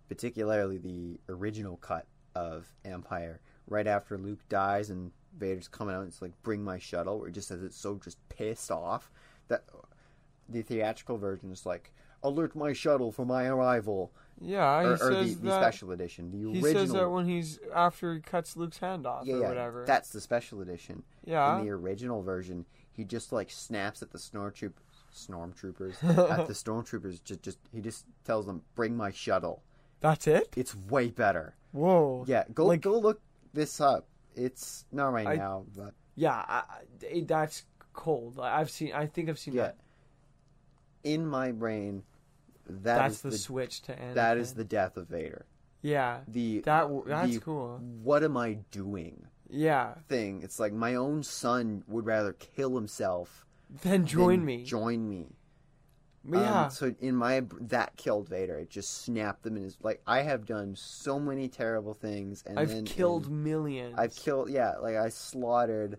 Speaker 3: particularly the original cut of Empire right after Luke dies and Vader's coming out and it's like bring my shuttle where it just says it's so just pissed off that the theatrical version is like alert my shuttle for my arrival
Speaker 2: yeah. He
Speaker 3: or, or the,
Speaker 2: says
Speaker 3: the
Speaker 2: that.
Speaker 3: special edition the
Speaker 2: he
Speaker 3: original
Speaker 2: says that when he's after he cuts Luke's hand off
Speaker 3: yeah,
Speaker 2: or
Speaker 3: yeah,
Speaker 2: whatever.
Speaker 3: that's the special edition
Speaker 2: yeah,
Speaker 3: in the original version, he just like snaps at the stormtroop stormtroopers at the stormtroopers. Just, just he just tells them, "Bring my shuttle."
Speaker 2: that's it.
Speaker 3: It's way better.
Speaker 2: Whoa.
Speaker 3: Yeah, go
Speaker 2: Like-
Speaker 3: go look this up. It's not right
Speaker 2: I-
Speaker 3: now, but
Speaker 2: yeah. I, I- it- that's cold. I- I've seen. I think I've seen
Speaker 3: yeah.
Speaker 2: that.
Speaker 3: In my brain, that
Speaker 2: That's
Speaker 3: is
Speaker 2: the,
Speaker 3: the,
Speaker 2: switch to Anakin.
Speaker 3: that is the death of Vader.
Speaker 2: yeah.
Speaker 3: The
Speaker 2: That w- that's
Speaker 3: the,
Speaker 2: cool.
Speaker 3: What am I doing?
Speaker 2: Yeah.
Speaker 3: Thing. It's like my own son would rather kill himself
Speaker 2: Then join
Speaker 3: than
Speaker 2: me.
Speaker 3: Join me. Um,
Speaker 2: yeah.
Speaker 3: so in my that killed Vader. It just snapped them in his like I have done so many terrible things and
Speaker 2: I've
Speaker 3: then
Speaker 2: killed
Speaker 3: and
Speaker 2: millions.
Speaker 3: I've killed yeah, like I slaughtered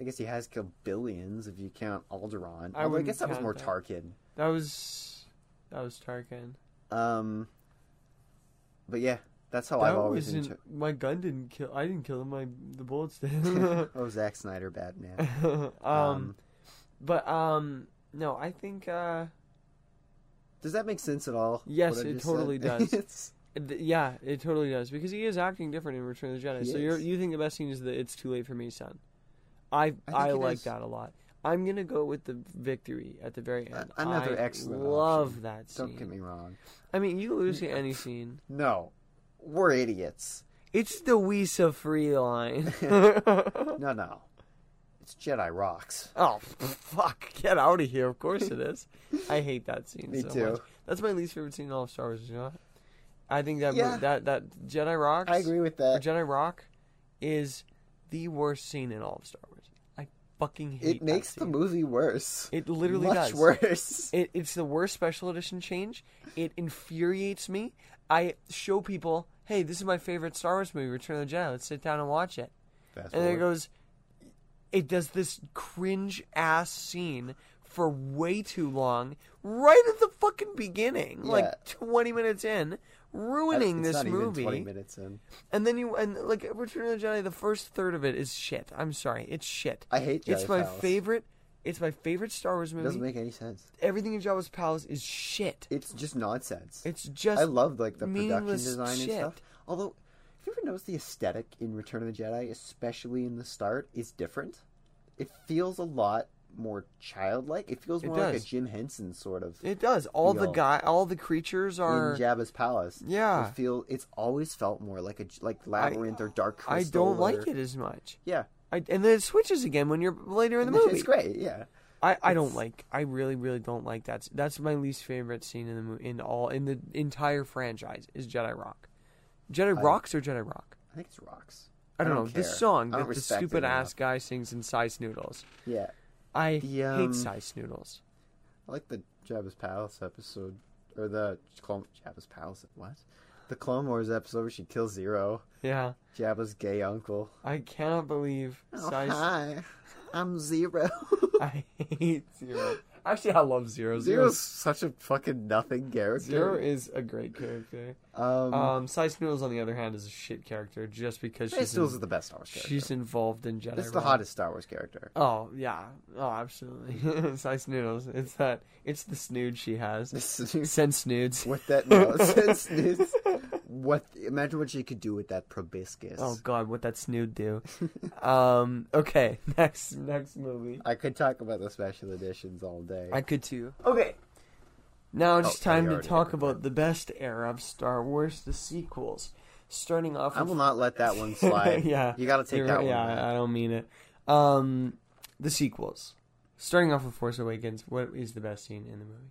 Speaker 3: I guess he has killed billions if you count Alderaan.
Speaker 2: I
Speaker 3: Although I
Speaker 2: wouldn't
Speaker 3: guess that was
Speaker 2: count
Speaker 3: more
Speaker 2: that.
Speaker 3: Tarkin.
Speaker 2: That was that was Tarkin.
Speaker 3: Um But yeah, that's how
Speaker 2: that
Speaker 3: I've always
Speaker 2: wasn't-
Speaker 3: inter-
Speaker 2: my gun didn't kill. I didn't kill him. My the bullets did.
Speaker 3: Oh Zack Snyder bad man.
Speaker 2: um,
Speaker 3: Um,
Speaker 2: but um, no, I think uh,
Speaker 3: does that make sense at all?
Speaker 2: Yes,
Speaker 3: what I
Speaker 2: it
Speaker 3: just
Speaker 2: totally
Speaker 3: said?
Speaker 2: does.
Speaker 3: It's-
Speaker 2: th- yeah, it totally does because he is acting different in Return of the Jedi.
Speaker 3: He
Speaker 2: so you
Speaker 3: is.
Speaker 2: you think the best scene is that it's too late for me, son. I
Speaker 3: I think
Speaker 2: I,
Speaker 3: it
Speaker 2: like
Speaker 3: is.
Speaker 2: that a lot. I'm gonna go with the victory at the very end.
Speaker 3: another
Speaker 2: I
Speaker 3: excellent
Speaker 2: Love
Speaker 3: option.
Speaker 2: that scene.
Speaker 3: Don't get me wrong.
Speaker 2: I mean, you lose to any scene.
Speaker 3: No. We're idiots.
Speaker 2: It's the we so free line.
Speaker 3: No no. It's Jedi rocks.
Speaker 2: Oh fuck! Get out of here! Of course it is. I hate that scene.
Speaker 3: Me
Speaker 2: so
Speaker 3: too.
Speaker 2: Much. That's my least favorite scene in all of Star Wars. You know, that? I think that
Speaker 3: Yeah.
Speaker 2: mo- that that Jedi rocks.
Speaker 3: I agree with
Speaker 2: Or
Speaker 3: that.
Speaker 2: Jedi rock is the worst scene in all of Star Wars. I fucking hate.
Speaker 3: It makes
Speaker 2: that
Speaker 3: the
Speaker 2: scene.
Speaker 3: movie worse.
Speaker 2: It literally
Speaker 3: Much
Speaker 2: does.
Speaker 3: worse.
Speaker 2: It, it's the worst special edition change. It infuriates me. I show people, hey, this is my favorite Star Wars movie, Return of the Jedi. Let's sit down and watch it. and then it goes it does this cringe ass scene for way too long right at the fucking beginning
Speaker 3: Yeah.
Speaker 2: like 20 minutes in ruining
Speaker 3: It's
Speaker 2: this
Speaker 3: not even
Speaker 2: movie
Speaker 3: 20 minutes in.
Speaker 2: and then you and like return of the jedi the first third of it is shit i'm sorry it's shit
Speaker 3: I hate Jedi
Speaker 2: it's my
Speaker 3: Palace.
Speaker 2: favorite it's my favorite star wars
Speaker 3: It
Speaker 2: movie
Speaker 3: doesn't make any sense.
Speaker 2: everything in java's palace is shit
Speaker 3: It's just nonsense.
Speaker 2: it's just
Speaker 3: I love like the production
Speaker 2: meaningless
Speaker 3: design
Speaker 2: shit.
Speaker 3: and stuff. Although, have you ever noticed the aesthetic in Return of the Jedi, especially in the start, is different? It feels a lot more childlike. It feels
Speaker 2: It
Speaker 3: more like a
Speaker 2: does.
Speaker 3: Jim Henson sort of
Speaker 2: it does all the
Speaker 3: Feel.
Speaker 2: guy all the creatures are
Speaker 3: in Jabba's palace.
Speaker 2: Yeah.
Speaker 3: it feel it's always felt more like a like labyrinth or dark.
Speaker 2: i
Speaker 3: Crystal
Speaker 2: don't
Speaker 3: or-
Speaker 2: like it as much
Speaker 3: Yeah,
Speaker 2: I, and then it switches again when you're later in the movie
Speaker 3: It's great, yeah.
Speaker 2: I, I don't
Speaker 3: It's-
Speaker 2: like I really really don't like that. s- That's my least favorite scene in the movie in all in the entire franchise is Jedi Rock. Jedi
Speaker 3: I-
Speaker 2: Rocks or Jedi Rock?
Speaker 3: I think it's rocks.
Speaker 2: I don't,
Speaker 3: I don't
Speaker 2: know. This
Speaker 3: care.
Speaker 2: song
Speaker 3: I don't
Speaker 2: that the
Speaker 3: respect it
Speaker 2: stupid ass
Speaker 3: enough.
Speaker 2: guy sings in Size Noodles.
Speaker 3: Yeah,
Speaker 2: I
Speaker 3: The,
Speaker 2: hate
Speaker 3: um,
Speaker 2: Size Noodles.
Speaker 3: I like the Jabba's Palace episode, or the Clone Jabba's Palace. What? The Clone Wars episode where she kills Zero,
Speaker 2: Yeah.
Speaker 3: Jabba's gay uncle. Oh,
Speaker 2: I cannot believe Oh, Size
Speaker 3: hi, I'm Zero.
Speaker 2: I hate Zero. Actually I love Zero. Zero
Speaker 3: Zero's such a fucking nothing character.
Speaker 2: Zero is a great character.
Speaker 3: Um,
Speaker 2: Um Size Noodles on the other hand is a shit character just because
Speaker 3: Mace
Speaker 2: she's in-
Speaker 3: Steele's the best Star Wars character.
Speaker 2: she's involved in Jedi
Speaker 3: this is the
Speaker 2: Rock.
Speaker 3: hottest Star Wars character.
Speaker 2: Oh yeah, oh absolutely. Size noodles. It's that. It's the snood she has.
Speaker 3: This is
Speaker 2: Sense nudes.
Speaker 3: what that no, it's- it's- what imagine what she could do with that proboscis.
Speaker 2: Oh god, what that snood do? um. Okay. Next. Next movie.
Speaker 3: I could talk about the special editions all day.
Speaker 2: I could too. Okay. Now it's
Speaker 3: Oh,
Speaker 2: time
Speaker 3: you
Speaker 2: to
Speaker 3: already
Speaker 2: talk
Speaker 3: did that.
Speaker 2: about the best era of Star Wars, the sequels. Starting off.
Speaker 3: I
Speaker 2: with
Speaker 3: will not let that one slide.
Speaker 2: Yeah.
Speaker 3: you got to take
Speaker 2: You're
Speaker 3: that
Speaker 2: right,
Speaker 3: one.
Speaker 2: yeah,
Speaker 3: back.
Speaker 2: I don't mean it. Um, the sequels. Starting off with Force Awakens. What is the best scene in the movie?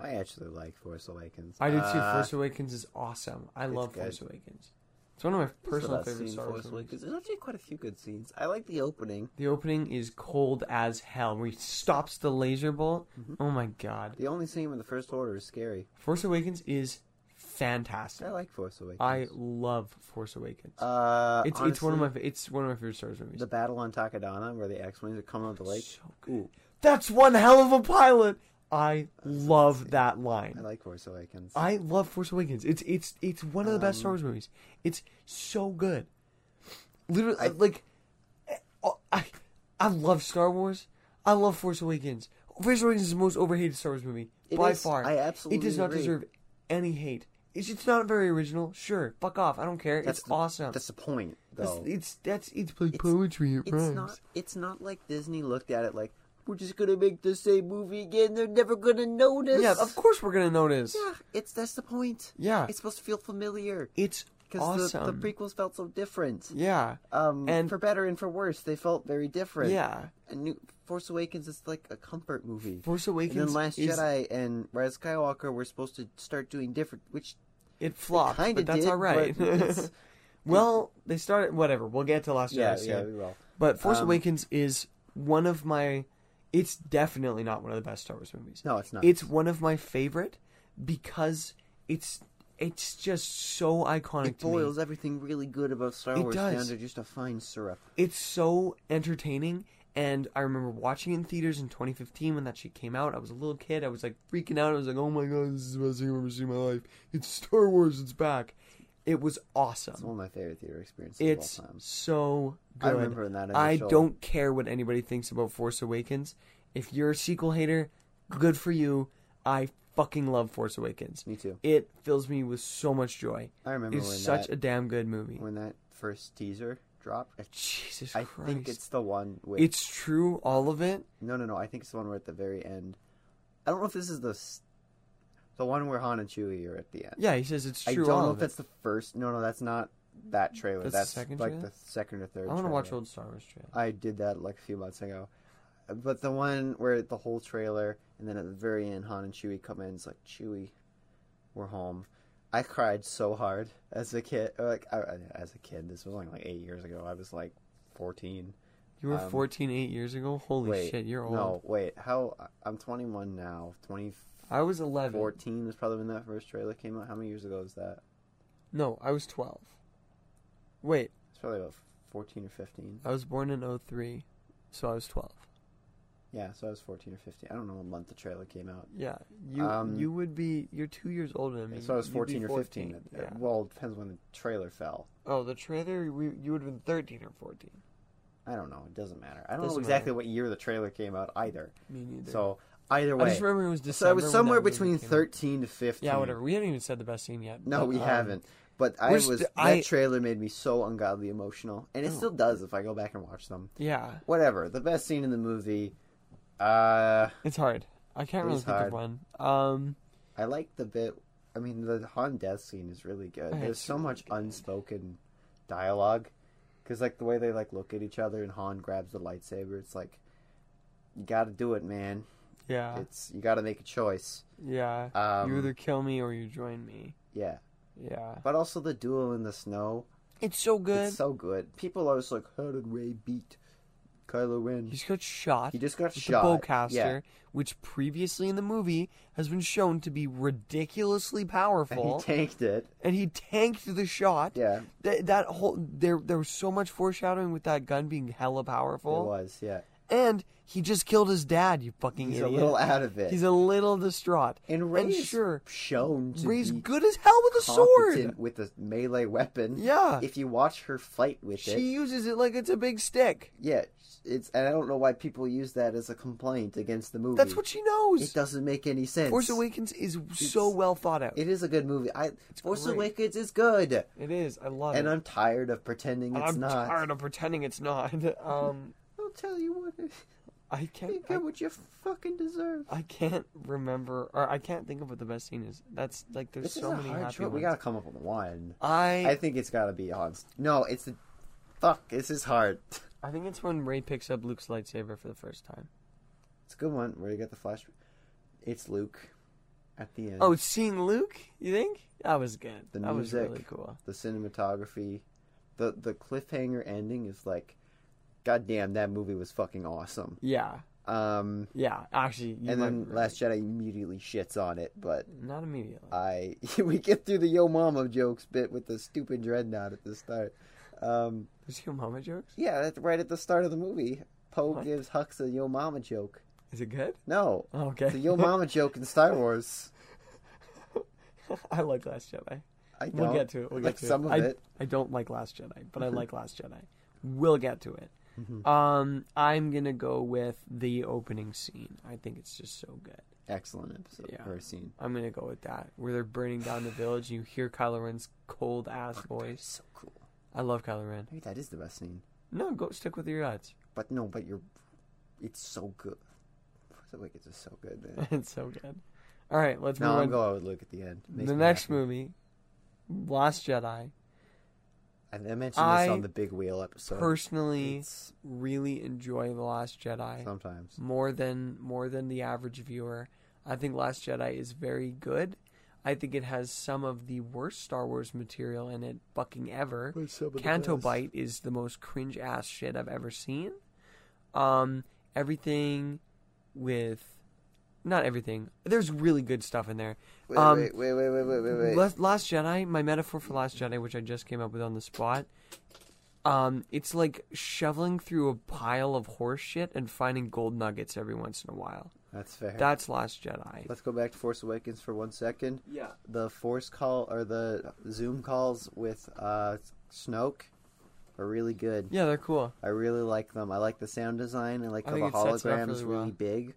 Speaker 3: I actually like Force Awakens.
Speaker 2: I do too.
Speaker 3: Uh,
Speaker 2: Force Awakens is awesome. I
Speaker 3: it's
Speaker 2: love
Speaker 3: good.
Speaker 2: Force Awakens. It's one of my
Speaker 3: what's the
Speaker 2: personal
Speaker 3: last
Speaker 2: favorite
Speaker 3: scene,
Speaker 2: Star Wars
Speaker 3: Force
Speaker 2: movies.
Speaker 3: Awakens. There's actually quite a few good scenes. I like the opening.
Speaker 2: The opening is cold as hell. Where he stops the laser bolt.
Speaker 3: Mm-hmm.
Speaker 2: Oh my god!
Speaker 3: The only scene in the First Order is scary.
Speaker 2: Force Awakens is
Speaker 3: I
Speaker 2: fantastic.
Speaker 3: like Force Awakens.
Speaker 2: I love Force Awakens.
Speaker 3: uh,
Speaker 2: it's it's one of
Speaker 3: honestly,
Speaker 2: my fa- it's one of my favorite Star Wars movies.
Speaker 3: the battle on Takadana where the X-wings are coming up the lake.
Speaker 2: So good.
Speaker 3: Ooh,
Speaker 2: That's one hell of a pilot. I love that line.
Speaker 3: I like Force Awakens.
Speaker 2: I love Force Awakens. It's it's it's one of the best Star
Speaker 3: Um,
Speaker 2: Wars movies. It's so good. Literally,
Speaker 3: I-
Speaker 2: like, oh, I I love Star Wars. I love Force Awakens. Force Awakens is the most overhated Star Wars movie
Speaker 3: It
Speaker 2: by
Speaker 3: is.
Speaker 2: far.
Speaker 3: I absolutely
Speaker 2: It does not
Speaker 3: agree.
Speaker 2: deserve any hate. It's it's not very original. Sure, fuck off. I don't care.
Speaker 3: That's
Speaker 2: it's
Speaker 3: the-
Speaker 2: awesome.
Speaker 3: That's the point,
Speaker 2: That's-
Speaker 3: though.
Speaker 2: it's that's it's like poetry. It
Speaker 3: it's
Speaker 2: rhymes.
Speaker 3: not. It's not like Disney looked at it like we're just gonna make the same movie again. They're never gonna notice.
Speaker 2: yeah, of course we're gonna notice.
Speaker 3: Yeah, it's that's the point.
Speaker 2: Yeah.
Speaker 3: it's supposed to feel familiar
Speaker 2: It's
Speaker 3: because
Speaker 2: awesome.
Speaker 3: the, the prequels felt so different.
Speaker 2: yeah,
Speaker 3: Um,
Speaker 2: And-
Speaker 3: and for better and for worse, they felt very different.
Speaker 2: yeah.
Speaker 3: and New, Force Awakens is like a comfort movie.
Speaker 2: Force
Speaker 3: and
Speaker 2: Awakens.
Speaker 3: then Last
Speaker 2: is,
Speaker 3: Jedi and Rise of Skywalker were supposed to start doing different, which
Speaker 2: It flopped,
Speaker 3: kinda
Speaker 2: Ah, but that's
Speaker 3: did,
Speaker 2: all right.
Speaker 3: but it's-
Speaker 2: well, they started whatever. We'll get to Last Jedi
Speaker 3: yeah, yeah,
Speaker 2: soon.
Speaker 3: we will.
Speaker 2: But Force
Speaker 3: Um,
Speaker 2: Awakens is one of my. It's definitely not one of the best Star Wars movies.
Speaker 3: No, it's not.
Speaker 2: It's one of my favorite because it's it's just so iconic
Speaker 3: it
Speaker 2: to me.
Speaker 3: boils everything really good about Star
Speaker 2: It
Speaker 3: Wars down
Speaker 2: does.
Speaker 3: to just a fine syrup.
Speaker 2: it's so entertaining and i remember watching it in theaters in 2015 when that shit came out i was a little kid i was like freaking out i was like oh my god this is the best thing i've ever seen in my life it's star wars it's back it was
Speaker 3: It's
Speaker 2: awesome
Speaker 3: one of my favorite theater experiences
Speaker 2: it's
Speaker 3: of all time.
Speaker 2: so good
Speaker 3: I remember in that
Speaker 2: I
Speaker 3: initial-
Speaker 2: don't care what anybody thinks about force awakens if you're a sequel hater good for you i fucking love force awakens
Speaker 3: Me too.
Speaker 2: it fills me with so much joy
Speaker 3: I remember when
Speaker 2: it's such
Speaker 3: that
Speaker 2: a damn good movie
Speaker 3: when that first teaser dropped. I,
Speaker 2: jesus
Speaker 3: I
Speaker 2: christ
Speaker 3: think it's the one with
Speaker 2: it's true all of it
Speaker 3: no, no, no. I think it's the one where at the very end. I don't know if this is the s- the one where Han and Chewie are at the end.
Speaker 2: Yeah, he says it's true.
Speaker 3: I don't
Speaker 2: all
Speaker 3: know
Speaker 2: of
Speaker 3: if
Speaker 2: it.
Speaker 3: that's the first. No, no, that's not that trailer.
Speaker 2: That's
Speaker 3: That's,
Speaker 2: the second
Speaker 3: like
Speaker 2: trailer?
Speaker 3: the second or third.
Speaker 2: I want to watch
Speaker 3: trailer.
Speaker 2: old Star Wars trailer.
Speaker 3: I did that like a few months ago, but the one where the whole trailer and then at the very end, Han and Chewie come in. It's like Chewie, we're home. I cried so hard as a kid. or, Like I, I- as a kid, this was only like eight years ago. I was like fourteen.
Speaker 2: You were
Speaker 3: um,
Speaker 2: 14 eight years ago. Holy
Speaker 3: wait,
Speaker 2: shit, you're old.
Speaker 3: No, wait. How I'm 21 now.
Speaker 2: I was 11.
Speaker 3: 2014 was probably when that first trailer came out. How many years ago is that?
Speaker 2: No, I was 12. Wait,
Speaker 3: It's probably about 14 or 15.
Speaker 2: I was born in 03, so I was 12.
Speaker 3: Yeah, so I was 14 or 15. I don't know what month the trailer came out.
Speaker 2: Yeah, you
Speaker 3: Um,
Speaker 2: you would be you're two years older than me.
Speaker 3: so I was
Speaker 2: You'd be
Speaker 3: 14 or 15.
Speaker 2: Yeah.
Speaker 3: Well, it depends when the trailer fell.
Speaker 2: Oh, the trailer we, you would have been 13 or 14.
Speaker 3: I don't know. It doesn't matter. I don't know
Speaker 2: Doesn't
Speaker 3: exactly what year the trailer came out either.
Speaker 2: Me neither.
Speaker 3: So either
Speaker 2: I
Speaker 3: way.
Speaker 2: just remember it was December.
Speaker 3: so I was
Speaker 2: when that
Speaker 3: somewhere
Speaker 2: movie
Speaker 3: between
Speaker 2: came out.
Speaker 3: 13 to 15.
Speaker 2: Yeah, whatever. We haven't even said the best scene yet.
Speaker 3: No,
Speaker 2: but,
Speaker 3: we
Speaker 2: um,
Speaker 3: haven't. But I
Speaker 2: we're
Speaker 3: was
Speaker 2: st-
Speaker 3: that
Speaker 2: I- Oh.
Speaker 3: trailer made me so ungodly emotional, and it still does if I go back and watch them.
Speaker 2: Yeah,
Speaker 3: Whatever. The best scene in the movie. Uh,
Speaker 2: it's hard. I can't
Speaker 3: It
Speaker 2: really
Speaker 3: is
Speaker 2: think of
Speaker 3: hard.
Speaker 2: one. Um,
Speaker 3: I like the bit. I mean, the Han death scene is really good.
Speaker 2: Oh, Yeah,
Speaker 3: There's
Speaker 2: it's
Speaker 3: so
Speaker 2: really
Speaker 3: much
Speaker 2: good.
Speaker 3: unspoken dialogue because, like, the way they like look at each other and Han grabs the lightsaber. It's like you got to do it, man.
Speaker 2: Yeah.
Speaker 3: It's you got to make a choice.
Speaker 2: yeah.
Speaker 3: Um,
Speaker 2: you either kill me or you join me.
Speaker 3: yeah,
Speaker 2: Yeah.
Speaker 3: but also the duel in the snow.
Speaker 2: It's so good.
Speaker 3: It's so good. People always like, how did Ray beat Kylo Ren?
Speaker 2: He's got shot.
Speaker 3: He just got
Speaker 2: with
Speaker 3: shot.
Speaker 2: The bowcaster,
Speaker 3: Yeah.
Speaker 2: which previously in the movie has been shown to be ridiculously
Speaker 3: And he
Speaker 2: powerful,
Speaker 3: tanked it.
Speaker 2: and he tanked the shot.
Speaker 3: Yeah,
Speaker 2: That, that whole there there was so much foreshadowing with that gun being hella
Speaker 3: it
Speaker 2: powerful,
Speaker 3: was. Yeah,
Speaker 2: and he just killed his dad. You fucking
Speaker 3: he's a
Speaker 2: idiot.
Speaker 3: little out of it.
Speaker 2: He's a little distraught.
Speaker 3: and Ray's
Speaker 2: sure,
Speaker 3: shown to
Speaker 2: Ray's
Speaker 3: be
Speaker 2: good as hell with a sword.
Speaker 3: competent with a melee weapon.
Speaker 2: Yeah.
Speaker 3: if you watch her fight with
Speaker 2: She
Speaker 3: it,
Speaker 2: uses it like it's a big stick.
Speaker 3: yeah, it's and I don't know why people use that as a complaint against the movie.
Speaker 2: That's what she knows.
Speaker 3: it doesn't make any sense.
Speaker 2: Force Awakens is so well thought out.
Speaker 3: It is a good movie. I Force
Speaker 2: great.
Speaker 3: Awakens is good,
Speaker 2: it is. I love
Speaker 3: and
Speaker 2: it.
Speaker 3: I'm tired of pretending
Speaker 2: And
Speaker 3: it's
Speaker 2: I'm
Speaker 3: not.
Speaker 2: tired of pretending it's not. Um,
Speaker 3: I'll tell you what,
Speaker 2: I
Speaker 3: you
Speaker 2: can't. I,
Speaker 3: get what you fucking deserve.
Speaker 2: I can't remember, or I can't think of what the best scene is. That's like there's
Speaker 3: This
Speaker 2: so
Speaker 3: is a
Speaker 2: many
Speaker 3: hard
Speaker 2: happy
Speaker 3: choice.
Speaker 2: ones.
Speaker 3: We gotta come up with one. I
Speaker 2: I,
Speaker 3: think it's gotta be Hans. No, it's the fuck. This is hard.
Speaker 2: I think it's when Ray picks up Luke's lightsaber for the first time.
Speaker 3: It's a good one. Where you get the flash? It's Luke at the end.
Speaker 2: Oh, seeing Luke, you think that was good.
Speaker 3: The
Speaker 2: that was
Speaker 3: music.
Speaker 2: really cool.
Speaker 3: the cinematography, the the cliffhanger ending is like, goddamn, that movie was fucking awesome.
Speaker 2: Yeah,
Speaker 3: Um,
Speaker 2: yeah. Actually, you
Speaker 3: and
Speaker 2: might
Speaker 3: then
Speaker 2: be right.
Speaker 3: Last Uh, Jedi immediately shits on it, but
Speaker 2: not immediately.
Speaker 3: I we get through the Yo Mama jokes bit with the stupid dreadnought at the start. Um,
Speaker 2: There's your mama jokes.
Speaker 3: yeah, that's right at the start of the movie. Poe
Speaker 2: What?
Speaker 3: gives Hux a Yo Mama joke.
Speaker 2: Is it good?
Speaker 3: No,
Speaker 2: Oh, okay.
Speaker 3: it's a Yo Mama joke in Star Wars.
Speaker 2: I like Last Jedi.
Speaker 3: I don't.
Speaker 2: We'll get to it. We'll get
Speaker 3: like
Speaker 2: to
Speaker 3: some
Speaker 2: it.
Speaker 3: of
Speaker 2: I,
Speaker 3: it. Mm-hmm.
Speaker 2: I don't like Last Jedi, but I like Last Jedi. We'll get to it. Um, I'm gonna go with the opening scene. I think it's just so good.
Speaker 3: Excellent episode
Speaker 2: Yeah.
Speaker 3: or scene.
Speaker 2: I'm gonna go with that, where they're burning down the village and you hear Kylo Ren's cold ass voice.
Speaker 3: So cool.
Speaker 2: I love Kylo Ren.
Speaker 3: Maybe that is the best scene.
Speaker 2: No, go stick with your odds.
Speaker 3: But no, but you're. It's so good. Force Awakens is so good, man.
Speaker 2: it's so good. All right, let's
Speaker 3: no,
Speaker 2: move
Speaker 3: I'm
Speaker 2: on.
Speaker 3: going with Luke at the end. Makes
Speaker 2: the
Speaker 3: me
Speaker 2: next
Speaker 3: happy.
Speaker 2: movie, Last Jedi.
Speaker 3: I, I mentioned this
Speaker 2: I
Speaker 3: on the Big Wheel episode.
Speaker 2: Personally,
Speaker 3: It's-
Speaker 2: really enjoy the Last Jedi.
Speaker 3: sometimes.
Speaker 2: more than more than the average viewer. I think Last Jedi is very good. I think it has some of the worst Star Wars material in it, fucking ever. Canto Bite is the most cringe ass shit I've ever seen. Um, everything with not everything. There's really good stuff in there.
Speaker 3: Wait,
Speaker 2: um,
Speaker 3: wait, wait, wait, wait, wait, wait, wait.
Speaker 2: Last, Last Jedi, my metaphor for Last Jedi, which I just came up with on the spot, um, it's like shoveling through a pile of horse shit and finding gold nuggets every once in a while.
Speaker 3: That's fair.
Speaker 2: That's Last Jedi.
Speaker 3: Let's go back to Force Awakens for one second.
Speaker 2: Yeah.
Speaker 3: The Force call or the Zoom calls with uh, Snoke are really good.
Speaker 2: Yeah, they're cool.
Speaker 3: I really like them. I like the sound design. I like
Speaker 2: I
Speaker 3: how the
Speaker 2: think it sets it up
Speaker 3: hologram
Speaker 2: really
Speaker 3: is
Speaker 2: well.
Speaker 3: really big.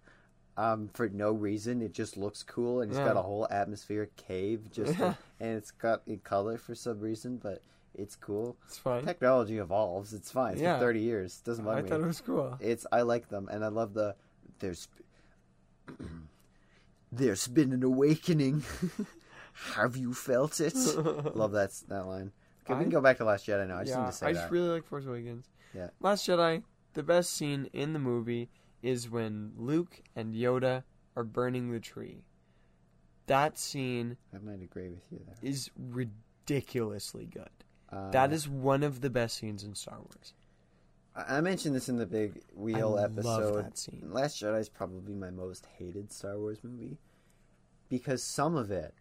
Speaker 3: Um, for no reason, it just looks cool, and it's got
Speaker 2: Yeah.
Speaker 3: a whole atmospheric cave. Just
Speaker 2: Yeah.
Speaker 3: and it's got in color for some reason, but it's cool.
Speaker 2: It's fun.
Speaker 3: Technology evolves. It's fine. It's
Speaker 2: Yeah.
Speaker 3: been thirty years. It doesn't
Speaker 2: I
Speaker 3: bug me.
Speaker 2: thought it was cool.
Speaker 3: It's I like them, and I love the there's there's been an awakening. Have you felt it? love that that line. Okay,
Speaker 2: I-
Speaker 3: we can go back to Last Jedi now. I just
Speaker 2: yeah,
Speaker 3: need to say
Speaker 2: I
Speaker 3: that.
Speaker 2: just really like Force Awakens.
Speaker 3: Yeah.
Speaker 2: Last Jedi, the best scene in the movie is when Luke and Yoda are burning the tree. That scene
Speaker 3: I might agree with you there.
Speaker 2: is ridiculously good.
Speaker 3: Uh,
Speaker 2: That is one of the best scenes in Star Wars.
Speaker 3: I I mentioned this in the big wheel
Speaker 2: I
Speaker 3: episode.
Speaker 2: love that scene.
Speaker 3: Last Jedi is probably my most hated Star Wars movie because some of it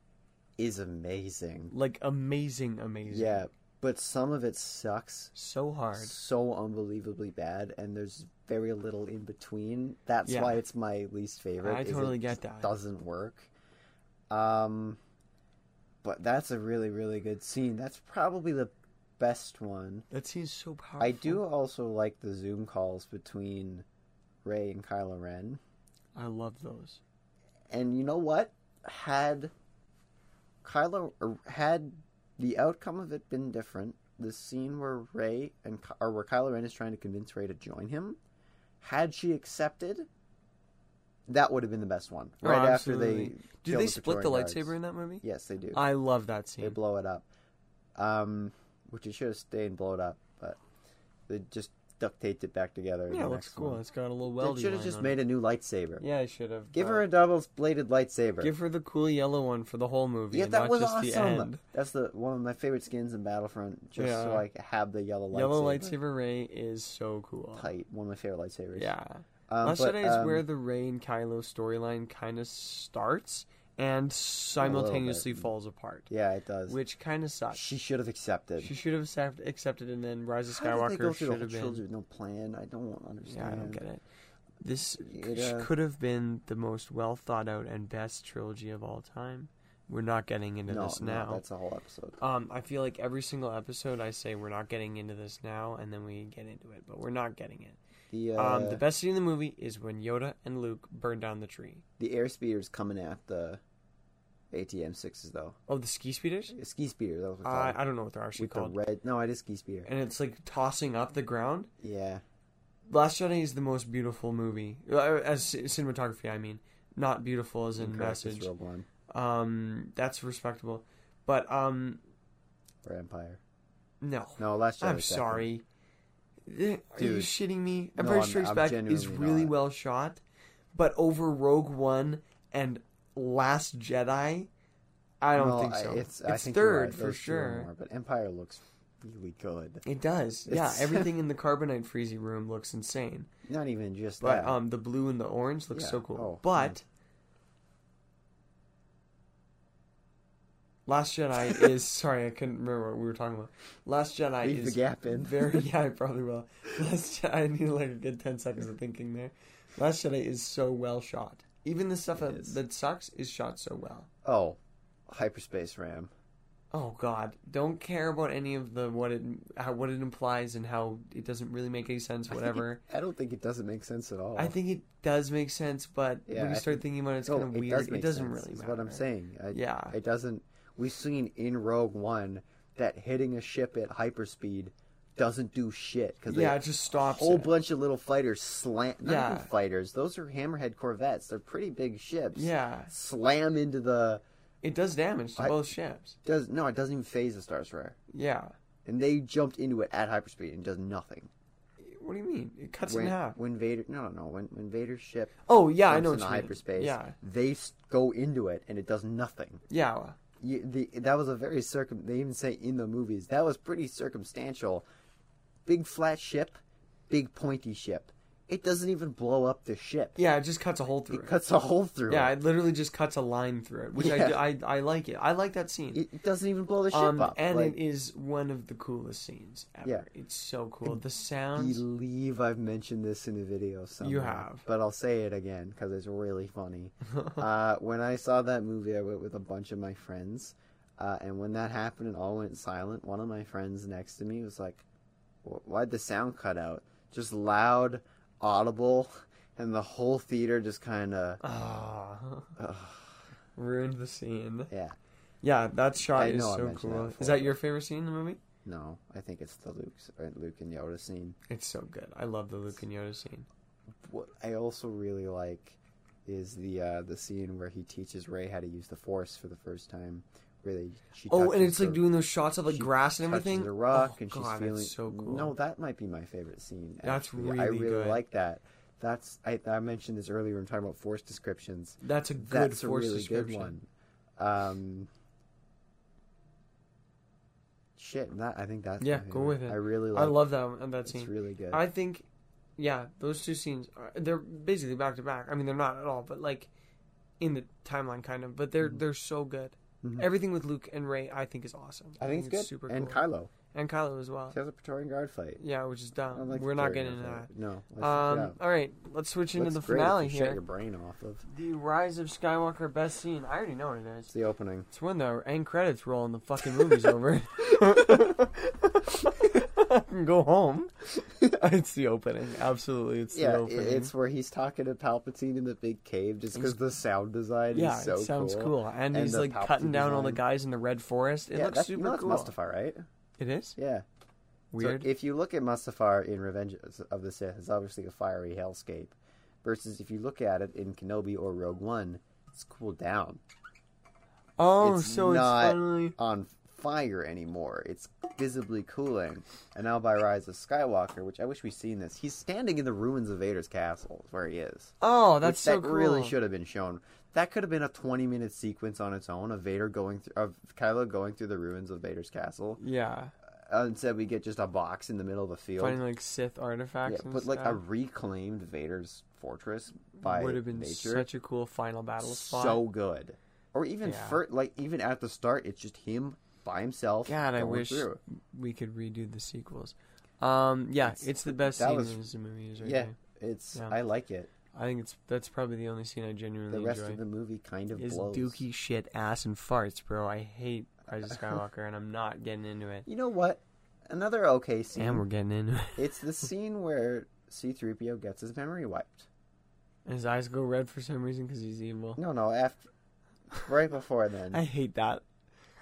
Speaker 3: is amazing.
Speaker 2: Like amazing, amazing.
Speaker 3: Yeah, but some of it sucks
Speaker 2: So hard.
Speaker 3: so unbelievably bad, and there's very little in between. That's
Speaker 2: Yeah.
Speaker 3: why it's my least favorite.
Speaker 2: I
Speaker 3: is it
Speaker 2: totally get
Speaker 3: just
Speaker 2: that.
Speaker 3: Doesn't work. Um, but that's a really really good scene. That's probably the best one.
Speaker 2: That scene's so powerful.
Speaker 3: I do also like the Zoom calls between Ray and Kylo Ren.
Speaker 2: I love those.
Speaker 3: And you know what? Had Kylo or had the outcome of it been different, the scene where Ray and Ky- or where Kylo Ren is trying to convince Ray to join him, had she accepted, that would have been the best one.
Speaker 2: Oh,
Speaker 3: Right after
Speaker 2: absolutely.
Speaker 3: they
Speaker 2: Do
Speaker 3: kill
Speaker 2: they split the
Speaker 3: Praetorian
Speaker 2: lightsaber
Speaker 3: guards.
Speaker 2: in that movie?
Speaker 3: Yes, they do.
Speaker 2: I love that
Speaker 3: They
Speaker 2: scene.
Speaker 3: blow it up. Um, which it should have stayed and blow it up, but they just duct taped it back together. in
Speaker 2: Yeah,
Speaker 3: the
Speaker 2: it looks
Speaker 3: next
Speaker 2: cool.
Speaker 3: one.
Speaker 2: It's got a little
Speaker 3: They
Speaker 2: welding.
Speaker 3: should have
Speaker 2: line
Speaker 3: just
Speaker 2: on
Speaker 3: made
Speaker 2: it.
Speaker 3: a new lightsaber.
Speaker 2: Yeah, I should have.
Speaker 3: Give
Speaker 2: but-
Speaker 3: her a double bladed lightsaber.
Speaker 2: Give her the cool yellow one for the whole movie.
Speaker 3: yeah,
Speaker 2: and
Speaker 3: that
Speaker 2: not
Speaker 3: was
Speaker 2: just The
Speaker 3: awesome.
Speaker 2: end.
Speaker 3: That's the one of my favorite skins in Battlefront. Just
Speaker 2: Yeah.
Speaker 3: to like have the yellow lightsaber.
Speaker 2: Yellow lightsaber Ray is so cool.
Speaker 3: Tight. One of my favorite lightsabers.
Speaker 2: Yeah.
Speaker 3: Um,
Speaker 2: Last
Speaker 3: but,
Speaker 2: Jedi is
Speaker 3: um,
Speaker 2: where the Ray and Kylo storyline kind of starts and simultaneously falls apart,
Speaker 3: Yeah, it does.
Speaker 2: which kind of sucks.
Speaker 3: She should have accepted.
Speaker 2: She should have accept- accepted, and then Rise of
Speaker 3: How did they go
Speaker 2: Skywalker
Speaker 3: through the
Speaker 2: should
Speaker 3: whole
Speaker 2: have
Speaker 3: trilogy
Speaker 2: been.
Speaker 3: with no plan? I don't understand.
Speaker 2: Yeah, I don't get it. This
Speaker 3: It,
Speaker 2: c-
Speaker 3: uh,
Speaker 2: could have been the most well thought out and best trilogy of all time. We're not getting into
Speaker 3: No,
Speaker 2: this
Speaker 3: no,
Speaker 2: now.
Speaker 3: that's a whole episode.
Speaker 2: Um, I feel like every single episode I say we're not getting into this now, and then we get into it, but we're not getting it.
Speaker 3: The uh,
Speaker 2: Um, the
Speaker 3: the,
Speaker 2: best scene in the movie is when Yoda and Luke burn down the tree.
Speaker 3: air speeder's coming at the ATM sixes though.
Speaker 2: Oh, the ski speeders?
Speaker 3: A ski speeder. That was what
Speaker 2: I
Speaker 3: it's
Speaker 2: I don't know what they're actually
Speaker 3: um, with the
Speaker 2: called.
Speaker 3: red. No, it is ski speeder.
Speaker 2: And it's like tossing up the ground.
Speaker 3: Yeah,
Speaker 2: Last Jedi is the most beautiful movie, Uh, as c- cinematography. I mean, not beautiful as in
Speaker 3: Correct, it's
Speaker 2: message.
Speaker 3: Rogue One
Speaker 2: Um, that's respectable, but um,
Speaker 3: or Empire.
Speaker 2: no,
Speaker 3: No, last Jedi.
Speaker 2: I'm
Speaker 3: was second.
Speaker 2: sorry. Eh, Are you
Speaker 3: Dude.
Speaker 2: shitting me?
Speaker 3: No,
Speaker 2: Empire
Speaker 3: I'm-
Speaker 2: Strikes
Speaker 3: I'm
Speaker 2: Back is
Speaker 3: genuinely
Speaker 2: really
Speaker 3: not.
Speaker 2: well shot, but over Rogue One and Last Jedi, I don't
Speaker 3: No,
Speaker 2: think
Speaker 3: I-
Speaker 2: so. It's,
Speaker 3: It's, I think you're
Speaker 2: third
Speaker 3: right.
Speaker 2: for
Speaker 3: There's two or
Speaker 2: sure.
Speaker 3: more, but Empire looks really good.
Speaker 2: It does. Yeah,
Speaker 3: It's-
Speaker 2: everything in the carbonite freezy room looks insane.
Speaker 3: Not even just
Speaker 2: But
Speaker 3: that.
Speaker 2: um the blue and the orange looks
Speaker 3: Yeah.
Speaker 2: so cool.
Speaker 3: Oh, yeah.
Speaker 2: but Last Jedi is sorry, I couldn't remember what we were talking about. Last Jedi
Speaker 3: Leave the
Speaker 2: is
Speaker 3: gap in.
Speaker 2: very yeah, I probably will. Last Jedi I need like a good ten seconds of thinking there. Last Jedi is so well shot. Even the stuff
Speaker 3: It
Speaker 2: that,
Speaker 3: is.
Speaker 2: that sucks is shot so well.
Speaker 3: oh, hyperspace ram.
Speaker 2: Oh God! Don't care about any of the what it how, what it implies and how it doesn't really make any sense. Whatever.
Speaker 3: I don't think it doesn't make sense at all.
Speaker 2: I think it does make sense, but
Speaker 3: Yeah,
Speaker 2: when
Speaker 3: I
Speaker 2: you start thinking about it, it's
Speaker 3: No,
Speaker 2: kind of
Speaker 3: Oh, It
Speaker 2: weird.
Speaker 3: does
Speaker 2: it
Speaker 3: make
Speaker 2: doesn't
Speaker 3: sense,
Speaker 2: really
Speaker 3: is
Speaker 2: matter.
Speaker 3: what I'm saying. I,
Speaker 2: Yeah.
Speaker 3: it doesn't. We've seen in Rogue One that hitting a ship at hyperspeed doesn't do shit because
Speaker 2: Yeah,
Speaker 3: yeah,
Speaker 2: it just stops.
Speaker 3: whole
Speaker 2: it.
Speaker 3: bunch of little fighters slant. Not
Speaker 2: Yeah.
Speaker 3: even fighters; those are hammerhead corvettes. They're pretty big ships.
Speaker 2: yeah,
Speaker 3: slam into the
Speaker 2: it does damage to
Speaker 3: I-
Speaker 2: both ships.
Speaker 3: does no, it doesn't even phase the Starstar,
Speaker 2: Yeah.
Speaker 3: and they jumped into it at hyperspeed and does nothing.
Speaker 2: What do you mean? It cuts
Speaker 3: When,
Speaker 2: in half.
Speaker 3: when Vader, no, no, when when Vader's ship
Speaker 2: Oh yeah, I
Speaker 3: jumps
Speaker 2: know.
Speaker 3: into
Speaker 2: what you mean.
Speaker 3: hyperspace,
Speaker 2: Yeah,
Speaker 3: they s- go into it and it does nothing.
Speaker 2: yeah.
Speaker 3: you, the, that was a very circum. They even say in the movies that was pretty circumstantial. Big flat ship, big pointy ship. It doesn't even blow up the ship.
Speaker 2: Yeah, it just cuts a hole through
Speaker 3: It
Speaker 2: it.
Speaker 3: cuts a hole through
Speaker 2: yeah,
Speaker 3: it.
Speaker 2: it literally just cuts a line through it, which I
Speaker 3: Yeah.
Speaker 2: do- I, I like it. I like that scene.
Speaker 3: It, it doesn't even blow the ship
Speaker 2: um,
Speaker 3: up.
Speaker 2: and
Speaker 3: like,
Speaker 2: it is one of the coolest scenes ever.
Speaker 3: Yeah.
Speaker 2: It's so cool. The sounds.
Speaker 3: believe I've mentioned this in a video somewhere.
Speaker 2: have.
Speaker 3: but I'll say it again because it's really funny. uh, when I saw that movie, I went with a bunch of my friends, uh, and when that happened and all went silent, one of my friends next to me was like, "Wh- "Why'd the sound cut out?" Just loud, audible, and the whole theater just kind of
Speaker 2: Ah. Ruined the scene.
Speaker 3: yeah.
Speaker 2: Yeah, that shot
Speaker 3: I
Speaker 2: is
Speaker 3: know I
Speaker 2: so
Speaker 3: mentioned that
Speaker 2: cool.
Speaker 3: before.
Speaker 2: Is that your favorite scene in the movie?
Speaker 3: No, I think it's the Luke's or Luke and Yoda scene.
Speaker 2: It's so good. I love the Luke and Yoda scene.
Speaker 3: What I also really like is the uh, the scene where he teaches Ray how to use the Force for the first time. Where they she
Speaker 2: Oh, and
Speaker 3: touches
Speaker 2: it's like
Speaker 3: the-
Speaker 2: doing those shots of like
Speaker 3: she
Speaker 2: grass and everything.
Speaker 3: touches the rock
Speaker 2: oh,
Speaker 3: and she's
Speaker 2: God,
Speaker 3: feeling
Speaker 2: that's so cool.
Speaker 3: No, that might be my favorite scene.
Speaker 2: That's
Speaker 3: actually. I
Speaker 2: really
Speaker 3: really
Speaker 2: good.
Speaker 3: like that. That's I, I mentioned this earlier. when talking about force descriptions.
Speaker 2: that's a good
Speaker 3: That's a
Speaker 2: force
Speaker 3: really good
Speaker 2: description.
Speaker 3: one. Um, shit, that I think that's my
Speaker 2: Yeah, go
Speaker 3: favorite.
Speaker 2: with it.
Speaker 3: I really like.
Speaker 2: I love that one, that
Speaker 3: It's
Speaker 2: scene.
Speaker 3: really good.
Speaker 2: I think, yeah, those two scenes are they're basically back to back. I mean, they're not at all, but like in the timeline, kind of. But
Speaker 3: Mm-hmm.
Speaker 2: they're they're so good.
Speaker 3: Mhm.
Speaker 2: Everything with Luke and Ray, I think, is awesome.
Speaker 3: I think it's good.
Speaker 2: super
Speaker 3: and
Speaker 2: cool.
Speaker 3: Kylo,
Speaker 2: and Kylo as well.
Speaker 3: he has a Praetorian Guard fight.
Speaker 2: Yeah, which is
Speaker 3: I
Speaker 2: dumb.
Speaker 3: don't like
Speaker 2: We're not
Speaker 3: Praetorian
Speaker 2: getting into
Speaker 3: Guard
Speaker 2: that.
Speaker 3: fight. No. let's look it
Speaker 2: Um,
Speaker 3: up.
Speaker 2: all right, let's switch into
Speaker 3: Looks
Speaker 2: the
Speaker 3: great if
Speaker 2: finale
Speaker 3: you
Speaker 2: here.
Speaker 3: Shut your brain off of.
Speaker 2: The Rise of Skywalker best scene. I already know what it
Speaker 3: It's
Speaker 2: is.
Speaker 3: the opening.
Speaker 2: It's when the end credits roll and the fucking movie's over. I can go home. It's the opening. Absolutely, it's the
Speaker 3: Yeah, i-
Speaker 2: opening.
Speaker 3: it's where he's talking to Palpatine in the big cave just because the sound design
Speaker 2: yeah,
Speaker 3: is so
Speaker 2: it sounds cool. And,
Speaker 3: And
Speaker 2: he's
Speaker 3: the
Speaker 2: like
Speaker 3: Palpatine
Speaker 2: cutting down all the
Speaker 3: design.
Speaker 2: guys in the red forest. It
Speaker 3: yeah,
Speaker 2: looks
Speaker 3: that's,
Speaker 2: super
Speaker 3: no, that's
Speaker 2: cool.
Speaker 3: Mustafar, right?
Speaker 2: It is
Speaker 3: Yeah.
Speaker 2: weird.
Speaker 3: So if you look at Mustafar in Revenge of the Sith, it's obviously a fiery hellscape, versus if you look at it in Kenobi or Rogue One, it's cooled down
Speaker 2: oh,
Speaker 3: it's
Speaker 2: so
Speaker 3: not-
Speaker 2: it's finally
Speaker 3: on fire anymore. It's visibly cooling. And now by Rise of Skywalker, which I wish we'd seen this, he's standing in the ruins of Vader's castle, is where he is.
Speaker 2: Oh, that's
Speaker 3: Which
Speaker 2: so
Speaker 3: that
Speaker 2: cool.
Speaker 3: really should have been shown. That could have been a 20 minute sequence on its own of Vader going through, of Kylo going through the ruins of Vader's castle.
Speaker 2: Yeah,
Speaker 3: Uh, instead, we get just a box in the middle of a field.
Speaker 2: finding like Sith artifacts.
Speaker 3: yeah,
Speaker 2: and
Speaker 3: put like a
Speaker 2: stuff.
Speaker 3: reclaimed Vader's fortress by
Speaker 2: would have been
Speaker 3: nature.
Speaker 2: such a cool final battle spot.
Speaker 3: so good. Or even
Speaker 2: Yeah.
Speaker 3: fir- like even at the start, it's just him by himself.
Speaker 2: God, I
Speaker 3: going
Speaker 2: wish
Speaker 3: through.
Speaker 2: we could redo the sequels. Um, yeah, it's,
Speaker 3: It's-
Speaker 2: the best
Speaker 3: that
Speaker 2: scene
Speaker 3: was-
Speaker 2: in the movie. Is right
Speaker 3: Yeah,
Speaker 2: there.
Speaker 3: it's
Speaker 2: Yeah.
Speaker 3: I like it.
Speaker 2: I think it's that's probably the only scene I genuinely
Speaker 3: The rest
Speaker 2: enjoy.
Speaker 3: of the movie kind of
Speaker 2: is
Speaker 3: blows.
Speaker 2: dookie shit, ass, and farts, bro. I hate Rise of Skywalker, and I'm not getting into it.
Speaker 3: You know what? Another okay scene.
Speaker 2: And we're getting into it.
Speaker 3: It's the scene where C-3PO gets his memory wiped.
Speaker 2: His eyes go red for some reason because he's evil.
Speaker 3: No, no, after right before
Speaker 2: I
Speaker 3: then.
Speaker 2: hate that.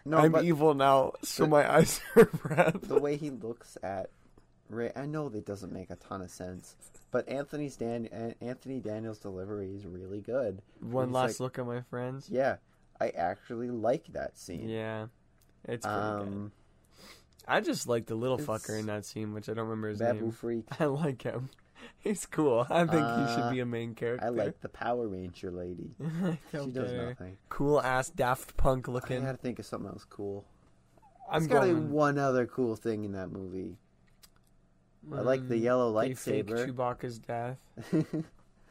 Speaker 3: No,
Speaker 2: I'm
Speaker 3: but
Speaker 2: evil now, so
Speaker 3: the-
Speaker 2: my eyes are red.
Speaker 3: the way he looks at Ray, I know that doesn't make a ton of sense, but Anthony's Dan- An- Anthony Daniels' delivery is really good.
Speaker 2: One
Speaker 3: he's
Speaker 2: last
Speaker 3: like-
Speaker 2: look at my friends.
Speaker 3: Yeah, I actually like that scene.
Speaker 2: Yeah, it's pretty good.
Speaker 3: um,
Speaker 2: I just like the little
Speaker 3: it's-
Speaker 2: fucker in that scene, which I don't remember his
Speaker 3: Babu
Speaker 2: name.
Speaker 3: Freak.
Speaker 2: I like him. He's cool. I think he should
Speaker 3: Uh,
Speaker 2: be a main character.
Speaker 3: I like the Power Ranger lady.
Speaker 2: I don't
Speaker 3: She does
Speaker 2: care.
Speaker 3: nothing.
Speaker 2: Cool ass Daft Punk
Speaker 3: I
Speaker 2: looking.
Speaker 3: gotta think of something else cool.
Speaker 2: I'm
Speaker 3: There's gotta be
Speaker 2: going.
Speaker 3: one other cool thing in that movie. I like the
Speaker 2: um,
Speaker 3: yellow
Speaker 2: They fake
Speaker 3: lightsaber.
Speaker 2: Chewbacca's death.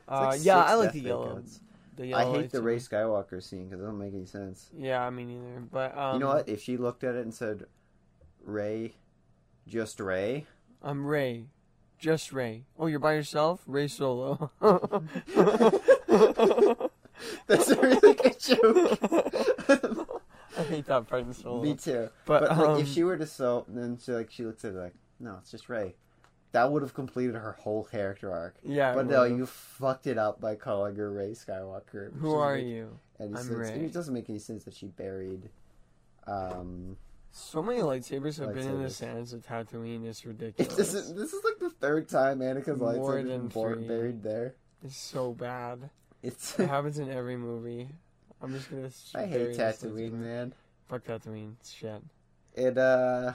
Speaker 3: It's
Speaker 2: Uh,
Speaker 3: like
Speaker 2: yeah,
Speaker 3: six
Speaker 2: I like
Speaker 3: Death
Speaker 2: the
Speaker 3: Ray
Speaker 2: yellow,
Speaker 3: codes.
Speaker 2: the
Speaker 3: I
Speaker 2: yellow.
Speaker 3: hate the
Speaker 2: lightsaber.
Speaker 3: Ray Skywalker scene because it doesn't make any sense.
Speaker 2: Yeah, I mean either. But um,
Speaker 3: you know what? If she looked at it and said, "Ray, just Ray,"
Speaker 2: I'm Ray, just Ray. Oh, you're by yourself, Ray Solo.
Speaker 3: that's a really good joke.
Speaker 2: I hate that part in Solo.
Speaker 3: Me too.
Speaker 2: But,
Speaker 3: But like,
Speaker 2: um,
Speaker 3: if she were to so, then she like she looks at it like, "No, it's just Ray." That would have completed her whole character arc.
Speaker 2: yeah,
Speaker 3: But no,
Speaker 2: would've.
Speaker 3: you fucked it up by calling her Ray Skywalker. which
Speaker 2: Who
Speaker 3: doesn't
Speaker 2: are
Speaker 3: make
Speaker 2: you?
Speaker 3: Any
Speaker 2: I'm
Speaker 3: sense. And
Speaker 2: Rey.
Speaker 3: it doesn't make any sense that she buried. Um,
Speaker 2: So many lightsabers have been in the
Speaker 3: Lightsabers.
Speaker 2: sands of Tatooine. It's ridiculous.
Speaker 3: this is this is like the third time Anakin's
Speaker 2: More
Speaker 3: lightsaber
Speaker 2: than
Speaker 3: been born,
Speaker 2: three.
Speaker 3: buried there.
Speaker 2: It's so bad.
Speaker 3: It's
Speaker 2: It happens in every movie. I'm just gonna.
Speaker 3: I
Speaker 2: bury
Speaker 3: hate
Speaker 2: this
Speaker 3: Tatooine,
Speaker 2: lightsaber.
Speaker 3: man.
Speaker 2: Fuck Tatooine. It's Shit.
Speaker 3: It uh,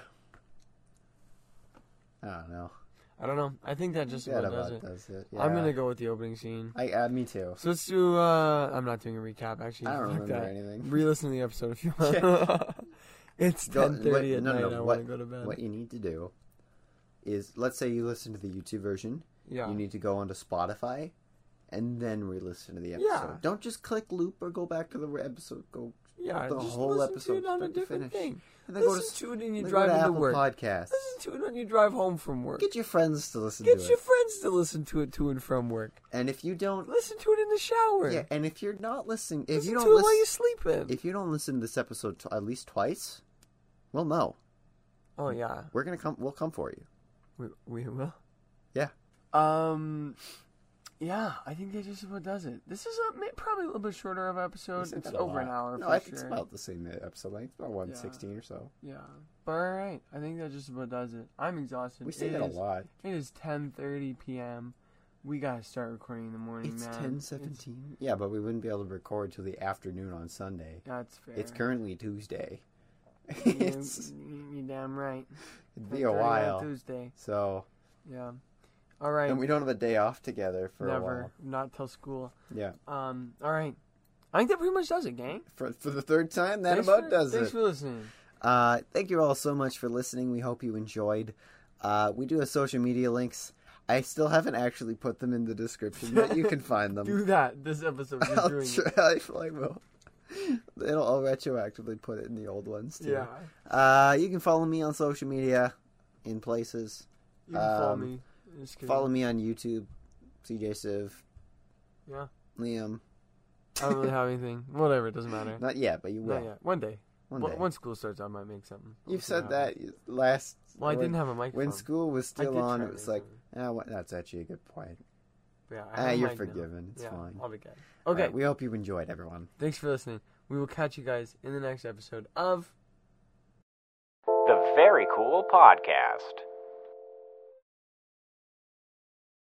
Speaker 3: I don't know.
Speaker 2: I don't know. I think that just
Speaker 3: That
Speaker 2: about does
Speaker 3: about
Speaker 2: it.
Speaker 3: does it.
Speaker 2: I'm
Speaker 3: yeah.
Speaker 2: gonna go with the opening scene.
Speaker 3: I uh, me too.
Speaker 2: So let's do. uh I'm not doing a recap. Actually,
Speaker 3: I don't
Speaker 2: fuck
Speaker 3: remember
Speaker 2: that.
Speaker 3: anything.
Speaker 2: Re-listen to the episode if you want. it's
Speaker 3: Go-
Speaker 2: ten thirty
Speaker 3: wait,
Speaker 2: at
Speaker 3: no,
Speaker 2: night.
Speaker 3: no,
Speaker 2: I
Speaker 3: what-
Speaker 2: want to go to bed.
Speaker 3: What you need to do is, let's say you listen to the YouTube version.
Speaker 2: yeah.
Speaker 3: You need to go onto Spotify and then re-listen to the episode.
Speaker 2: Yeah.
Speaker 3: Don't just click loop or go back to the re- episode. Go
Speaker 2: yeah.
Speaker 3: the
Speaker 2: just
Speaker 3: whole
Speaker 2: listen
Speaker 3: episode,
Speaker 2: to it on a
Speaker 3: start to
Speaker 2: different
Speaker 3: finish.
Speaker 2: thing.
Speaker 3: and then go to,
Speaker 2: Listen to it when you
Speaker 3: then
Speaker 2: drive
Speaker 3: go to
Speaker 2: into
Speaker 3: Apple
Speaker 2: work.
Speaker 3: Podcasts.
Speaker 2: Listen to it when you drive home from work.
Speaker 3: Get your friends to listen
Speaker 2: Get
Speaker 3: to
Speaker 2: your
Speaker 3: it.
Speaker 2: friends to listen to it to and from work.
Speaker 3: And if you don't,
Speaker 2: Listen to it in the shower.
Speaker 3: yeah, and if you're not listening, if
Speaker 2: listen
Speaker 3: you don't
Speaker 2: to it while
Speaker 3: listen,
Speaker 2: you're sleeping.
Speaker 3: if you don't listen to this episode t- at least twice, well, no,
Speaker 2: oh yeah,
Speaker 3: we're gonna come. We'll come for you.
Speaker 2: we, we will.
Speaker 3: Yeah.
Speaker 2: Um. Yeah, I think that just about does it. This is a, may- probably a little bit shorter of an episode.
Speaker 3: Isn't
Speaker 2: it's
Speaker 3: that a
Speaker 2: over an
Speaker 3: lot?
Speaker 2: hour.
Speaker 3: No,
Speaker 2: for
Speaker 3: I
Speaker 2: sure.
Speaker 3: think it's about the same e- episode length, about one sixteen or so.
Speaker 2: Yeah. But all right, I think that just about does it. I'm exhausted.
Speaker 3: We say
Speaker 2: It
Speaker 3: that a
Speaker 2: is-
Speaker 3: lot.
Speaker 2: It is 10:30 p.m. We gotta start recording in the morning,
Speaker 3: It's
Speaker 2: man.
Speaker 3: ten seventeen. Yeah, but we wouldn't be able to record till the afternoon on Sunday.
Speaker 2: That's fair.
Speaker 3: It's currently Tuesday. it's
Speaker 2: You, you damn right.
Speaker 3: it'd be a
Speaker 2: 10:30 on
Speaker 3: while.
Speaker 2: Tuesday.
Speaker 3: So
Speaker 2: Yeah. All right.
Speaker 3: and we don't have a day off together for a
Speaker 2: Never.
Speaker 3: while.
Speaker 2: Not till school.
Speaker 3: Yeah.
Speaker 2: Um. All right. I think that pretty much does it, gang.
Speaker 3: For for the third time, that
Speaker 2: Thanks
Speaker 3: about
Speaker 2: for-
Speaker 3: does
Speaker 2: Thanks
Speaker 3: it.
Speaker 2: for listening.
Speaker 3: Uh, thank you all so much for listening. We hope you enjoyed. Uh, we do have social media links. I still haven't actually put them in the description, but you can find them.
Speaker 2: Do that this episode. You're
Speaker 3: I'll
Speaker 2: doing it.
Speaker 3: try. I probably will. It'll I'll retroactively put it in the old ones too.
Speaker 2: Yeah.
Speaker 3: Uh, you can follow me on social media, in places.
Speaker 2: You can follow
Speaker 3: Um,
Speaker 2: me. Just kidding.
Speaker 3: Follow me on YouTube, CJ Civ.
Speaker 2: Yeah.
Speaker 3: Liam.
Speaker 2: I don't really have anything. Whatever. It doesn't matter.
Speaker 3: Not yet, but you will.
Speaker 2: Not yet. One day.
Speaker 3: One
Speaker 2: Well,
Speaker 3: day.
Speaker 2: When school starts, I might make something. We'll
Speaker 3: You've
Speaker 2: see what
Speaker 3: said
Speaker 2: happens.
Speaker 3: that last.
Speaker 2: Well, I
Speaker 3: when,
Speaker 2: didn't have a microphone.
Speaker 3: When school was
Speaker 2: I
Speaker 3: still
Speaker 2: did
Speaker 3: on,
Speaker 2: try
Speaker 3: it was like,
Speaker 2: microphone.
Speaker 3: ah, what that's actually a good point.
Speaker 2: yeah, I
Speaker 3: Ah,
Speaker 2: have a
Speaker 3: you're
Speaker 2: mic now.
Speaker 3: forgiven. It's
Speaker 2: yeah,
Speaker 3: fine.
Speaker 2: I'll be good. Okay,
Speaker 3: Alright, we hope you've enjoyed, everyone.
Speaker 2: thanks for listening. We will catch you guys in the next episode of.
Speaker 1: The Very Cool Podcast.